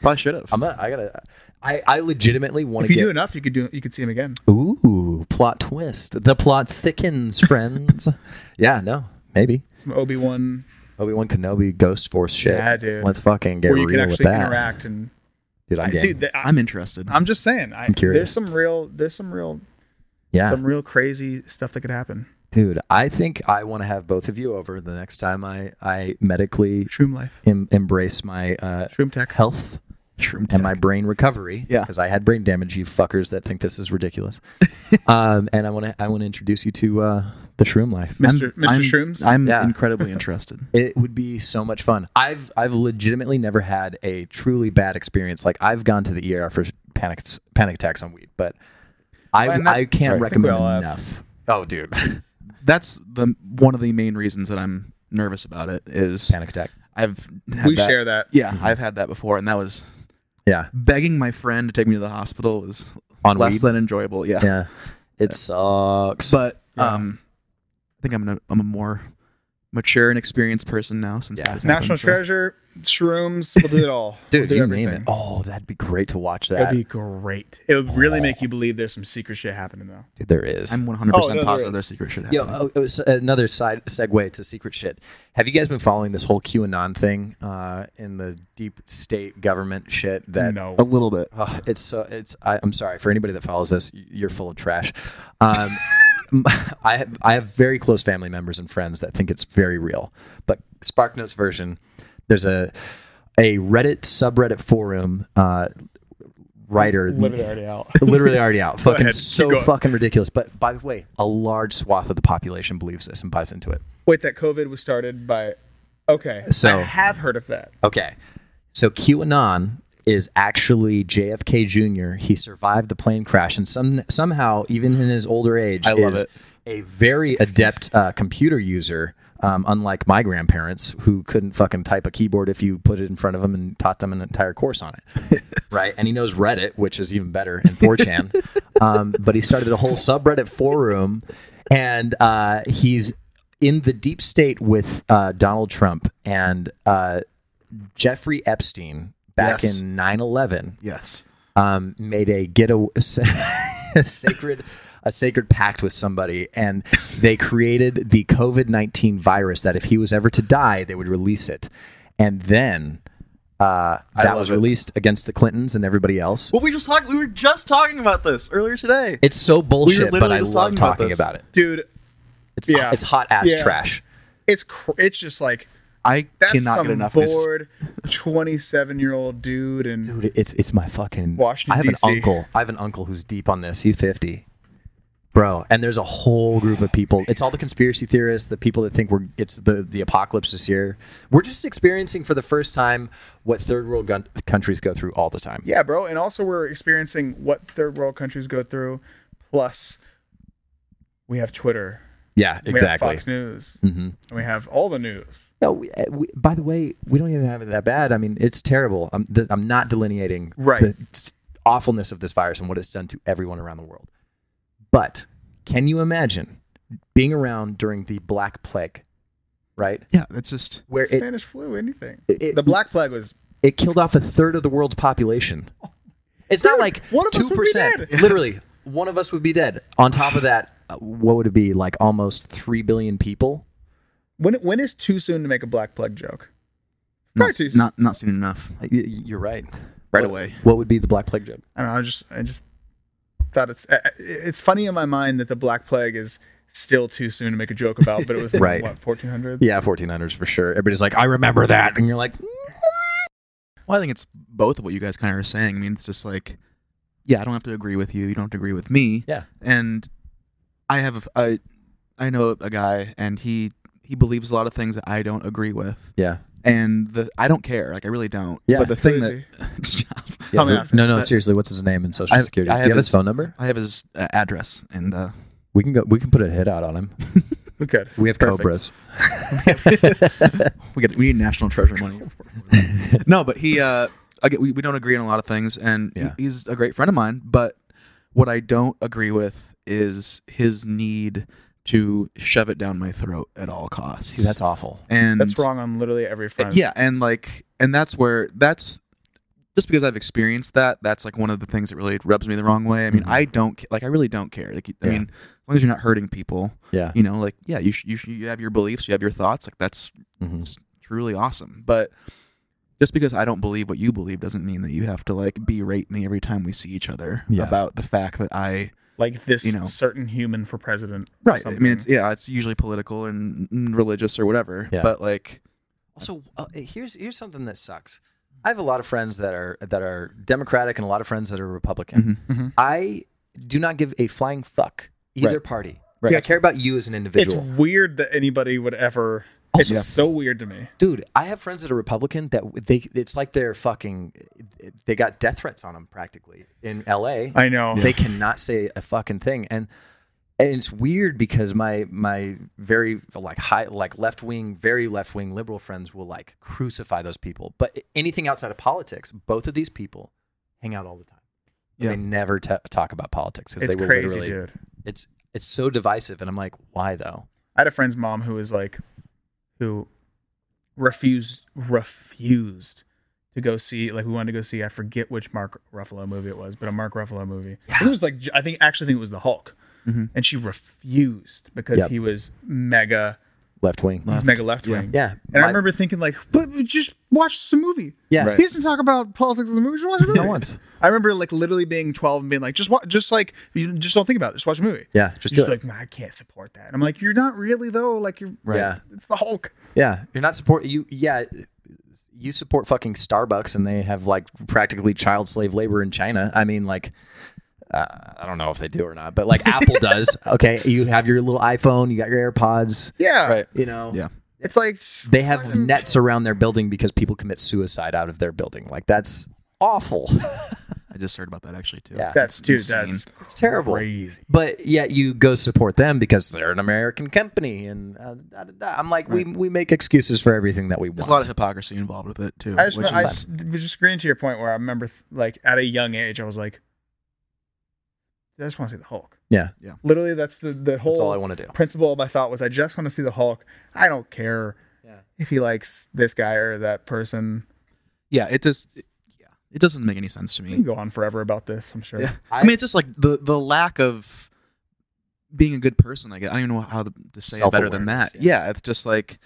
Speaker 3: Probably should have.
Speaker 4: I'm gonna, I gotta I, I legitimately want
Speaker 2: If
Speaker 4: to
Speaker 2: you
Speaker 4: get
Speaker 2: do enough, you could do you could see him again.
Speaker 4: Ooh, plot twist. The plot thickens, friends. yeah, no, maybe.
Speaker 2: Some Obi Wan
Speaker 4: Obi Wan Kenobi Ghost Force shit.
Speaker 2: Yeah, dude.
Speaker 4: Let's fucking get
Speaker 2: where you
Speaker 4: real
Speaker 2: could
Speaker 4: with
Speaker 2: actually
Speaker 4: that.
Speaker 2: interact and
Speaker 4: Dude, I'm
Speaker 2: I,
Speaker 4: game.
Speaker 2: dude, th- I,
Speaker 3: I'm interested.
Speaker 2: I'm just saying. I,
Speaker 4: curious.
Speaker 2: There's some real there's some real
Speaker 4: yeah.
Speaker 2: some real crazy stuff that could happen.
Speaker 4: Dude, I think I want to have both of you over the next time I, I medically
Speaker 2: Shroom life,
Speaker 4: em- embrace my uh,
Speaker 2: shroom tech.
Speaker 4: health
Speaker 3: Shroom
Speaker 4: and my brain recovery.
Speaker 3: Yeah.
Speaker 4: Because I had brain damage, you fuckers that think this is ridiculous. um, and I want to I want to introduce you to uh, the Shroom Life.
Speaker 2: Mr.
Speaker 3: I'm- I'm-
Speaker 2: Shrooms.
Speaker 3: I'm
Speaker 4: Yeah.
Speaker 3: incredibly interested.
Speaker 4: It would be so much fun. I've I've legitimately never had a truly bad experience. Like I've gone to the ER for panic panic attacks on weed, but I
Speaker 3: And that-
Speaker 4: I can't
Speaker 3: sorry.
Speaker 2: I
Speaker 4: recommend
Speaker 2: think we all have.
Speaker 4: enough. Oh, dude,
Speaker 3: That's the one of the main reasons that I'm nervous about it is
Speaker 4: panic attack.
Speaker 3: I've had
Speaker 2: we share that.
Speaker 3: Yeah, I've had that before, and that was
Speaker 4: Yeah,
Speaker 3: begging my friend to take me to the hospital was
Speaker 4: on
Speaker 3: less
Speaker 4: weed.
Speaker 3: than enjoyable. Yeah,
Speaker 4: yeah, it sucks.
Speaker 3: but um, I think I'm a, I'm a more mature and experienced person now since
Speaker 4: Yeah.
Speaker 3: that has
Speaker 2: National
Speaker 3: happened, so-
Speaker 2: Treasure, shrooms. We'll do it all.
Speaker 4: dude,
Speaker 2: we'll do
Speaker 4: you name it. Oh, that'd be great to watch
Speaker 2: It'd
Speaker 4: that.
Speaker 2: be great. It would really make you believe there's some secret shit happening though.
Speaker 4: dude, there is.
Speaker 3: I'm 100
Speaker 2: Oh,
Speaker 3: percent
Speaker 2: no, there
Speaker 3: positive
Speaker 2: is.
Speaker 3: there's secret shit
Speaker 4: Yo,
Speaker 3: happening.
Speaker 4: oh, it was another side segue to secret shit. Have you guys been following this whole QAnon thing uh, in the deep state government shit that
Speaker 2: no.
Speaker 3: a little bit.
Speaker 4: Oh, it's so it's. I, I'm sorry for anybody that follows this. y- You're full of trash. Um, I have I have very close family members and friends that think it's very real. But SparkNotes version, there's a a Reddit subreddit forum uh, writer
Speaker 2: Literally already out.
Speaker 4: literally already out. fucking
Speaker 2: ahead, keep
Speaker 4: so
Speaker 2: going.
Speaker 4: fucking ridiculous. But by the way, a large swath of the population believes this and buys into it.
Speaker 2: Wait, that COVID was started by. Okay,
Speaker 4: So-
Speaker 2: I have heard of that.
Speaker 4: Okay. So QAnon is actually JFK Jr. He survived the plane crash and some somehow, even in his older age,
Speaker 3: I love
Speaker 4: is
Speaker 3: it.
Speaker 4: a very adept uh, computer user. Um, unlike my grandparents, who couldn't fucking type a keyboard if you put it in front of them and taught them an entire course on it, right? And he knows Reddit, which is even better, and 4chan. um, but he started a whole subreddit forum, and uh, he's in the deep state with uh, Donald Trump and uh, Jeffrey Epstein back
Speaker 3: Yes.
Speaker 4: in 9 11
Speaker 3: Yes,
Speaker 4: um, made a get a, a sacred a sacred pact with somebody and they created the COVID-19 virus that if he was ever to die they would release it and then uh, that
Speaker 3: love
Speaker 4: was
Speaker 3: it.
Speaker 4: released against the Clintons and everybody else.
Speaker 3: Well, we just talked. We were just talking about this earlier today.
Speaker 4: It's so bullshit, but
Speaker 3: literally
Speaker 4: I love
Speaker 3: just
Speaker 4: talking,
Speaker 3: talking about this.
Speaker 4: about, it.
Speaker 2: dude.
Speaker 4: It's
Speaker 2: Yeah.
Speaker 4: it's hot ass
Speaker 2: Yeah.
Speaker 4: trash.
Speaker 2: It's cr- it's just like
Speaker 3: I
Speaker 2: that's
Speaker 3: cannot
Speaker 2: some
Speaker 3: get enough. of this.
Speaker 2: bored twenty seven year old dude and
Speaker 4: Dude, it's it's my fucking.
Speaker 2: Washington,
Speaker 4: I have
Speaker 2: DC.
Speaker 4: an uncle. I have an uncle who's deep on this. He's fifty, bro. And there's a whole group of people. It's all the conspiracy theorists, the people that think we're it's the the apocalypse this year. We're just experiencing for the first time what third world gun- countries go through all the time.
Speaker 2: yeah, bro. And also we're experiencing what third world countries go through. Plus, we have Twitter,
Speaker 4: Yeah,
Speaker 2: and
Speaker 4: exactly.
Speaker 2: We have Fox News,
Speaker 3: Mm-hmm.
Speaker 2: and we have all the news.
Speaker 4: No, we, uh, we, by the way, we don't even have it that bad. I mean, it's terrible. I'm, th- I'm not delineating
Speaker 2: Right.
Speaker 4: the s- awfulness of this virus and what it's done to everyone around the world. But can you imagine being around during the Black Plague, right?
Speaker 3: Yeah, it's just.
Speaker 4: Where it,
Speaker 2: Spanish flu, anything.
Speaker 4: it-
Speaker 2: the Black Plague was
Speaker 4: it killed off a third of the world's population. It's not
Speaker 2: Dude,
Speaker 4: like
Speaker 2: one of us would
Speaker 4: two
Speaker 2: be
Speaker 4: percent.
Speaker 2: dead.
Speaker 4: Literally, one of us would be dead. On top of that, uh, what would it be like? Almost three billion people.
Speaker 2: when when is too soon to make a Black Plague joke?
Speaker 3: Not,
Speaker 2: Practice.
Speaker 3: not not soon enough.
Speaker 4: Y- y- You're right.
Speaker 3: Right
Speaker 4: What-
Speaker 3: away.
Speaker 4: What would be the Black Plague joke?
Speaker 2: I don't know. I just I just thought it's I- I- it's funny in my mind that the Black Plague is still too soon to make a joke about, but it was like,
Speaker 4: Right.
Speaker 2: what fourteen hundred.
Speaker 4: Yeah, 1400s for sure. Everybody's like, I remember that. And you're like, "Hmm."
Speaker 3: Well, I think it's both of what you guys kind of are saying. I mean, it's just like, yeah, I don't have to agree with you. You don't have to agree with me.
Speaker 4: yeah.
Speaker 3: and I have a, I know a guy, and he he believes a lot of things that I don't agree with,
Speaker 4: Yeah.
Speaker 3: and the I don't care, like I really don't.
Speaker 4: Yeah.
Speaker 3: But the thing
Speaker 2: Who is
Speaker 3: that Stop.
Speaker 2: Coming
Speaker 4: who-
Speaker 2: after
Speaker 4: no, no,
Speaker 3: But-
Speaker 4: seriously, what's his name and social
Speaker 3: I-
Speaker 4: security?
Speaker 3: I
Speaker 4: Do you have
Speaker 3: have
Speaker 4: his
Speaker 3: his-
Speaker 4: phone number?
Speaker 3: I have his uh, address, and uh,
Speaker 4: We can go we can put a hit out on him.
Speaker 2: We could.
Speaker 4: We have
Speaker 3: Perfect.
Speaker 4: cobras.
Speaker 3: we get we need national treasure money. no, but he uh, again, we we don't agree on a lot of things, and he-
Speaker 4: Yeah.
Speaker 3: he's a great friend of mine. But what I don't agree with is his need to shove it down my throat at all costs.
Speaker 4: See, that's awful.
Speaker 3: and
Speaker 2: That's wrong on literally every front.
Speaker 3: Yeah, and like, and that's where that's just because I've experienced that. That's like one of the things that really rubs me the wrong way. I mean, I don't ca- like. I really don't care. Like, I
Speaker 4: Mm-hmm. Yeah.
Speaker 3: mean, as long as you're not hurting people,
Speaker 4: Yeah.
Speaker 3: you know, like, yeah, you sh- you sh- you have your beliefs, you have your thoughts. Like, that's
Speaker 4: Mhm.
Speaker 3: truly awesome. But just because I don't believe what you believe doesn't mean that you have to like berate me every time we see each other
Speaker 4: Yeah.
Speaker 3: about the fact that I.
Speaker 2: like this
Speaker 3: You know.
Speaker 2: certain human for president. or
Speaker 3: Right. I
Speaker 2: something.
Speaker 3: mean, it's yeah, it's usually political and mm, religious or whatever.
Speaker 4: Yeah.
Speaker 3: But like,
Speaker 4: Also, uh, here's here's something that sucks. I have a lot of friends that are that are Democratic and a lot of friends that are Republican.
Speaker 2: Mm-hmm.
Speaker 4: I do not give a flying fuck either
Speaker 3: Right.
Speaker 4: party.
Speaker 3: Right.
Speaker 4: I care about you as an
Speaker 2: It's
Speaker 4: individual.
Speaker 2: weird that anybody would ever. It's
Speaker 4: Also-
Speaker 2: so weird to me.
Speaker 4: Dude, I have friends that are Republican that they it's like they're fucking they got death threats on them practically in LA.
Speaker 2: I know.
Speaker 4: They cannot say a fucking thing and and it's weird because my my very like high like left wing very left wing liberal friends will like crucify those people. But anything outside of politics, both of these people hang out all the time.
Speaker 3: Yeah.
Speaker 4: They never ta talk about politics because
Speaker 2: It's
Speaker 4: they will
Speaker 2: crazy,
Speaker 4: literally.
Speaker 2: dude.
Speaker 4: It's it's so divisive, and I'm like, why though?
Speaker 2: I had a friend's mom who was like, who refused refused to go see. Like, we wanted to go see. I forget which Mark Ruffalo movie it was, but a Mark Ruffalo movie. It was like I think actually think it was the Hulk,
Speaker 3: Mhm.
Speaker 2: and she refused because
Speaker 4: Mm-hmm. Yep.
Speaker 2: he was mega.
Speaker 4: Left wing.
Speaker 2: He's mega left wing.
Speaker 4: Yeah,
Speaker 2: And I
Speaker 4: my-
Speaker 2: remember thinking like, but we just watch some movie.
Speaker 4: Yeah.
Speaker 3: Right.
Speaker 2: He doesn't talk about politics in the movie. Just watch a movie.
Speaker 4: Not once.
Speaker 2: I remember like literally being 12 and being like, just watch, just like, you just don't think about it. Just watch a movie.
Speaker 4: Yeah, just
Speaker 2: Just
Speaker 4: do it.
Speaker 2: like, nah, I can't support that. And I'm like, you're not really though. Like you're,
Speaker 4: Right. Yeah.
Speaker 2: it's the Hulk.
Speaker 4: Yeah, you're not support you. Yeah, you support fucking Starbucks, and they have like practically child slave labor in China. I mean, like, uh, I don't know if they do or not, but like Apple does. Okay, you have your little iPhone, you got your AirPods.
Speaker 2: Yeah.
Speaker 3: right.
Speaker 4: You know,
Speaker 3: Yeah.
Speaker 2: It's like,
Speaker 4: they have nets around their building because people commit suicide out of their building. Like that's awful.
Speaker 3: I just heard about that actually too.
Speaker 4: Yeah.
Speaker 2: that's, dude,
Speaker 3: Insane.
Speaker 2: that's
Speaker 4: it's terrible.
Speaker 2: crazy.
Speaker 4: But yet you go support them because they're an American company, and uh, da, da, da. I'm like, we we make excuses for everything that we want.
Speaker 3: There's a lot of hypocrisy involved with it too.
Speaker 2: I just,
Speaker 3: which
Speaker 2: I
Speaker 3: is-
Speaker 2: s- was just agreeing to your point where I remember like at a young age, I was like, I just want to see the Hulk.
Speaker 4: yeah,
Speaker 2: Literally, that's the, the whole
Speaker 4: that's all I want to do.
Speaker 2: principle of my thought was I just want to see the Hulk. I don't care if he likes this guy or that person.
Speaker 3: yeah, it does. It, yeah, it doesn't make any sense to
Speaker 2: We can
Speaker 3: me.
Speaker 2: go on forever about this, I'm sure.
Speaker 3: Yeah, I, mean, it's just like the the lack of being a good person. I guess I don't even know how to, to say it better than that.
Speaker 4: Self-awareness,
Speaker 3: Yeah. it's just like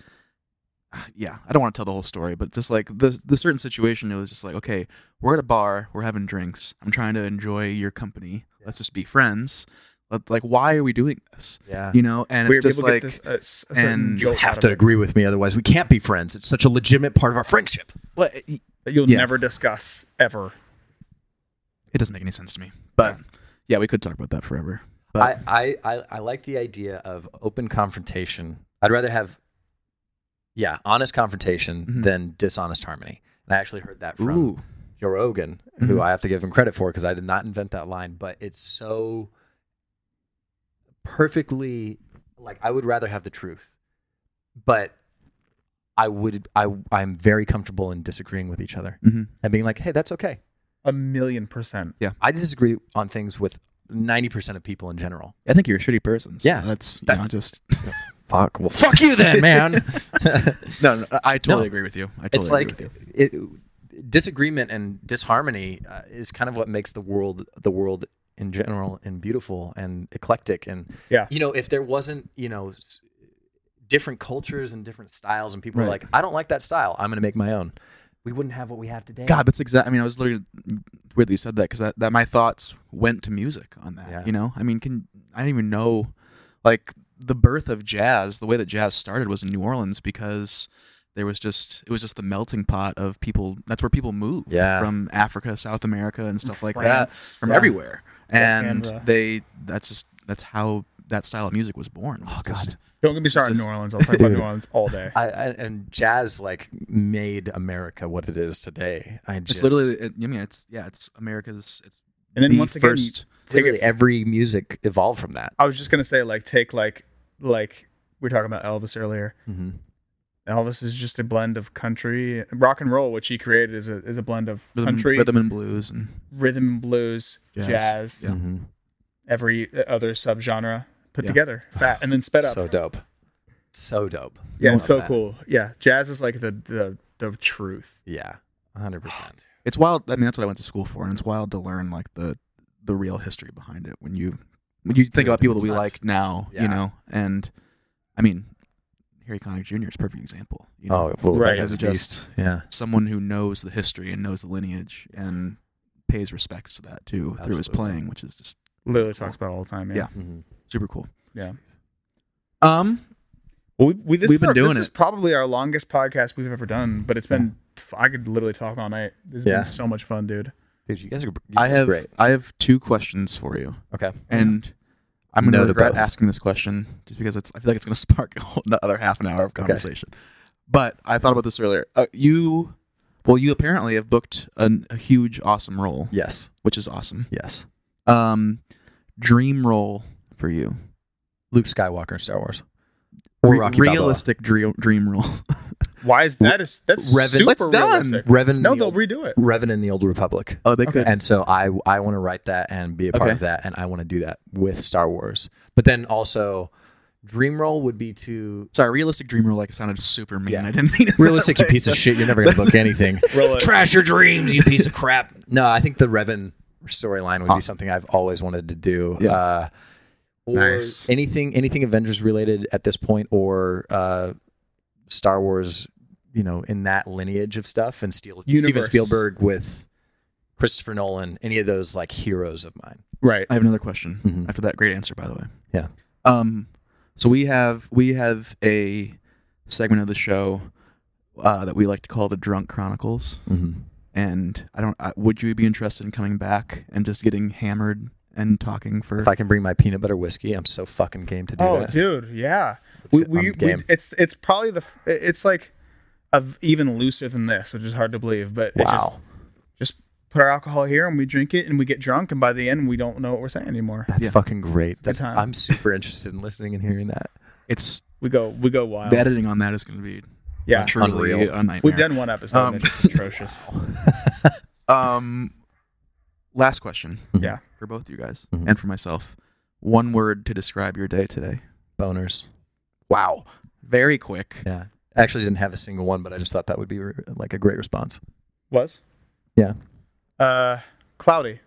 Speaker 3: yeah, I don't want to tell the whole story, but just like the the certain situation, it was just like, okay, we're at a bar, we're having drinks, I'm trying to enjoy your company. Let's just be friends. But, like, why are we doing this?
Speaker 4: Yeah.
Speaker 3: you know, and it's
Speaker 2: Weird,
Speaker 3: just
Speaker 2: people
Speaker 3: like,
Speaker 2: get this, uh, s- a certain
Speaker 3: and
Speaker 2: jolt out
Speaker 4: have
Speaker 2: of
Speaker 4: to
Speaker 2: it
Speaker 4: agree with me, otherwise we can't be friends. It's such a legitimate part of our friendship.
Speaker 3: well, it,
Speaker 2: that you'll
Speaker 3: yeah.
Speaker 2: never discuss ever.
Speaker 3: it doesn't make any sense to me. But yeah, we could talk about that forever. But
Speaker 4: I, I, I, I like the idea of open confrontation. I'd rather have, yeah, honest confrontation
Speaker 3: Mhm.
Speaker 4: than dishonest harmony. And I actually heard that from
Speaker 3: ooh,
Speaker 4: Joe Rogan, who I have to give him credit for because I did not invent that line, but it's so perfectly like I would rather have the truth, but I would I I'm very comfortable in disagreeing with each other
Speaker 3: Mhm.
Speaker 4: and being like, hey, that's okay.
Speaker 2: A million percent.
Speaker 4: I disagree on things with ninety percent of people in general.
Speaker 3: I think you're a shitty person. So
Speaker 4: Yeah,
Speaker 3: that's you know,
Speaker 4: that's-
Speaker 3: just
Speaker 4: Fuck. Well, fuck you then, man.
Speaker 3: no, no, I totally
Speaker 4: No.
Speaker 3: agree with you. I totally
Speaker 4: it's
Speaker 3: agree
Speaker 4: like
Speaker 3: with you.
Speaker 4: it, disagreement and disharmony uh, is kind of what makes the world the world in general and beautiful and eclectic and
Speaker 2: Yeah.
Speaker 4: you know if there wasn't you know s- different cultures and different styles and people are
Speaker 3: Right.
Speaker 4: like i don't like that style i'm gonna make my own we wouldn't have what we have today
Speaker 3: God, that's exactly. I mean, I was literally weird that you said that because that, that my thoughts went to music on that.
Speaker 4: Yeah.
Speaker 3: You know, I mean, can I didn't even know like the birth of jazz. The way that jazz started was in New Orleans because there was just it was just the melting pot of people. That's where people moved
Speaker 4: Yeah.
Speaker 3: from Africa, South America, and stuff like
Speaker 2: France,
Speaker 3: that from
Speaker 2: yeah.
Speaker 3: everywhere. And
Speaker 2: Canada.
Speaker 3: they that's just that's how that style of music was born.
Speaker 4: Oh, God.
Speaker 3: Just-
Speaker 2: Don't get me started on
Speaker 3: just-
Speaker 2: New Orleans. I'll talk about
Speaker 4: Dude.
Speaker 2: New Orleans all day.
Speaker 4: I, I, and jazz like made america what it is today i just
Speaker 3: it's literally. It, I mean, it's yeah, it's America's. It's
Speaker 2: And then
Speaker 3: the
Speaker 2: once again,
Speaker 3: first.
Speaker 4: literally every music evolved from that
Speaker 2: I was just gonna say like take like like we were talking about Elvis earlier.
Speaker 4: mm-hmm.
Speaker 2: Elvis is just a blend of country, rock and roll, which he created is a is a blend of
Speaker 3: Rhythm,
Speaker 2: country,
Speaker 3: rhythm and blues and
Speaker 2: rhythm and blues,
Speaker 3: Jazz.
Speaker 2: jazz,
Speaker 3: Yeah.
Speaker 4: Mm-hmm.
Speaker 2: every uh, other subgenre put
Speaker 3: Yeah.
Speaker 2: together, fat and then sped up.
Speaker 4: so dope so dope
Speaker 2: yeah,
Speaker 4: Love
Speaker 2: it's so
Speaker 4: that.
Speaker 2: cool. Yeah, jazz is like the the the truth.
Speaker 4: Yeah, hundred percent.
Speaker 3: it's wild. I mean, that's what I went to school for, and it's wild to learn like the the real history behind it when you when you think about people that
Speaker 4: it's
Speaker 3: we
Speaker 4: nuts.
Speaker 3: like now,
Speaker 4: Yeah.
Speaker 3: you know. And I mean, Harry Connick Jr. is a perfect example. You know,
Speaker 4: Oh, well,
Speaker 2: Right.
Speaker 4: that guy's a
Speaker 3: Just-
Speaker 4: beast. yeah,
Speaker 3: someone who knows the history and knows the lineage and pays respects to that too through his
Speaker 4: Absolutely.
Speaker 3: playing, which is just
Speaker 2: Literally talks about it all the time. Yeah.
Speaker 3: Yeah. super cool.
Speaker 2: Yeah.
Speaker 3: Um,
Speaker 2: Well, we, we this
Speaker 3: We've
Speaker 2: is
Speaker 3: been
Speaker 2: our-
Speaker 3: doing
Speaker 2: this is
Speaker 3: it.
Speaker 2: probably our longest podcast we've ever done, but it's been I could literally talk all night. This has
Speaker 4: Yeah.
Speaker 2: been so much fun, dude.
Speaker 4: dude, you guys are. You
Speaker 3: I
Speaker 4: guys are
Speaker 3: have
Speaker 4: great.
Speaker 3: I have two questions for you.
Speaker 4: Okay, Mm.
Speaker 3: and I'm going
Speaker 4: No
Speaker 3: to
Speaker 4: to
Speaker 3: regret
Speaker 4: both.
Speaker 3: asking this question just because it's, I feel like it's going to spark a whole another half an hour of conversation. But I thought about this earlier. Uh, you, well, you apparently have booked an, a huge, awesome role,
Speaker 4: yes,
Speaker 3: which is awesome.
Speaker 4: yes.
Speaker 3: Um, dream role for you,
Speaker 4: Luke Skywalker in Star Wars, or
Speaker 3: Re-
Speaker 4: Rocky
Speaker 3: realistic dream, dream role.
Speaker 2: Why is that? Is that's
Speaker 4: Revan-
Speaker 2: super
Speaker 3: That's done.
Speaker 2: realistic.
Speaker 4: Balboa. Revan, in
Speaker 2: No,
Speaker 4: the
Speaker 2: they'll
Speaker 4: old,
Speaker 2: redo it.
Speaker 4: Revan in the Old Republic.
Speaker 3: oh, they could.
Speaker 4: And so I I want to write that and be a part
Speaker 3: Okay.
Speaker 4: of that, and I want to do that with Star Wars. But then also, dream role would be to
Speaker 3: Sorry, realistic dream role like sounded super mean.
Speaker 4: Yeah.
Speaker 3: I didn't mean it. that
Speaker 4: realistic. You
Speaker 3: way,
Speaker 4: piece of
Speaker 3: but-
Speaker 4: shit. You're never gonna book anything.
Speaker 2: Really?
Speaker 4: Trash your dreams, you piece of crap. No, I think the Revan storyline would be
Speaker 3: Awesome.
Speaker 4: something I've always wanted to do.
Speaker 3: Yeah.
Speaker 4: Uh, or
Speaker 2: Nice.
Speaker 4: anything anything Avengers related at this point or uh, Star Wars, you know, in that lineage of stuff and Steel, Steven
Speaker 2: Universe.
Speaker 4: Spielberg with Christopher Nolan, any of those like heroes of mine.
Speaker 2: Right.
Speaker 3: I have another question
Speaker 4: Mhm.
Speaker 3: after that great answer, by the way.
Speaker 4: Yeah.
Speaker 3: Um, so we have we have a segment of the show uh, that we like to call the Drunk Chronicles,
Speaker 4: Mm-hmm.
Speaker 3: and I don't. I, would you be interested in coming back and just getting hammered and talking for?
Speaker 4: If I can bring my peanut butter whiskey, I'm so fucking game to do
Speaker 2: Oh,
Speaker 4: that.
Speaker 2: dude, yeah.
Speaker 4: Let's
Speaker 2: We,
Speaker 4: get- I'm
Speaker 2: we, we,
Speaker 4: game.
Speaker 2: it's it's probably the f- it's like a, even looser than this, which is hard to believe. But it
Speaker 4: wow.
Speaker 2: just, just put our alcohol here and we drink it and we get drunk and by the end we don't know what we're saying anymore.
Speaker 4: That's
Speaker 3: Yeah.
Speaker 4: fucking great. That's
Speaker 2: time.
Speaker 4: I'm super interested in listening and hearing that.
Speaker 3: it's
Speaker 2: We go we go wild.
Speaker 3: the editing on that is going to be
Speaker 2: Oh. yeah,
Speaker 3: truly
Speaker 4: unreal.
Speaker 3: a nightmare.
Speaker 2: we've done one episode
Speaker 3: Um,
Speaker 2: and it's just atrocious.
Speaker 3: Um, last question
Speaker 2: Yeah.
Speaker 3: for both you guys
Speaker 4: Mhm.
Speaker 3: and for myself. One word to describe your day today.
Speaker 4: Boners.
Speaker 3: Wow, very quick.
Speaker 4: Yeah. I actually didn't have a single one, but I just thought that would be re- like a great response.
Speaker 2: Was
Speaker 4: Yeah.
Speaker 2: uh cloudy.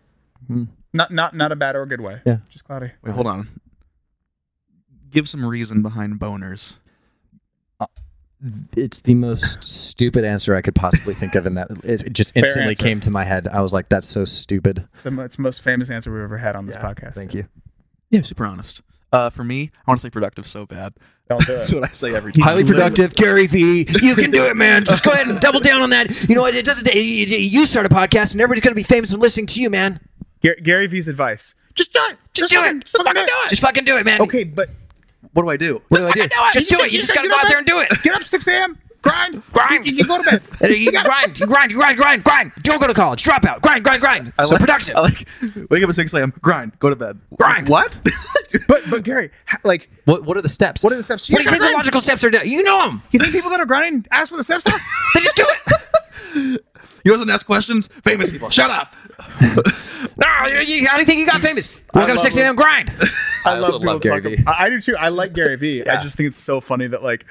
Speaker 4: Hmm.
Speaker 2: Not not not a bad or a good way.
Speaker 4: Yeah.
Speaker 2: just cloudy.
Speaker 3: Wait, hold on. Give some reason behind boners.
Speaker 4: it's the most stupid answer I could possibly think of, and that it, it just
Speaker 2: Fair
Speaker 4: instantly
Speaker 2: answer.
Speaker 4: came to my head. I was like, "That's so stupid."
Speaker 2: It's the mo- it's the most famous answer we've ever had on this podcast.
Speaker 4: Thank you.
Speaker 3: Yeah, super honest. Uh, for me, I want to say productive so bad.
Speaker 2: Don't do it.
Speaker 3: That's what I say every time.
Speaker 4: Highly productive,
Speaker 5: Gary Vee, you can do it, man. Just go ahead and double down on that. You know what? It doesn't. You start a podcast, and everybody's gonna be famous and listening to you, man.
Speaker 2: Gar- Gary V's advice: just do it.
Speaker 5: Just do
Speaker 2: fucking-
Speaker 5: it. Just fucking do it. Just fucking do it, man.
Speaker 2: Okay, but
Speaker 3: What do I do?
Speaker 5: What do I do? Just do it. You just gotta go out there and do it.
Speaker 2: get up six a.m. Grind.
Speaker 5: Grind.
Speaker 2: You, you go to bed.
Speaker 5: You grind, you grind, you grind, grind, grind. Don't go to college. Drop out. Grind, grind, grind.
Speaker 3: I
Speaker 5: So
Speaker 3: like-
Speaker 5: productive.
Speaker 3: I like wake up at six a.m. Grind. Go to bed.
Speaker 5: Grind.
Speaker 3: What?
Speaker 2: But but Gary, ha- like,
Speaker 4: What What are the steps?
Speaker 2: what are the steps?
Speaker 5: What do
Speaker 2: gotta
Speaker 5: you think the
Speaker 2: grind.
Speaker 5: logical steps are? To, you know them.
Speaker 2: You think people that are grinding ask what the steps are?
Speaker 5: They just do it.
Speaker 3: you doesn't ask questions. Famous people. Shut up.
Speaker 5: No, you, you, how do you think you got famous? Wake up
Speaker 2: love
Speaker 5: 6
Speaker 2: it.
Speaker 5: a.m. Grind.
Speaker 4: I, also
Speaker 2: people
Speaker 4: love Gary
Speaker 2: talk-
Speaker 4: Vee.
Speaker 2: I, I do too. I like Gary Vee. I just think it's so funny that like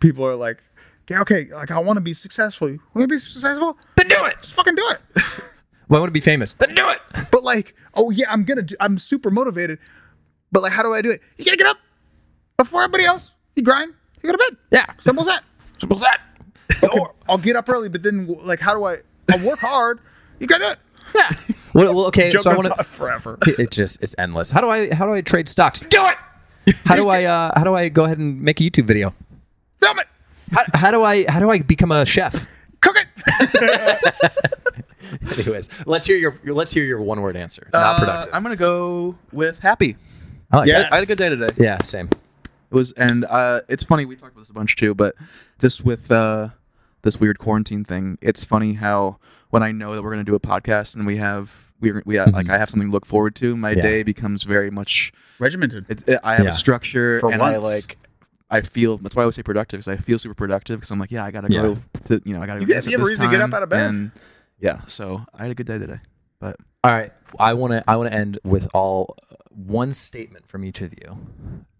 Speaker 2: people are like, "Yeah, okay, like I want to be successful. You want to be successful?
Speaker 5: Then do it.
Speaker 2: Just fucking do it.
Speaker 4: Well, I want to be famous.
Speaker 5: Then do it.
Speaker 2: But like, oh yeah, I'm gonna. Do, I'm super motivated. But like, how do I do it? You gotta get up before everybody else. You grind. You go to bed.
Speaker 5: Yeah.
Speaker 2: Simple as that.
Speaker 5: Simple as that. Or-
Speaker 2: I'll get up early, but then like, how do I? I'll work hard. You gotta do it. Yeah.
Speaker 4: Well, well, okay,
Speaker 2: Joke
Speaker 4: so I
Speaker 2: goes
Speaker 4: want
Speaker 2: on
Speaker 4: to.
Speaker 2: forever.
Speaker 4: It just it's endless. How do I How do I trade stocks?
Speaker 5: do it.
Speaker 4: How do I uh, How do I go ahead and make a YouTube video?
Speaker 2: Film it.
Speaker 4: How, how do I How do I become a chef?
Speaker 2: Cook it.
Speaker 4: Anyways, let's hear your, your Let's hear your one word answer.
Speaker 3: Uh,
Speaker 4: Not productive.
Speaker 3: I'm gonna go with happy.
Speaker 4: I like
Speaker 2: yeah.
Speaker 4: that.
Speaker 3: I had a good day today.
Speaker 4: Yeah, same.
Speaker 3: It was, and uh, it's funny. We talked about this a bunch too, but just with uh, this weird quarantine thing, it's funny how when I know that we're gonna do a podcast and we have we we have, like I have something to look forward to, my
Speaker 4: Mm-hmm. Yeah.
Speaker 3: day becomes very much.
Speaker 2: Regimented.
Speaker 3: It, it, I have
Speaker 4: Yeah.
Speaker 3: a structure,
Speaker 2: For
Speaker 3: and I
Speaker 2: once.
Speaker 3: like. I feel that's why I always say productive because I feel super productive because I'm like, yeah, I gotta
Speaker 4: Yeah.
Speaker 3: go to you know I gotta go
Speaker 2: You get-
Speaker 3: this
Speaker 2: you
Speaker 3: at
Speaker 2: have a
Speaker 3: this
Speaker 2: reason to get
Speaker 3: time,
Speaker 2: up out of bed.
Speaker 3: and- yeah, so I had a good day today, but
Speaker 4: All right, I want to I want to end with all uh, one statement from each of you,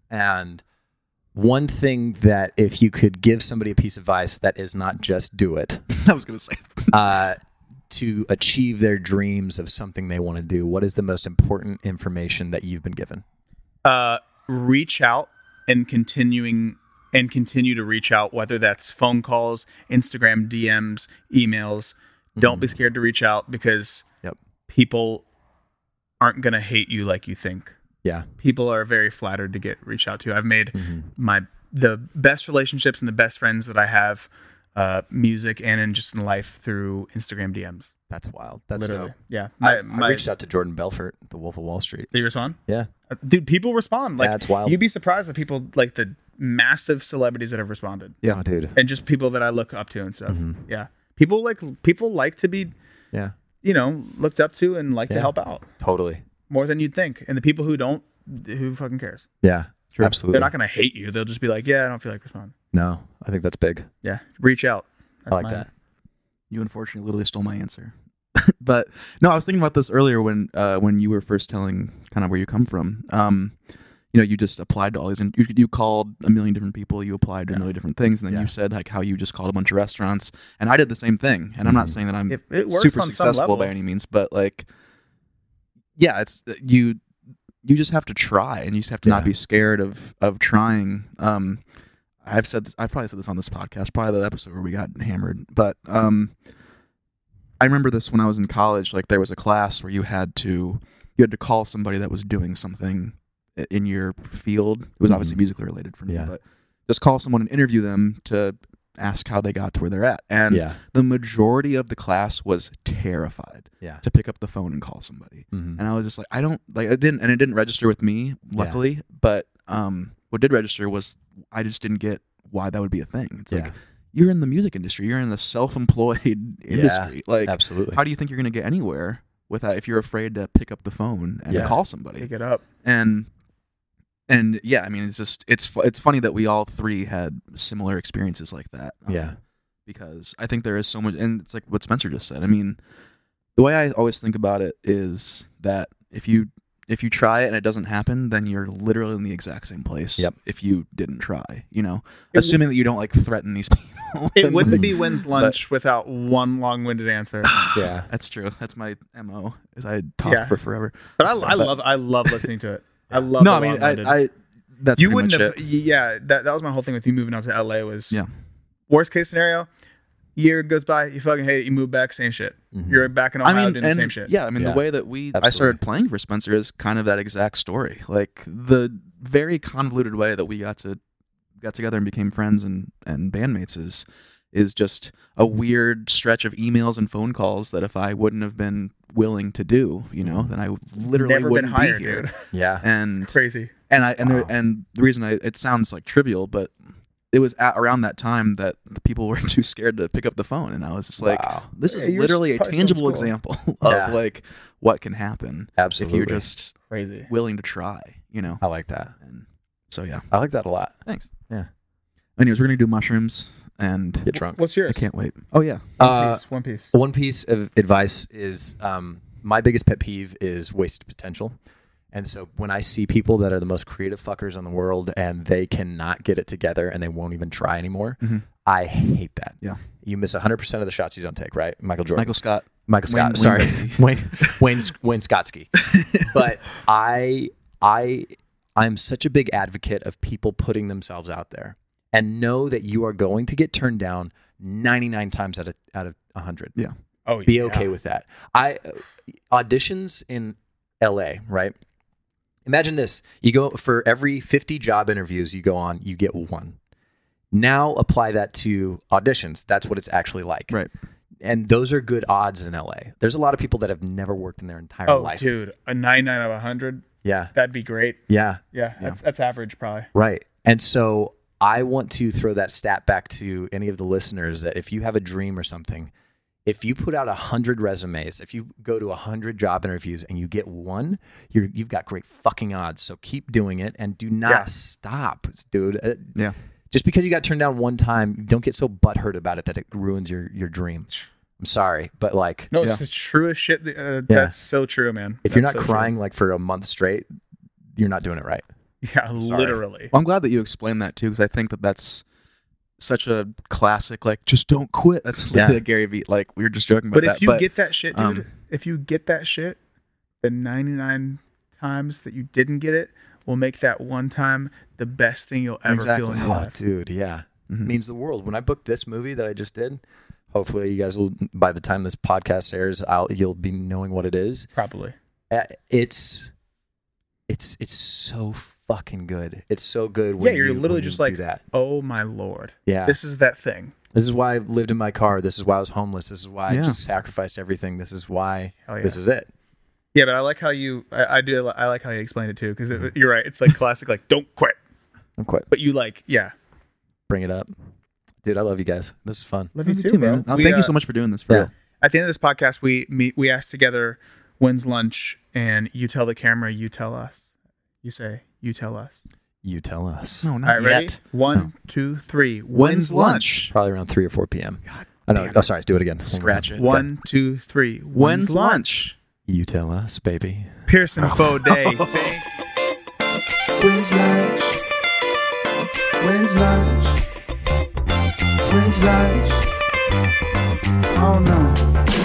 Speaker 4: and one thing that if you could give somebody a piece of advice that is not just do it
Speaker 3: I was gonna say
Speaker 4: uh, to achieve their dreams of something they want to do, what is the most important information that you've been given?
Speaker 2: uh, reach out and continuing and continue to reach out, whether that's phone calls, Instagram DMs, emails. Don't
Speaker 5: Mm-hmm.
Speaker 2: be scared to reach out because
Speaker 4: Yep.
Speaker 2: people aren't gonna hate you like you think.
Speaker 4: Yeah.
Speaker 2: People are very flattered to get reached out to. I've made
Speaker 4: Mm-hmm.
Speaker 2: my the best relationships and the best friends that I have, uh, music and in just in life through Instagram DMs.
Speaker 4: That's wild. That's
Speaker 2: Literally,
Speaker 4: dope.
Speaker 2: yeah. My,
Speaker 4: I,
Speaker 2: my,
Speaker 4: I reached out to Jordan Belfort, the Wolf of Wall Street.
Speaker 2: Did you respond?
Speaker 4: Yeah.
Speaker 2: Uh, dude people respond like
Speaker 4: Yeah, it's wild.
Speaker 2: you'd be surprised at people like the massive celebrities that have responded
Speaker 3: Yeah.
Speaker 4: Oh, dude.
Speaker 2: and just people that i look up to and stuff
Speaker 4: Mm-hmm.
Speaker 2: yeah people like people like to be
Speaker 4: Yeah.
Speaker 2: you know looked up to and like to
Speaker 4: Yeah.
Speaker 2: help out
Speaker 4: Totally.
Speaker 2: more than you'd think and the people who don't who fucking cares
Speaker 4: Yeah.
Speaker 3: True.
Speaker 4: Absolutely.
Speaker 2: they're not gonna hate you they'll just be like yeah i don't feel like responding
Speaker 4: no, I think that's big.
Speaker 2: yeah reach out That's
Speaker 4: I like
Speaker 2: my-
Speaker 4: that.
Speaker 3: you unfortunately literally stole my answer. but no, I was thinking about this earlier when uh, when you were first telling kind of where you come from. Um, you know, you just applied to all these, and you, you called a million different people. You applied to a million different things, and then
Speaker 4: Yeah.
Speaker 3: you said like how you just called a bunch of restaurants, and I did the same thing. And I'm
Speaker 4: Mm-hmm.
Speaker 3: not saying that I'm
Speaker 2: It- it works
Speaker 3: super
Speaker 2: on some
Speaker 3: successful
Speaker 2: level.
Speaker 3: by any means, but like, yeah, it's uh, you. You just have to try, and you just have to not
Speaker 4: Yeah.
Speaker 3: be scared of of trying. Um, I've said this, I've probably said this on this podcast, probably the episode where we got hammered. But um, I remember this when I was in college. Like there was a class where you had to you had to call somebody that was doing something i- in your field. It was
Speaker 2: Mm-hmm.
Speaker 3: obviously musically related for me,
Speaker 4: Yeah.
Speaker 3: but just call someone and interview them to ask how they got to where they're at. And
Speaker 4: Yeah.
Speaker 3: the majority of the class was terrified
Speaker 4: Yeah.
Speaker 3: to pick up the phone and call somebody.
Speaker 4: Mhm.
Speaker 3: And I was just like, I don't like it didn't and it didn't register with me, luckily. But um what did register was I just didn't get why that would be a thing. It's
Speaker 4: Yeah.
Speaker 3: like you're in the music industry, you're in the self employed industry. like
Speaker 4: Absolutely.
Speaker 3: how do you think you're gonna get anywhere without if you're afraid to pick up the phone and
Speaker 4: Yeah.
Speaker 3: call somebody?
Speaker 2: pick it up
Speaker 3: and and yeah i mean it's just it's fu- it's funny that we all three had similar experiences like that um,
Speaker 4: Yeah.
Speaker 3: because i think there is so much and it's like what spencer just said i mean the way i always think about it is that if you if you try it and it doesn't happen then you're literally in the exact same place
Speaker 4: Yep.
Speaker 3: if you didn't try you know
Speaker 2: It-
Speaker 3: assuming that you don't like threaten these people
Speaker 2: it
Speaker 3: and-
Speaker 2: wouldn't be wins lunch without one long-winded answer
Speaker 4: Yeah.
Speaker 3: that's true that's my mo is i talk
Speaker 2: Yeah.
Speaker 3: for forever
Speaker 2: but I, I
Speaker 3: But-
Speaker 2: love i love listening to it i love
Speaker 3: no
Speaker 2: the
Speaker 3: i mean
Speaker 2: long-winded.
Speaker 3: I, I that's
Speaker 2: you
Speaker 3: pretty
Speaker 2: wouldn't
Speaker 3: much
Speaker 2: have.
Speaker 3: it.
Speaker 2: Yeah, that, that was my whole thing with me moving out to LA was
Speaker 3: Yeah.
Speaker 2: worst case scenario. Year goes by, you fucking hate it. You move back, same shit. You're back in Ohio
Speaker 3: Mm-hmm. I mean,
Speaker 2: doing the
Speaker 3: and
Speaker 2: same shit.
Speaker 3: yeah, I mean
Speaker 4: Yeah.
Speaker 3: the way that we I
Speaker 4: Absolutely.
Speaker 3: started playing for Spencer is kind of that exact story. Like the very convoluted way that we got to got together and became friends and and bandmates is is just a weird stretch of emails and phone calls that if I wouldn't have been willing to do, you know, then I literally
Speaker 2: never been
Speaker 3: wouldn't
Speaker 2: hired,
Speaker 3: be here.
Speaker 2: dude.
Speaker 4: Yeah.
Speaker 3: And
Speaker 2: Crazy.
Speaker 3: and I and
Speaker 4: Wow.
Speaker 3: there, and the reason I it sounds like trivial, but it was at around that time that the people were too scared to pick up the phone, and I was just like,
Speaker 4: Wow.
Speaker 3: "This is
Speaker 2: Yeah, you're
Speaker 3: literally a
Speaker 2: probably still in
Speaker 3: tangible
Speaker 2: school.
Speaker 3: example of
Speaker 4: Yeah.
Speaker 3: like what can happen if
Speaker 4: Absolutely.
Speaker 3: you're just
Speaker 2: Crazy.
Speaker 3: willing to try." You know,
Speaker 4: I like that.
Speaker 3: and so yeah.
Speaker 4: I like that a lot.
Speaker 3: Thanks.
Speaker 4: Yeah.
Speaker 3: Anyways, we're gonna do mushrooms, and
Speaker 4: Get drunk.
Speaker 2: What's yours?
Speaker 3: I can't wait. Oh yeah,
Speaker 2: One
Speaker 4: Uh,
Speaker 2: piece. One piece.
Speaker 4: one piece of advice is um, my biggest pet peeve is wasted potential. And so when I see people that are the most creative fuckers in the world and they cannot get it together and they won't even try anymore, I hate that.
Speaker 3: Yeah.
Speaker 4: You miss 100% of the shots you don't take, right? Michael Jordan.
Speaker 3: Michael Scott.
Speaker 4: Michael
Speaker 3: Wayne-
Speaker 4: Scott.
Speaker 3: Wayne
Speaker 4: sorry,
Speaker 3: Gretzky.
Speaker 4: Wayne Wayne Wayne Scottsky. but I I I'm such a big advocate of people putting themselves out there and know that you are going to get turned down 99 times out of out of 100.
Speaker 3: Yeah.
Speaker 2: Oh,
Speaker 4: Be okay with that. I auditions in L.A. Right. Imagine this: you go for every 50 job interviews you go on, you get one. Now apply that to auditions. That's what it's actually like
Speaker 3: Right.
Speaker 4: and those are good odds in LA. There's a lot of people that have never worked in their entire
Speaker 2: Oh,
Speaker 4: life.
Speaker 2: dude, a nine nine out of hundred.
Speaker 4: Yeah.
Speaker 2: That'd be great.
Speaker 4: Yeah.
Speaker 2: Yeah, That's, that's average probably.
Speaker 4: Right. And so I want to throw that stat back to any of the listeners that if you have a dream or something, if you put out a hundred resumes, if you go to a hundred job interviews and you get one, you're, you've got great fucking odds. So keep doing it and do not
Speaker 2: Yeah.
Speaker 4: stop, dude. Uh,
Speaker 3: Yeah.
Speaker 4: Just because you got turned down one time, don't get so butthurt about it that it ruins your your dream. I'm sorry, but like,
Speaker 2: No,
Speaker 3: Yeah.
Speaker 2: it's the truest shit. that- Uh, That's so true, man.
Speaker 4: if you're
Speaker 2: That's
Speaker 4: not
Speaker 2: so true.
Speaker 4: crying like for a month straight, you're not doing it right.
Speaker 2: yeah, literally.
Speaker 3: Well, I'm glad that you explained that too, because I think that that's such a classic. Like, just don't quit. That's
Speaker 4: Yeah.
Speaker 3: the Gary Vee. Like, we were just joking about
Speaker 2: But
Speaker 3: that.
Speaker 2: if you
Speaker 3: but
Speaker 2: get that shit, dude,
Speaker 3: um,
Speaker 2: if you get that shit, the 99 times that you didn't get it will make that one time the best thing you'll ever feel in
Speaker 3: Exactly.
Speaker 2: your
Speaker 4: Oh,
Speaker 2: life.
Speaker 4: dude, yeah, Mm-hmm. means the world. When I booked this movie that I just did, hopefully you guys will. By the time this podcast airs, I'll you'll be knowing what it is.
Speaker 2: Probably.
Speaker 4: Uh, It's, it's, it's so fucking good. It's so good. When
Speaker 2: yeah, you're
Speaker 4: you-
Speaker 2: literally
Speaker 4: when you
Speaker 2: just
Speaker 4: do
Speaker 2: like,
Speaker 4: that.
Speaker 2: oh my lord.
Speaker 4: Yeah.
Speaker 2: This is that thing.
Speaker 4: This is why I lived in my car. This is why I was homeless. This is why I
Speaker 3: Yeah.
Speaker 4: just sacrificed everything. This is why.
Speaker 2: Hell yeah.
Speaker 4: This is it.
Speaker 2: Yeah, but I like how you, I, I do, I like how you explained it too, because
Speaker 3: Mm-hmm.
Speaker 2: you're right. It's like classic, like, don't quit.
Speaker 4: I'm quite
Speaker 2: But you like, yeah.
Speaker 4: bring it up, dude. I love you guys. This is fun.
Speaker 2: Love
Speaker 3: Me too, man. No,
Speaker 2: We,
Speaker 3: thank
Speaker 2: uh,
Speaker 3: you so much for doing this. For
Speaker 4: yeah.
Speaker 3: real.
Speaker 2: At the end of this podcast, we meet, we ask together, when's lunch? And you tell the camera, you tell us. You say, you tell us.
Speaker 4: You tell us.
Speaker 3: No,
Speaker 2: All
Speaker 3: not
Speaker 2: right, ready?
Speaker 3: yet.
Speaker 2: One, two, three.
Speaker 3: When's lunch?
Speaker 4: Probably around three or four p.m. I know. Oh, sorry. Do it again.
Speaker 3: Scratch it.
Speaker 2: One, two, three.
Speaker 3: When's lunch?
Speaker 4: You tell us, baby.
Speaker 2: Pearson Faux Day.
Speaker 1: When's lunch? When's lunch? When's lunch? I don't know.